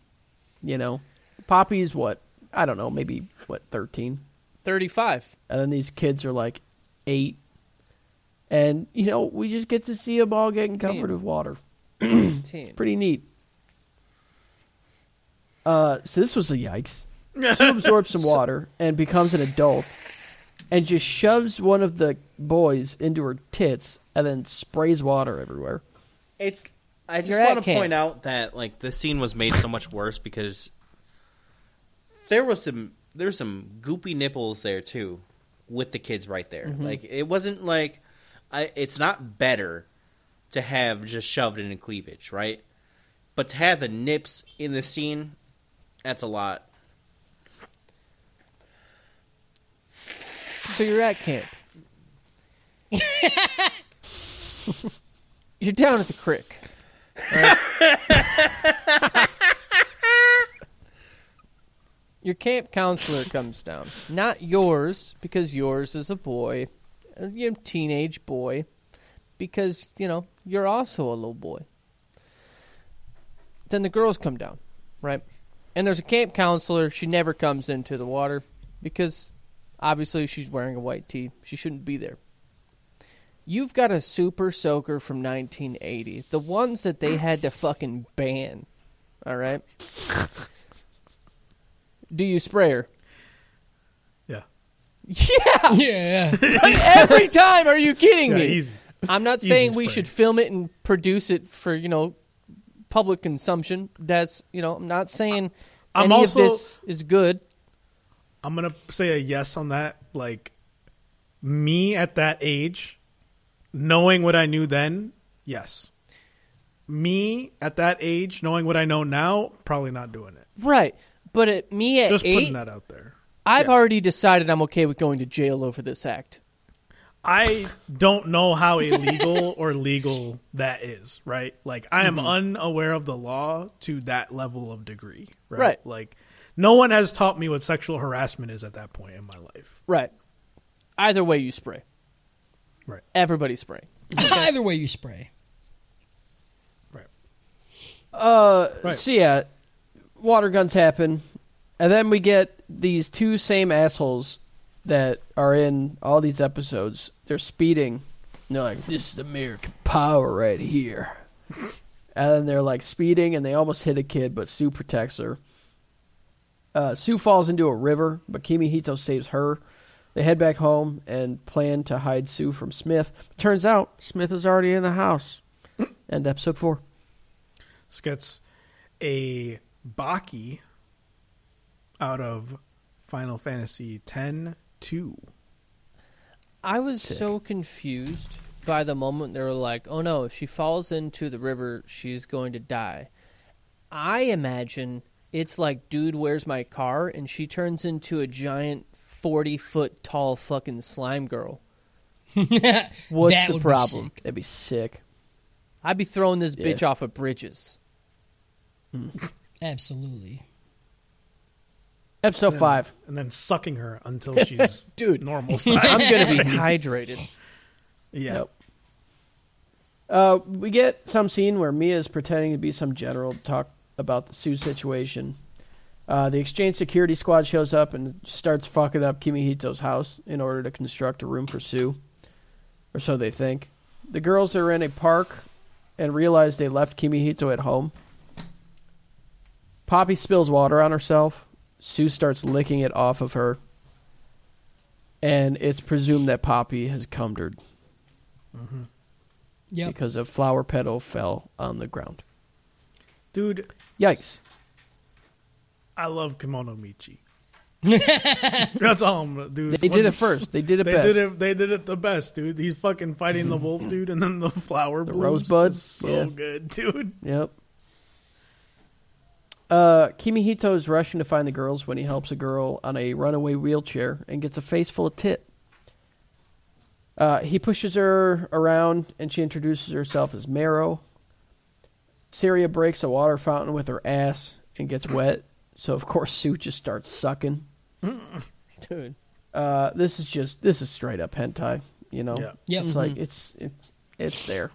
you know. Poppy's what I don't know, maybe what thirteen,
35.
and then these kids are like eight, and you know we just get to see them all getting covered with water.
15.
Pretty neat. Uh, so this was a yikes. Sue absorbs some water and becomes an adult, and just shoves one of the boys into her tits, and then sprays water everywhere.
It's. I just
You're at
want to
camp.
point out that like the scene was made so much worse because there was some there's some goopy nipples there too with the kids right there. Like it wasn't like I, it's not better to have just shoved in a cleavage, right? But to have the nips in the scene, that's a lot.
So you're at camp. you're down at the creek. right? Your camp counselor comes down. Not yours, because yours is a boy, a you know, teenage boy, because, you know, you're also a little boy. Then the girls come down, right? And there's a camp counselor. She never comes into the water because obviously she's wearing a white tee. She shouldn't be there. You've got a super soaker from 1980, the ones that they had to fucking ban. All right? Do you spray her? Mm-hmm.
Yeah.
Yeah!
Yeah, yeah.
Every time! Are you kidding
Yeah,
me?
easy.
I'm not
Easy
saying we
spray.
should film it and produce it for, you know, public consumption. That's, you know, I'm not saying
I'm
any
also-
of this is good.
I'm gonna say a yes on that. Like me at that age, knowing what I knew then, yes. Me at that age, knowing what I know now, probably not doing it.
Right. But at me at
Just
eight,
putting that out there.
I've already decided I'm okay with going to jail over this act.
I don't know how illegal or legal that is, right? Like I am unaware of the law to that level of degree, right?
Right.
Like no one has taught me what sexual harassment is at that point in my life.
Right. Either way, you spray.
Right.
Everybody spray.
Either way, you spray.
Right.
Uh,
Right.
so yeah, water guns happen, and then we get these two same assholes that are in all these episodes. They're speeding. And they're like, "This is American power right here," and then they're like speeding, and they almost hit a kid, but Sue protects her. Uh, Sue falls into a river, but Kimihito saves her. They head back home and plan to hide Sue from Smith. Turns out Smith is already in the house. End episode four.
This gets a Baki out of Final Fantasy X two.
I was so confused by the moment they were like, oh no, if she falls into the river, she's going to die. I imagine it's like, dude, where's my car? And she turns into a giant 40 foot tall fucking slime girl. What's
That
the
would be
problem?
sick.
That'd be sick.
I'd be throwing this
Yeah.
bitch off of bridges.
Absolutely.
Episode five.
And then sucking her until she's
Dude.
normal size.
I'm going to be hydrated.
yeah.
Yep. Uh, we get some scene where Mia is pretending to be some general to talk about the Sue situation. Uh, the exchange security squad shows up and starts fucking up Kimihito's house in order to construct a room for Sue, or so they think. The girls are in a park and realize they left Kimihito at home. Poppy spills water on herself. Sue starts licking it off of her. and it's presumed that Poppy has cumbered
Yep.
because a flower petal fell on the ground.
Dude,
Yikes!
I love Kimono Michi. That's all I'm gonna dude.
They did it first. They did it
They
best.
did it. They did it the best, dude. He's fucking fighting the wolf, dude, and then the flower
The
blooms.
rosebud,
It's so
yeah.
good, dude.
Yep. Uh, Kimihito is rushing to find the girls when he helps a girl on a runaway wheelchair and gets a face full of tit. Uh, he pushes her around and she introduces herself as Marrow. Syria breaks a water fountain with her ass and gets wet, so of course Sue just starts sucking.
Dude.
Uh, this is just this is straight up hentai, you know.
Yeah.
Yep.
It's like it's it's it's there.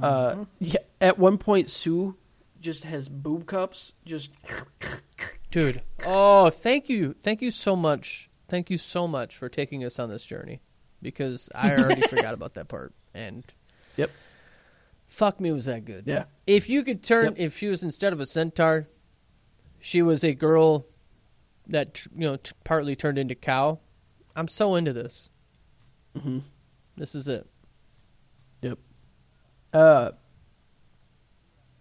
Uh, yeah, at one point Sue just has boob cups just
Dude. Oh, thank you. Thank you so much. Thank you so much for taking us on this journey because I already forgot about that part. And
Yep.
fuck me, was that good.
Yeah.
If you could turn,
Yep.
if she was instead of a centaur, she was a girl that, tr- you know, t- partly turned into cow. I'm so into this. Mm-hmm. This is it.
Yep. Uh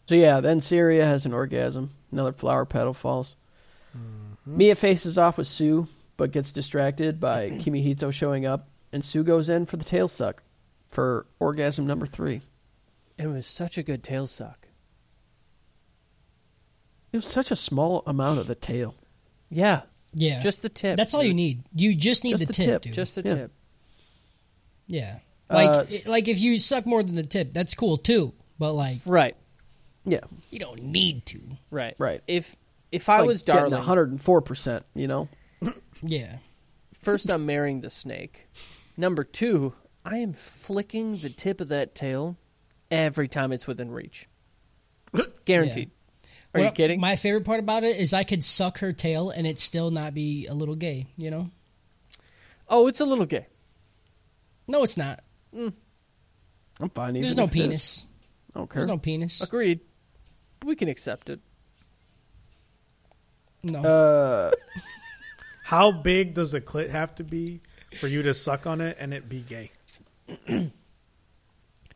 so yeah, then Syria has an orgasm. Another flower petal falls. Mia faces off with Sue, but gets distracted by Kimihito showing up, and Sue goes in for the tail suck for orgasm number three.
It was such a good tail suck.
It was such a small amount of the tail.
Yeah.
Yeah.
Just the tip.
That's all you
dude.
need. You just need
Just
the,
the
tip,
tip,
dude.
Just the
Yeah.
tip.
yeah. Like
Uh,
it- like if you suck more than the tip, that's cool too. But like
Right.
Yeah,
you don't need to.
Right.
Right.
If if I
Like
was
getting
darling,
104%, you know?
Yeah.
first I'm marrying the snake. Number two, I am flicking the tip of that tail every time it's within reach. Guaranteed. Are
Well,
you kidding?
My favorite part about it is I could suck her tail and it still not be a little gay. You know?
oh, it's a little gay.
No, it's not.
I'm fine.
There's
even
no
if it is.
penis.
I don't care.
There's no penis.
Agreed. We can accept it.
No.
Uh,
How big does the clit have to be for you to suck on it and it be gay?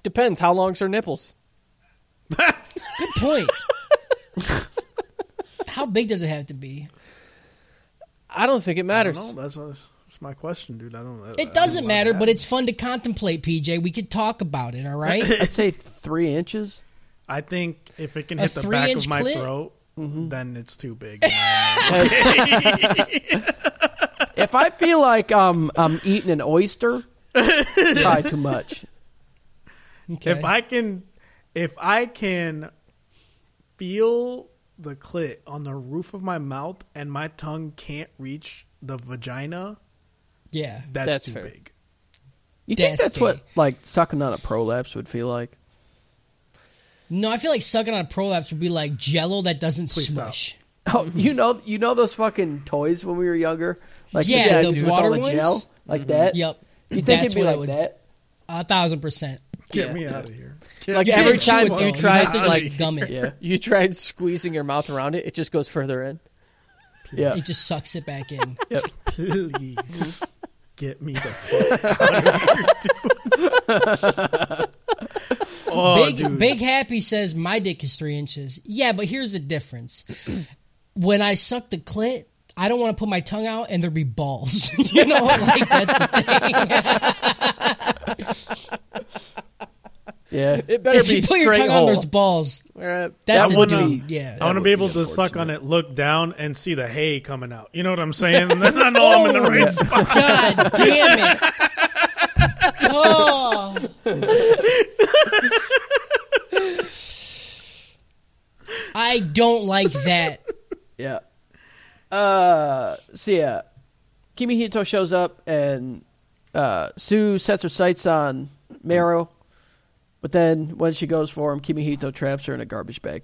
Depends. How long's her nipples?
Good point. How big does it have to be?
I don't think it
I
matters.
don't know. That's, that's, that's my question, dude. I don't know.
It doesn't matter, but it's fun to contemplate, PJ. We could talk about it, all right?
I'd say three inches.
I think if it can
A
hit the back
three-inch
of my
clit?
throat,
Mm-hmm.
then it's too big.
If I feel like um, I'm eating an oyster, probably too much.
Okay.
If I can, if I can feel the clit on the roof of my mouth and my tongue can't reach the vagina,
yeah.
that's,
That's
too
fair.
big.
You think
That's
that's what,
gay.
like, sucking on a prolapse would feel like?
No, I feel like sucking on a prolapse would be like jello that doesn't smush.
Oh, you know, you know those fucking toys when we were younger, like
Yeah,
guy
the
with all
water
the
ones?
gel, like that.
Yep.
You think
That's
it'd be
what I
like
would-
that?
A thousand percent.
Get
Yeah.
me out of here.
Like
You
every
can't chew
time
it,
you
though.
try
have
to
to
like
like gum it.
Yeah,
you try squeezing your mouth around it, it just goes further in.
yeah.
It just sucks it back in.
Please get me the fuck out of here, dude. oh,
Big
dude.
Big Happy says my dick is three inches. Yeah, but here's the difference. when I suck the clit, I don't want to put my tongue out and there'd be balls. you know, like that's the thing.
yeah.
It better
if
be
you put
straight
your tongue
hole.
on there's balls,
Uh,
that's
That
a
would
dude.
not-
Yeah.
I want to
would
be able
be
to suck on it, look down, and see the hay coming out. You know what I'm saying? Then I know I'm in
Oh,
the right spot.
God damn it. Oh. I don't like that.
Yeah. Uh, so yeah, Kimihito shows up and uh, Sue sets her sights on Mero, but then when she goes for him, Kimihito traps her in a garbage bag.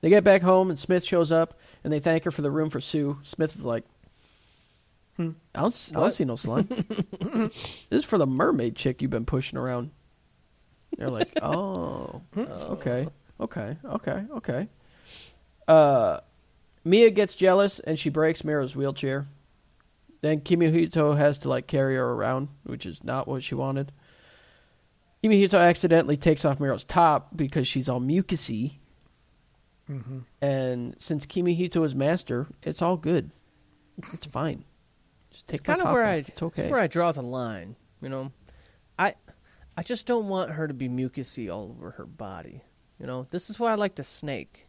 They get back home and Smith shows up and they thank her for the room for Sue. Smith is like, I don't, s- I don't see no slime. this is for the mermaid chick you've been pushing around. They're like, oh, okay, okay, okay, okay. Uh, Mia gets jealous and she breaks Mira's wheelchair. Then Kimihito has to like carry her around, which is not what she wanted. Kimihito accidentally takes off Miro's top because she's all mucusy.
Mm-hmm.
And since Kimihito is master, it's all good. It's fine. Just take
it's
my
kind of
top
where
off.
I
It's okay.
it's where I draw the line. You know, I I just don't want her to be mucusy all over her body. You know, this is why I like the snake.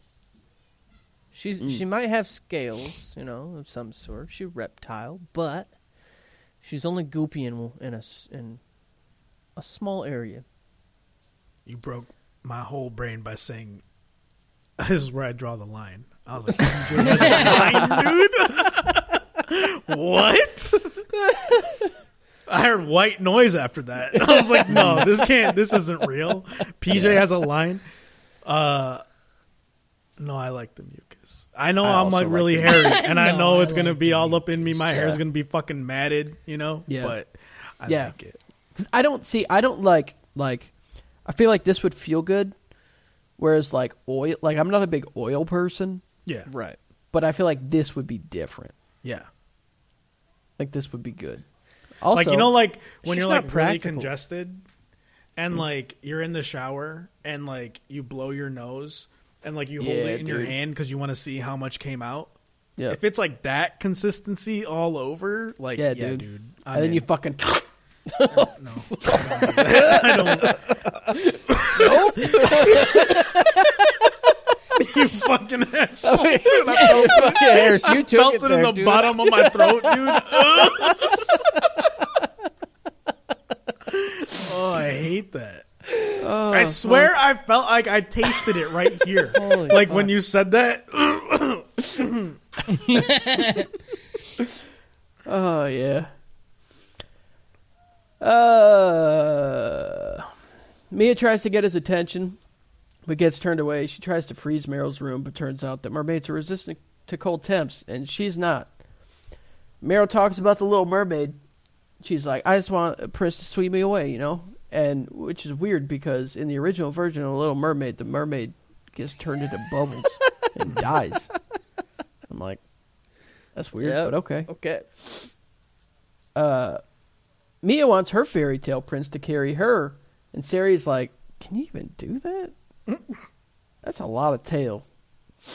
She's
Mm.
she might have scales, you know, of some sort. She reptile, but she's only goopy in in a s- in a small area.
You broke my whole brain by saying, "This is where I draw the line." I was like, "You drew that line, dude." "What?" I heard white noise after that. I was like, "No, this can't. This isn't real." PJ has a line. Uh, no, I like the mucus. I know I am
also
like
like
really
the
hairy, and I
No,
know
I
it's gonna be all up in me. My hair's gonna be fucking matted, you know.
Yeah.
but I
Yeah.
like it.
'Cause I don't see. I don't like like. I feel like this would feel good, whereas like oil. Like I'm not a big oil person,
Yeah,
Right.
but I feel like this would be different.
yeah.
Like this would be good. Also,
like you know, like when
just
you're
not
like really
practical.
congested,
Mm.
and like you're in the shower and like you blow your nose and like you hold
Yeah,
it in your
dude.
hand because you want to see how much came out.
Yeah.
If it's like that consistency all over, like
yeah,
yeah,
dude.
dude. I'm
and then
in.
you fucking.
I don't. you fucking asshole! Dude, I felt,
Oh, Yeah, Harris, you took
felt
it
it,
there,
in the
dude.
bottom of my throat, dude. Ugh. oh, I hate that.
Oh,
I swear, I felt like I tasted it right here.
Holy
like when you said that.
Oh yeah. Uh, Mia tries to get his attention, but gets turned away. She tries to freeze Meryl's room, but turns out that mermaids are resistant to cold temps, and she's not. Meryl talks about the Little Mermaid. She's like, "I just want a prince to sweep me away," you know, and which is weird because in the original version of the Little Mermaid, the mermaid gets turned into bubbles and dies. I'm like, that's weird,
Yep.
but okay.
Okay.
Mia wants her fairy tale prince to carry her, and Sari's like, "Can you even do that? That's a lot of tail."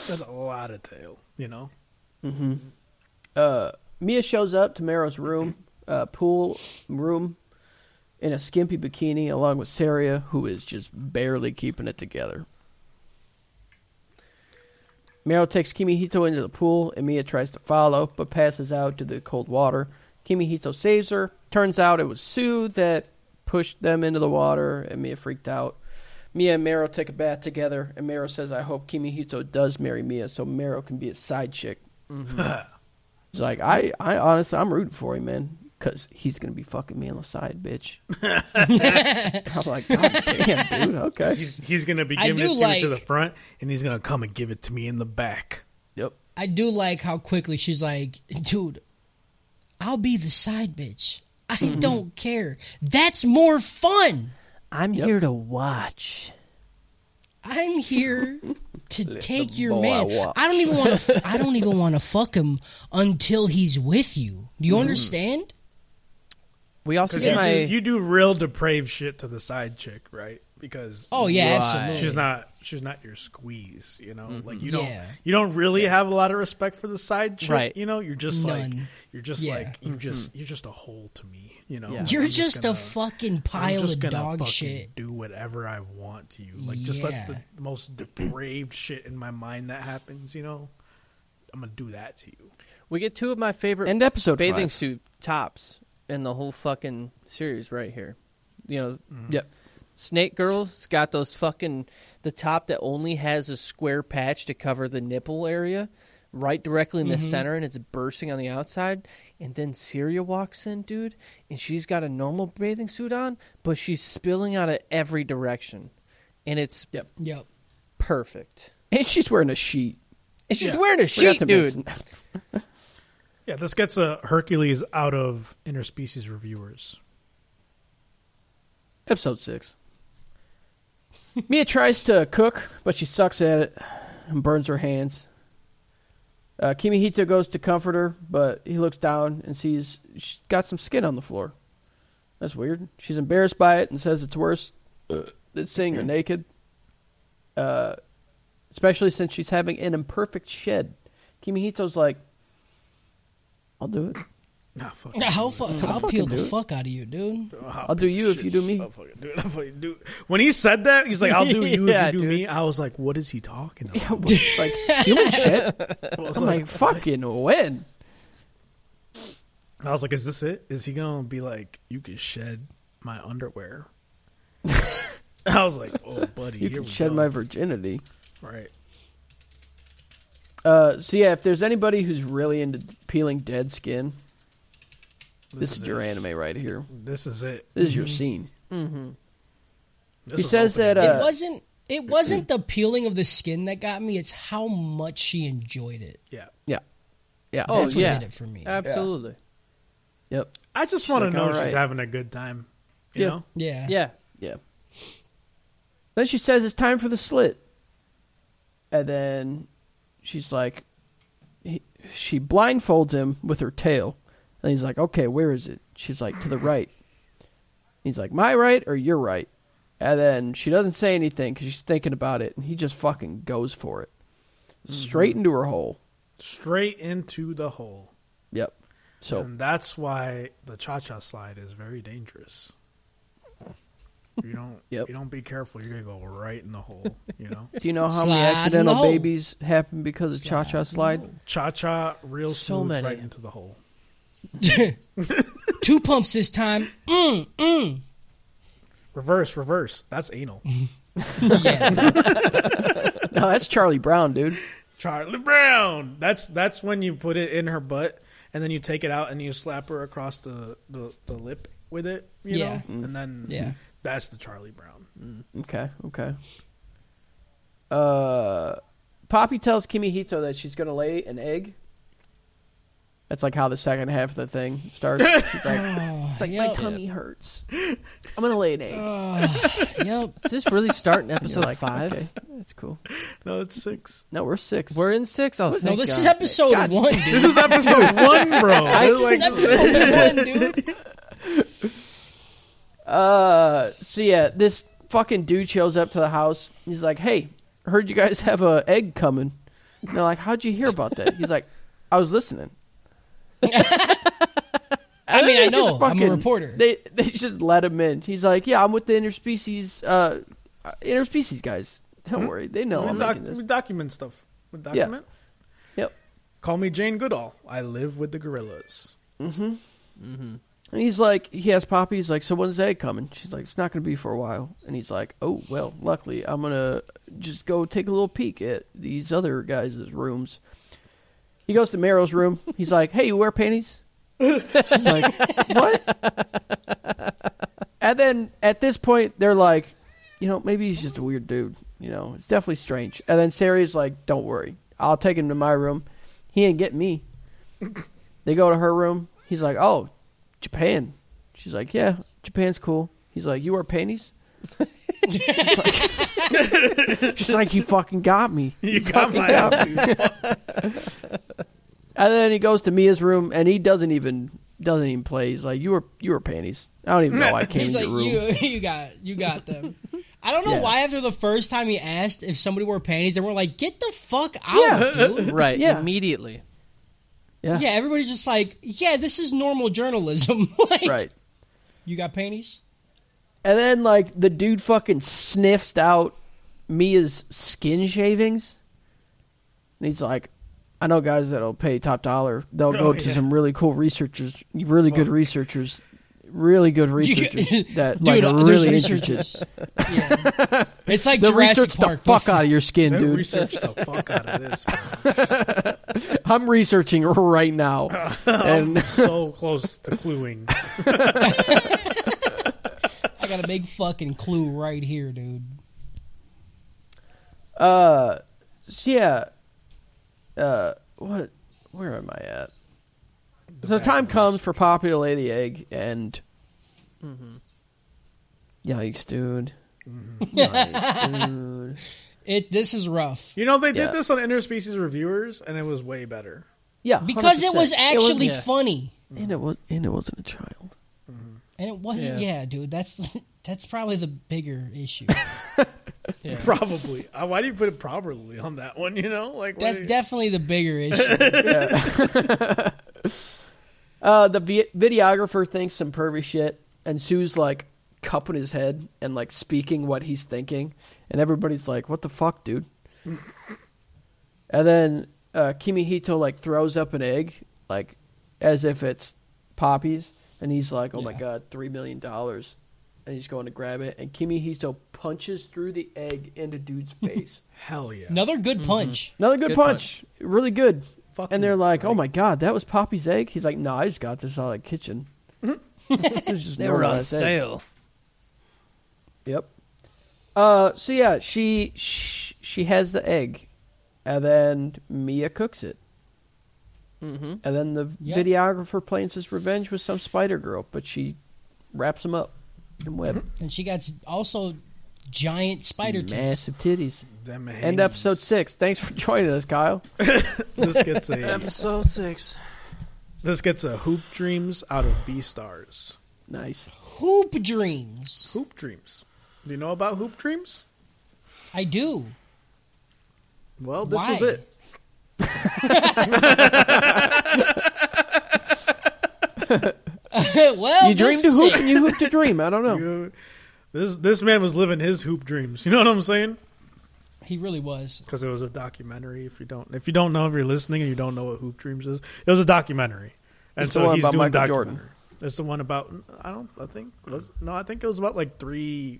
There's a lot of tail, you know.
Uh, Mia shows up to Marrow's room, uh, pool room, in a skimpy bikini, along with Saria, who is just barely keeping it together. Marrow takes Kimihito into the pool, and Mia tries to follow, but passes out to the cold water. Kimihito saves her. Turns out it was Sue that pushed them into the water, and Mia freaked out. Mia and Marrow take a bath together, and Marrow says, I hope Kimihito does marry Mia so Marrow can be his side chick. He's like, I, I honestly, I'm rooting for him, man, because he's going to be fucking me on the side, bitch. I'm like, God damn, dude, okay.
He's gonna be
I
giving
do
it to me
like-
to the front, and he's gonna come and give it to me in the back.
Yep.
I do like how quickly she's like, dude, I'll be the side bitch. I
Mm-hmm.
don't care. That's more fun.
I'm here to watch.
I'm here to take your
boy
man.
walk.
I don't even want to. I don't even want to fuck him until he's with you. Do
Mm-hmm.
you understand?
We also
Because
get
you,
my
do, you do real depraved shit to the side chick, right? Because
Oh yeah,
Right.
absolutely.
she's not she's not your squeeze, you know. Like you don't
Yeah.
you don't really have a lot of respect for the side chick,
Right.
you know. You're just like
None.
you're just
Yeah.
like you just you're just a hole to me, you know.
You're
I'm
just,
gonna-
a fucking
I'm
pile
just
of
gonna
dog
fucking
shit.
Do whatever I want to you. Like just let
Yeah.
the most depraved shit in my mind that happens, you know. I'm gonna do that to you.
we get two of my favorite
End episode
bathing
five.
suit tops in the whole fucking series right here. You know,
Yep.
Snake Girl's got those fucking the top that only has a square patch to cover the nipple area, right directly in
Mm-hmm.
the center, and it's bursting on the outside. And then Syria walks in, dude, and she's got a normal bathing suit on, but she's spilling out of every direction, and it's
Yep.
Yep.
perfect.
And she's wearing a sheet.
And she's
Yeah.
wearing a
Forgot
sheet,
to mention
dude.
that.
Yeah, this gets a Hercules out of interspecies reviewers.
Episode six. Mia tries to cook, but she sucks at it and burns her hands. Uh, Kimihito goes to comfort her, but he looks down and sees she's got some skin on the floor. That's weird. She's embarrassed by it and says it's worse than seeing her naked, uh, especially since she's having an imperfect shed. Kimihito's like, I'll do it.
Nah, fuck.
Nah, I'll, fuck, I'll peel the
Mm, do it.
fuck out of you, dude.
I'll do you if you do me.
I'll fucking do it. I'll fucking do it. When he said that, he's like, "I'll do you
Yeah,
if you do
dude.
me." I was like, "What is he talking about?"
Yeah, well, like human shit.
I was
I'm like, fucking when?
I was like, "Is this it? Is he gonna be like, you can shed my underwear?" I was like, "Oh, buddy,
You
here
can
we
shed
go."
my virginity.
right."
Uh, so yeah, if there's anybody who's really into peeling dead skin, this, is, your
it.
anime right here.
This is it.
This is your scene.
This
He
was
says
opening.
that, uh,
it wasn't. It wasn't the peeling of the skin that got me. It's how much she enjoyed it.
yeah.
Yeah, yeah.
That's what
oh yeah.
did it for me.
Absolutely.
Yep.
I just want to
like,
know
"All
she's
right."
having a good time. You
Yeah.
know,
yeah.
Yeah.
Yeah. Then she says it's time for the slit, and then she's like, he, she blindfolds him with her tail, and he's like, "Okay, where is it?" She's like, "To the right." He's like, "My right or your right?" And then she doesn't say anything because she's thinking about it, and he just fucking goes for it, straight into her hole.
straight into the hole,
Yep. So
and that's why the cha-cha slide is very dangerous. You don't.
Yep.
You don't be careful. You're gonna go right in the hole. You know,
Do you know how
Slide
many
in the
accidental
hole.
babies happen because of cha cha slide?
cha-cha real
So
smooth
many.
right into the hole.
Two pumps this time. Mm, mm.
Reverse, reverse. That's anal.
Yeah.
No, that's Charlie Brown, dude.
Charlie Brown. That's that's when you put it in her butt and then you take it out and you slap her across the the, the lip with it. You
Yeah.
know, and then
Mm.
Yeah.
that's the Charlie Brown.
Okay, okay. Uh, Poppy tells Kimihito that she's gonna lay an egg. That's like how the second half of the thing starts. She's like, it's like my
yep.
tummy hurts. I'm gonna lay an egg.
yep.
Does this really start in episode
You're like,
five?
okay, that's cool.
No, it's six.
No, we're six.
We're in six. Oh,
No,
thank
this
God.
is episode one, dude.
This is episode one, bro. It's
This is
like-
episode one, dude.
Uh, so yeah, this fucking dude shows up to the house. He's like, "Hey, heard you guys have a egg coming." And they're like, "How'd you hear about that?" He's like, "I was listening."
I mean,
They
I know.
just
I'm a
fucking-
reporter.
They they just let him in. He's like, yeah, I'm with the interspecies uh interspecies guys. Don't worry, they know
we,
I'm
Hmm? doc-
making
we
this.
document stuff. We document.
Yep.
Call me Jane Goodall. I live with the gorillas.
And he's like, he has Poppy. He's like, so when's the egg coming? She's like, it's not going to be for a while. And he's like, oh well, luckily I'm gonna just go take a little peek at these other guys' rooms. He goes to Meryl's room. He's like, hey, you wear panties? She's like, what? And then at this point, they're like, you know, maybe he's just a weird dude. You know, it's definitely strange. And then Sari's like, don't worry. I'll take him to my room. He ain't get me. They go to her room. He's like, oh, Japan. She's like, yeah, Japan's cool. He's like, you wear panties? She's like- She's like, he fucking got me.
You got my ass. dude.
And then he goes to Mia's room, and he doesn't even doesn't even play. He's like, "You were you were panties. I don't even know why I came
He's
to
like,
your room."
you, you got, you got them. I don't know
Yeah.
why after the first time he asked if somebody wore panties, they were like, "Get the fuck out, dude!"
Right.
Yeah.
Immediately.
yeah,
Yeah, everybody's just like, "Yeah, this is normal journalism." like,
right.
You got panties?
And then like the dude fucking sniffs out Mia's skin shavings, and he's like, "I know guys that'll pay top dollar. They'll go
Oh,
to
yeah.
some really cool researchers, really good researchers, really good researchers that like are
uh, there's
really interested."
researchers. yeah. It's like
They'll
Jurassic
research
Park.
the fuck
but-
out of your skin,
They
dude.
researched the fuck out of this. Man.
I'm researching right now, and
So close to cluing.
I got a big fucking clue right here, dude.
So yeah, uh, what? Where am I at? so the time comes for Poppy to lay the egg, and Mm-hmm. yikes, dude! Yikes, dude!
It this is rough
You know, they
Yeah.
did this on Interspecies Reviewers, and it was way better.
Yeah,
because it was
100%.
actually
yeah.
funny,
and it was and it wasn't a child.
and it wasn't. Yeah, dude, that's that's probably the bigger issue.
Probably. Uh, Why do you put it probably on that one? You know, like what
That's
do you-
definitely the bigger issue.
Uh, the vi- videographer thinks some pervy shit, and Sue's like cupping his head and like speaking what he's thinking, and everybody's like, "What the fuck, dude?" and then uh, Kimihito like throws up an egg, like as if it's poppies, and he's like, "Oh my god, three million dollars," and he's going to grab it, and Kimihito punches through the egg into dude's face.
hell yeah.
Another good
Mm-hmm.
punch.
Another good,
Good
punch. really good.
Fuck
and they're
me,
like, "Oh my god, that was Poppy's egg." He's like, "No, I just got this out of the kitchen." It was just normalized egg. Yep. Uh, so yeah, she, she she has the egg, and then Mia cooks it, mm-hmm. and then the
Yep.
videographer plans his revenge with some spider girl, but she wraps him up in web,
And she got s- also giant spider tits.
massive titties.
Them
End episode six. Thanks for joining us, Kyle.
this gets a
Episode six.
this gets a hoop dreams out of B stars.
Nice.
Hoop dreams.
Hoop dreams. Do you know about hoop dreams?
I do.
Well, this was
Why?
it.
well,
you
this
dreamed to
is
hoop
it.
and you hooped to dream. I don't know.
You- this this man was living his hoop dreams. You know what I'm saying?
He really was.
Because it was a documentary. If you don't, if you don't know, if you're listening and you don't know what hoop dreams is, it was a documentary. And
It's the
so
one
he's
about
doing
Michael
documentary.
Jordan.
It's the one about I don't I think was no I think it was about like three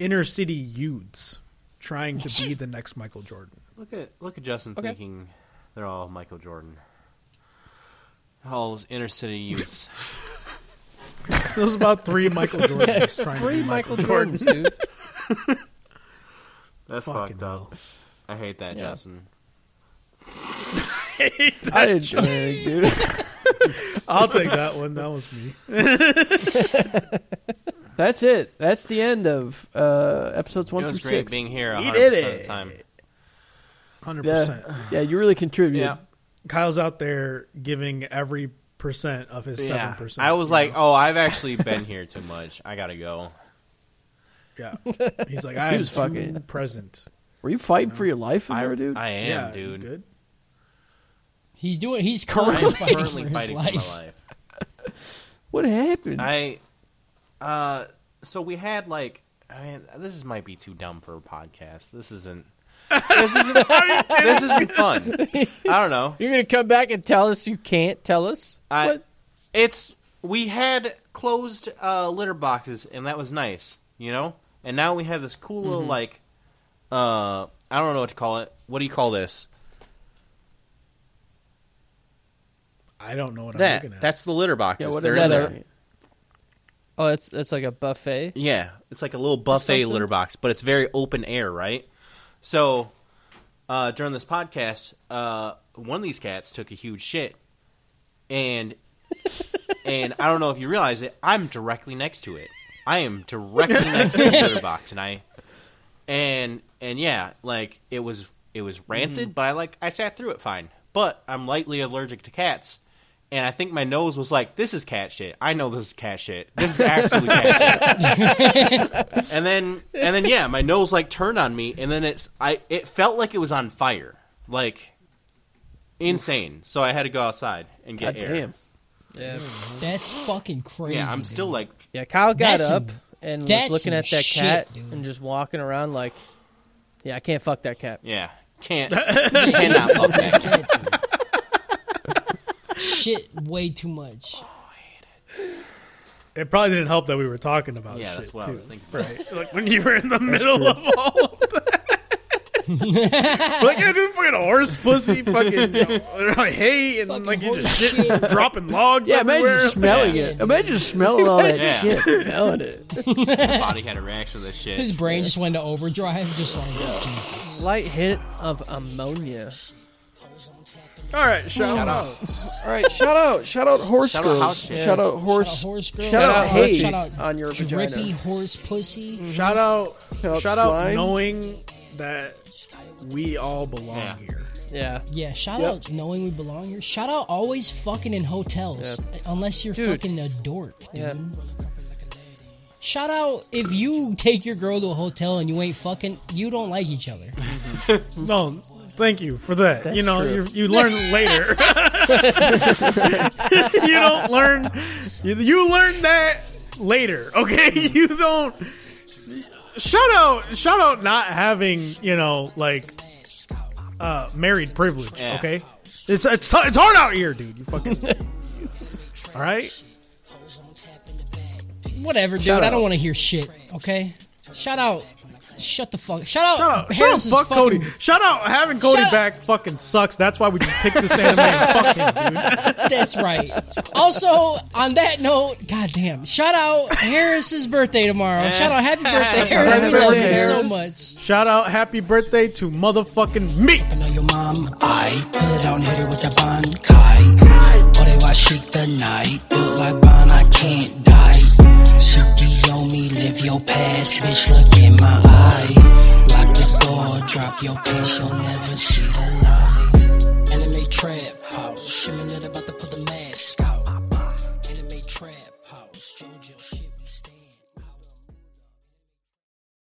inner city youths trying to be the next Michael Jordan.
Look at look at Justin thinking they're all Michael Jordan. All those inner city youths.
It was about three Michael Jordans trying to be Michael, Jordan.
Jordans, dude.
That's
Fucking
fucked up. I hate that, Justin.
I didn't do anything, dude.
I'll take that one. That was me.
That's it. That's the end of uh, episodes one
it was
through
great
six.
being here 100%
did
of
it.
the time.
Hundred
yeah,
percent.
yeah, you really contributed.
Yeah.
Kyle's out there giving every percent of his seven
Yeah.
percent.
I was like, oh, I've actually been here too much. I gotta go.
yeah. He's like, I was
was fucking-
fucking present.
Were you fighting for your life in
I,
there, dude?
I am,
yeah, you
dude.
Good.
He's doing. He's currently
I'm
fighting
currently
for his
fighting
life.
for my life.
what happened?
I, uh, so we had like, I mean, this is, might be too dumb for a podcast. This isn't. This isn't. this isn't fun. I don't know.
You're gonna come back and tell us you can't tell us.
I,
What?
It's we had closed uh, litter boxes, and that was nice, you know. And now we have this cool little like, uh, I don't know what to call it. What do you call this?
I don't know what I'm looking
That
at.
that's the litter boxes.
yeah, what
They're
is
in
that?
there.
a-
Oh, it's it's like a buffet.
Yeah, it's like a little buffet litter box, but it's very open air, right? So uh, during this podcast, uh, one of these cats took a huge shit, and and I don't know if you realize it, I'm directly next to it. I am directly next to the litter box, and I and and yeah, like it was it was
Mm-hmm.
rancid, but I like I sat through it fine. But I'm lightly allergic to cats, and I think my nose was like, "This is cat shit. I know this is cat shit. This is absolutely cat shit." and then and then yeah, my nose like turned on me, and then it's I it felt like it was on fire, like insane. So I had to go outside and get
God
air.
damn.
Yeah,
That's fucking crazy.
Yeah, I'm
dude.
still like
yeah. Kyle got
That's some-
up and was
that's
looking
some
at that
shit,
cat
dude.
and just walking around like, yeah, I can't fuck that cat.
yeah. Can't cannot fuck that. cat.
shit way too much.
It probably didn't help that we were talking about.
Yeah,
shit,
that's what
too.
I was thinking.
Right, like when you were in the middle of all of that. like, yeah, dude, fucking horse pussy, fucking you know, hay, and
Fucking
like you just
horse
shit,
shit.
dropping logs.
Yeah, imagine
everywhere.
smelling
Yeah.
it. Imagine smelling all that
Yeah.
shit. Smelling it.
My body had a reaction to this shit.
His brain just went to overdrive. Just like Jesus.
Light hit of ammonia.
All right,
Shout
shout, out.
out.
All right, shout out, shout out horse
Shout out
girls.
house shit.
Shout out horse.
Shout out horse girl.
Shout out
Uh,
hay
shout out
on your
drippy
vagina.
horse pussy.
Shout out,
Shout out
shout out,
slime.
knowing that we all belong
Yeah.
here.
Yeah.
Yeah, shout
Yep.
out knowing we belong here. Shout out always fucking in hotels. Unless you're
Dude.
fucking a dork, dude.
Yeah.
Shout out if you take your girl to a hotel and you ain't fucking, you don't like each other.
No, thank you for that. you know, you you learn later. you don't learn. You, you learn that later, okay? You don't. Shout out! Shout out! Not having you know like uh married privilege,
Yeah.
okay? It's it's t- it's hard out here, dude. You fucking. All right.
Whatever, dude. I don't want to hear shit. Okay. Shout out. Shut the fuck. Shout out.
Shout out, shout out
Harris's
fuck
fucking-
Cody. Shout out, having Cody
Shout out-
back fucking sucks. That's why we just picked this anime. Fuck him, dude.
That's right. Also, on that note, goddamn. Shout out Harris's birthday tomorrow. Shout out happy birthday, Harris.
Happy
we love
birthday,
you so
Harris.
much.
Shout out, happy birthday to motherfucking me.
Fucking on your mom, I pull it down, hit it with a bankai. But if I shake the night, look like Bon, I can't die. Suki on me, live your past, bitch, look in my eye. Lock the door, drop your pants, you'll never see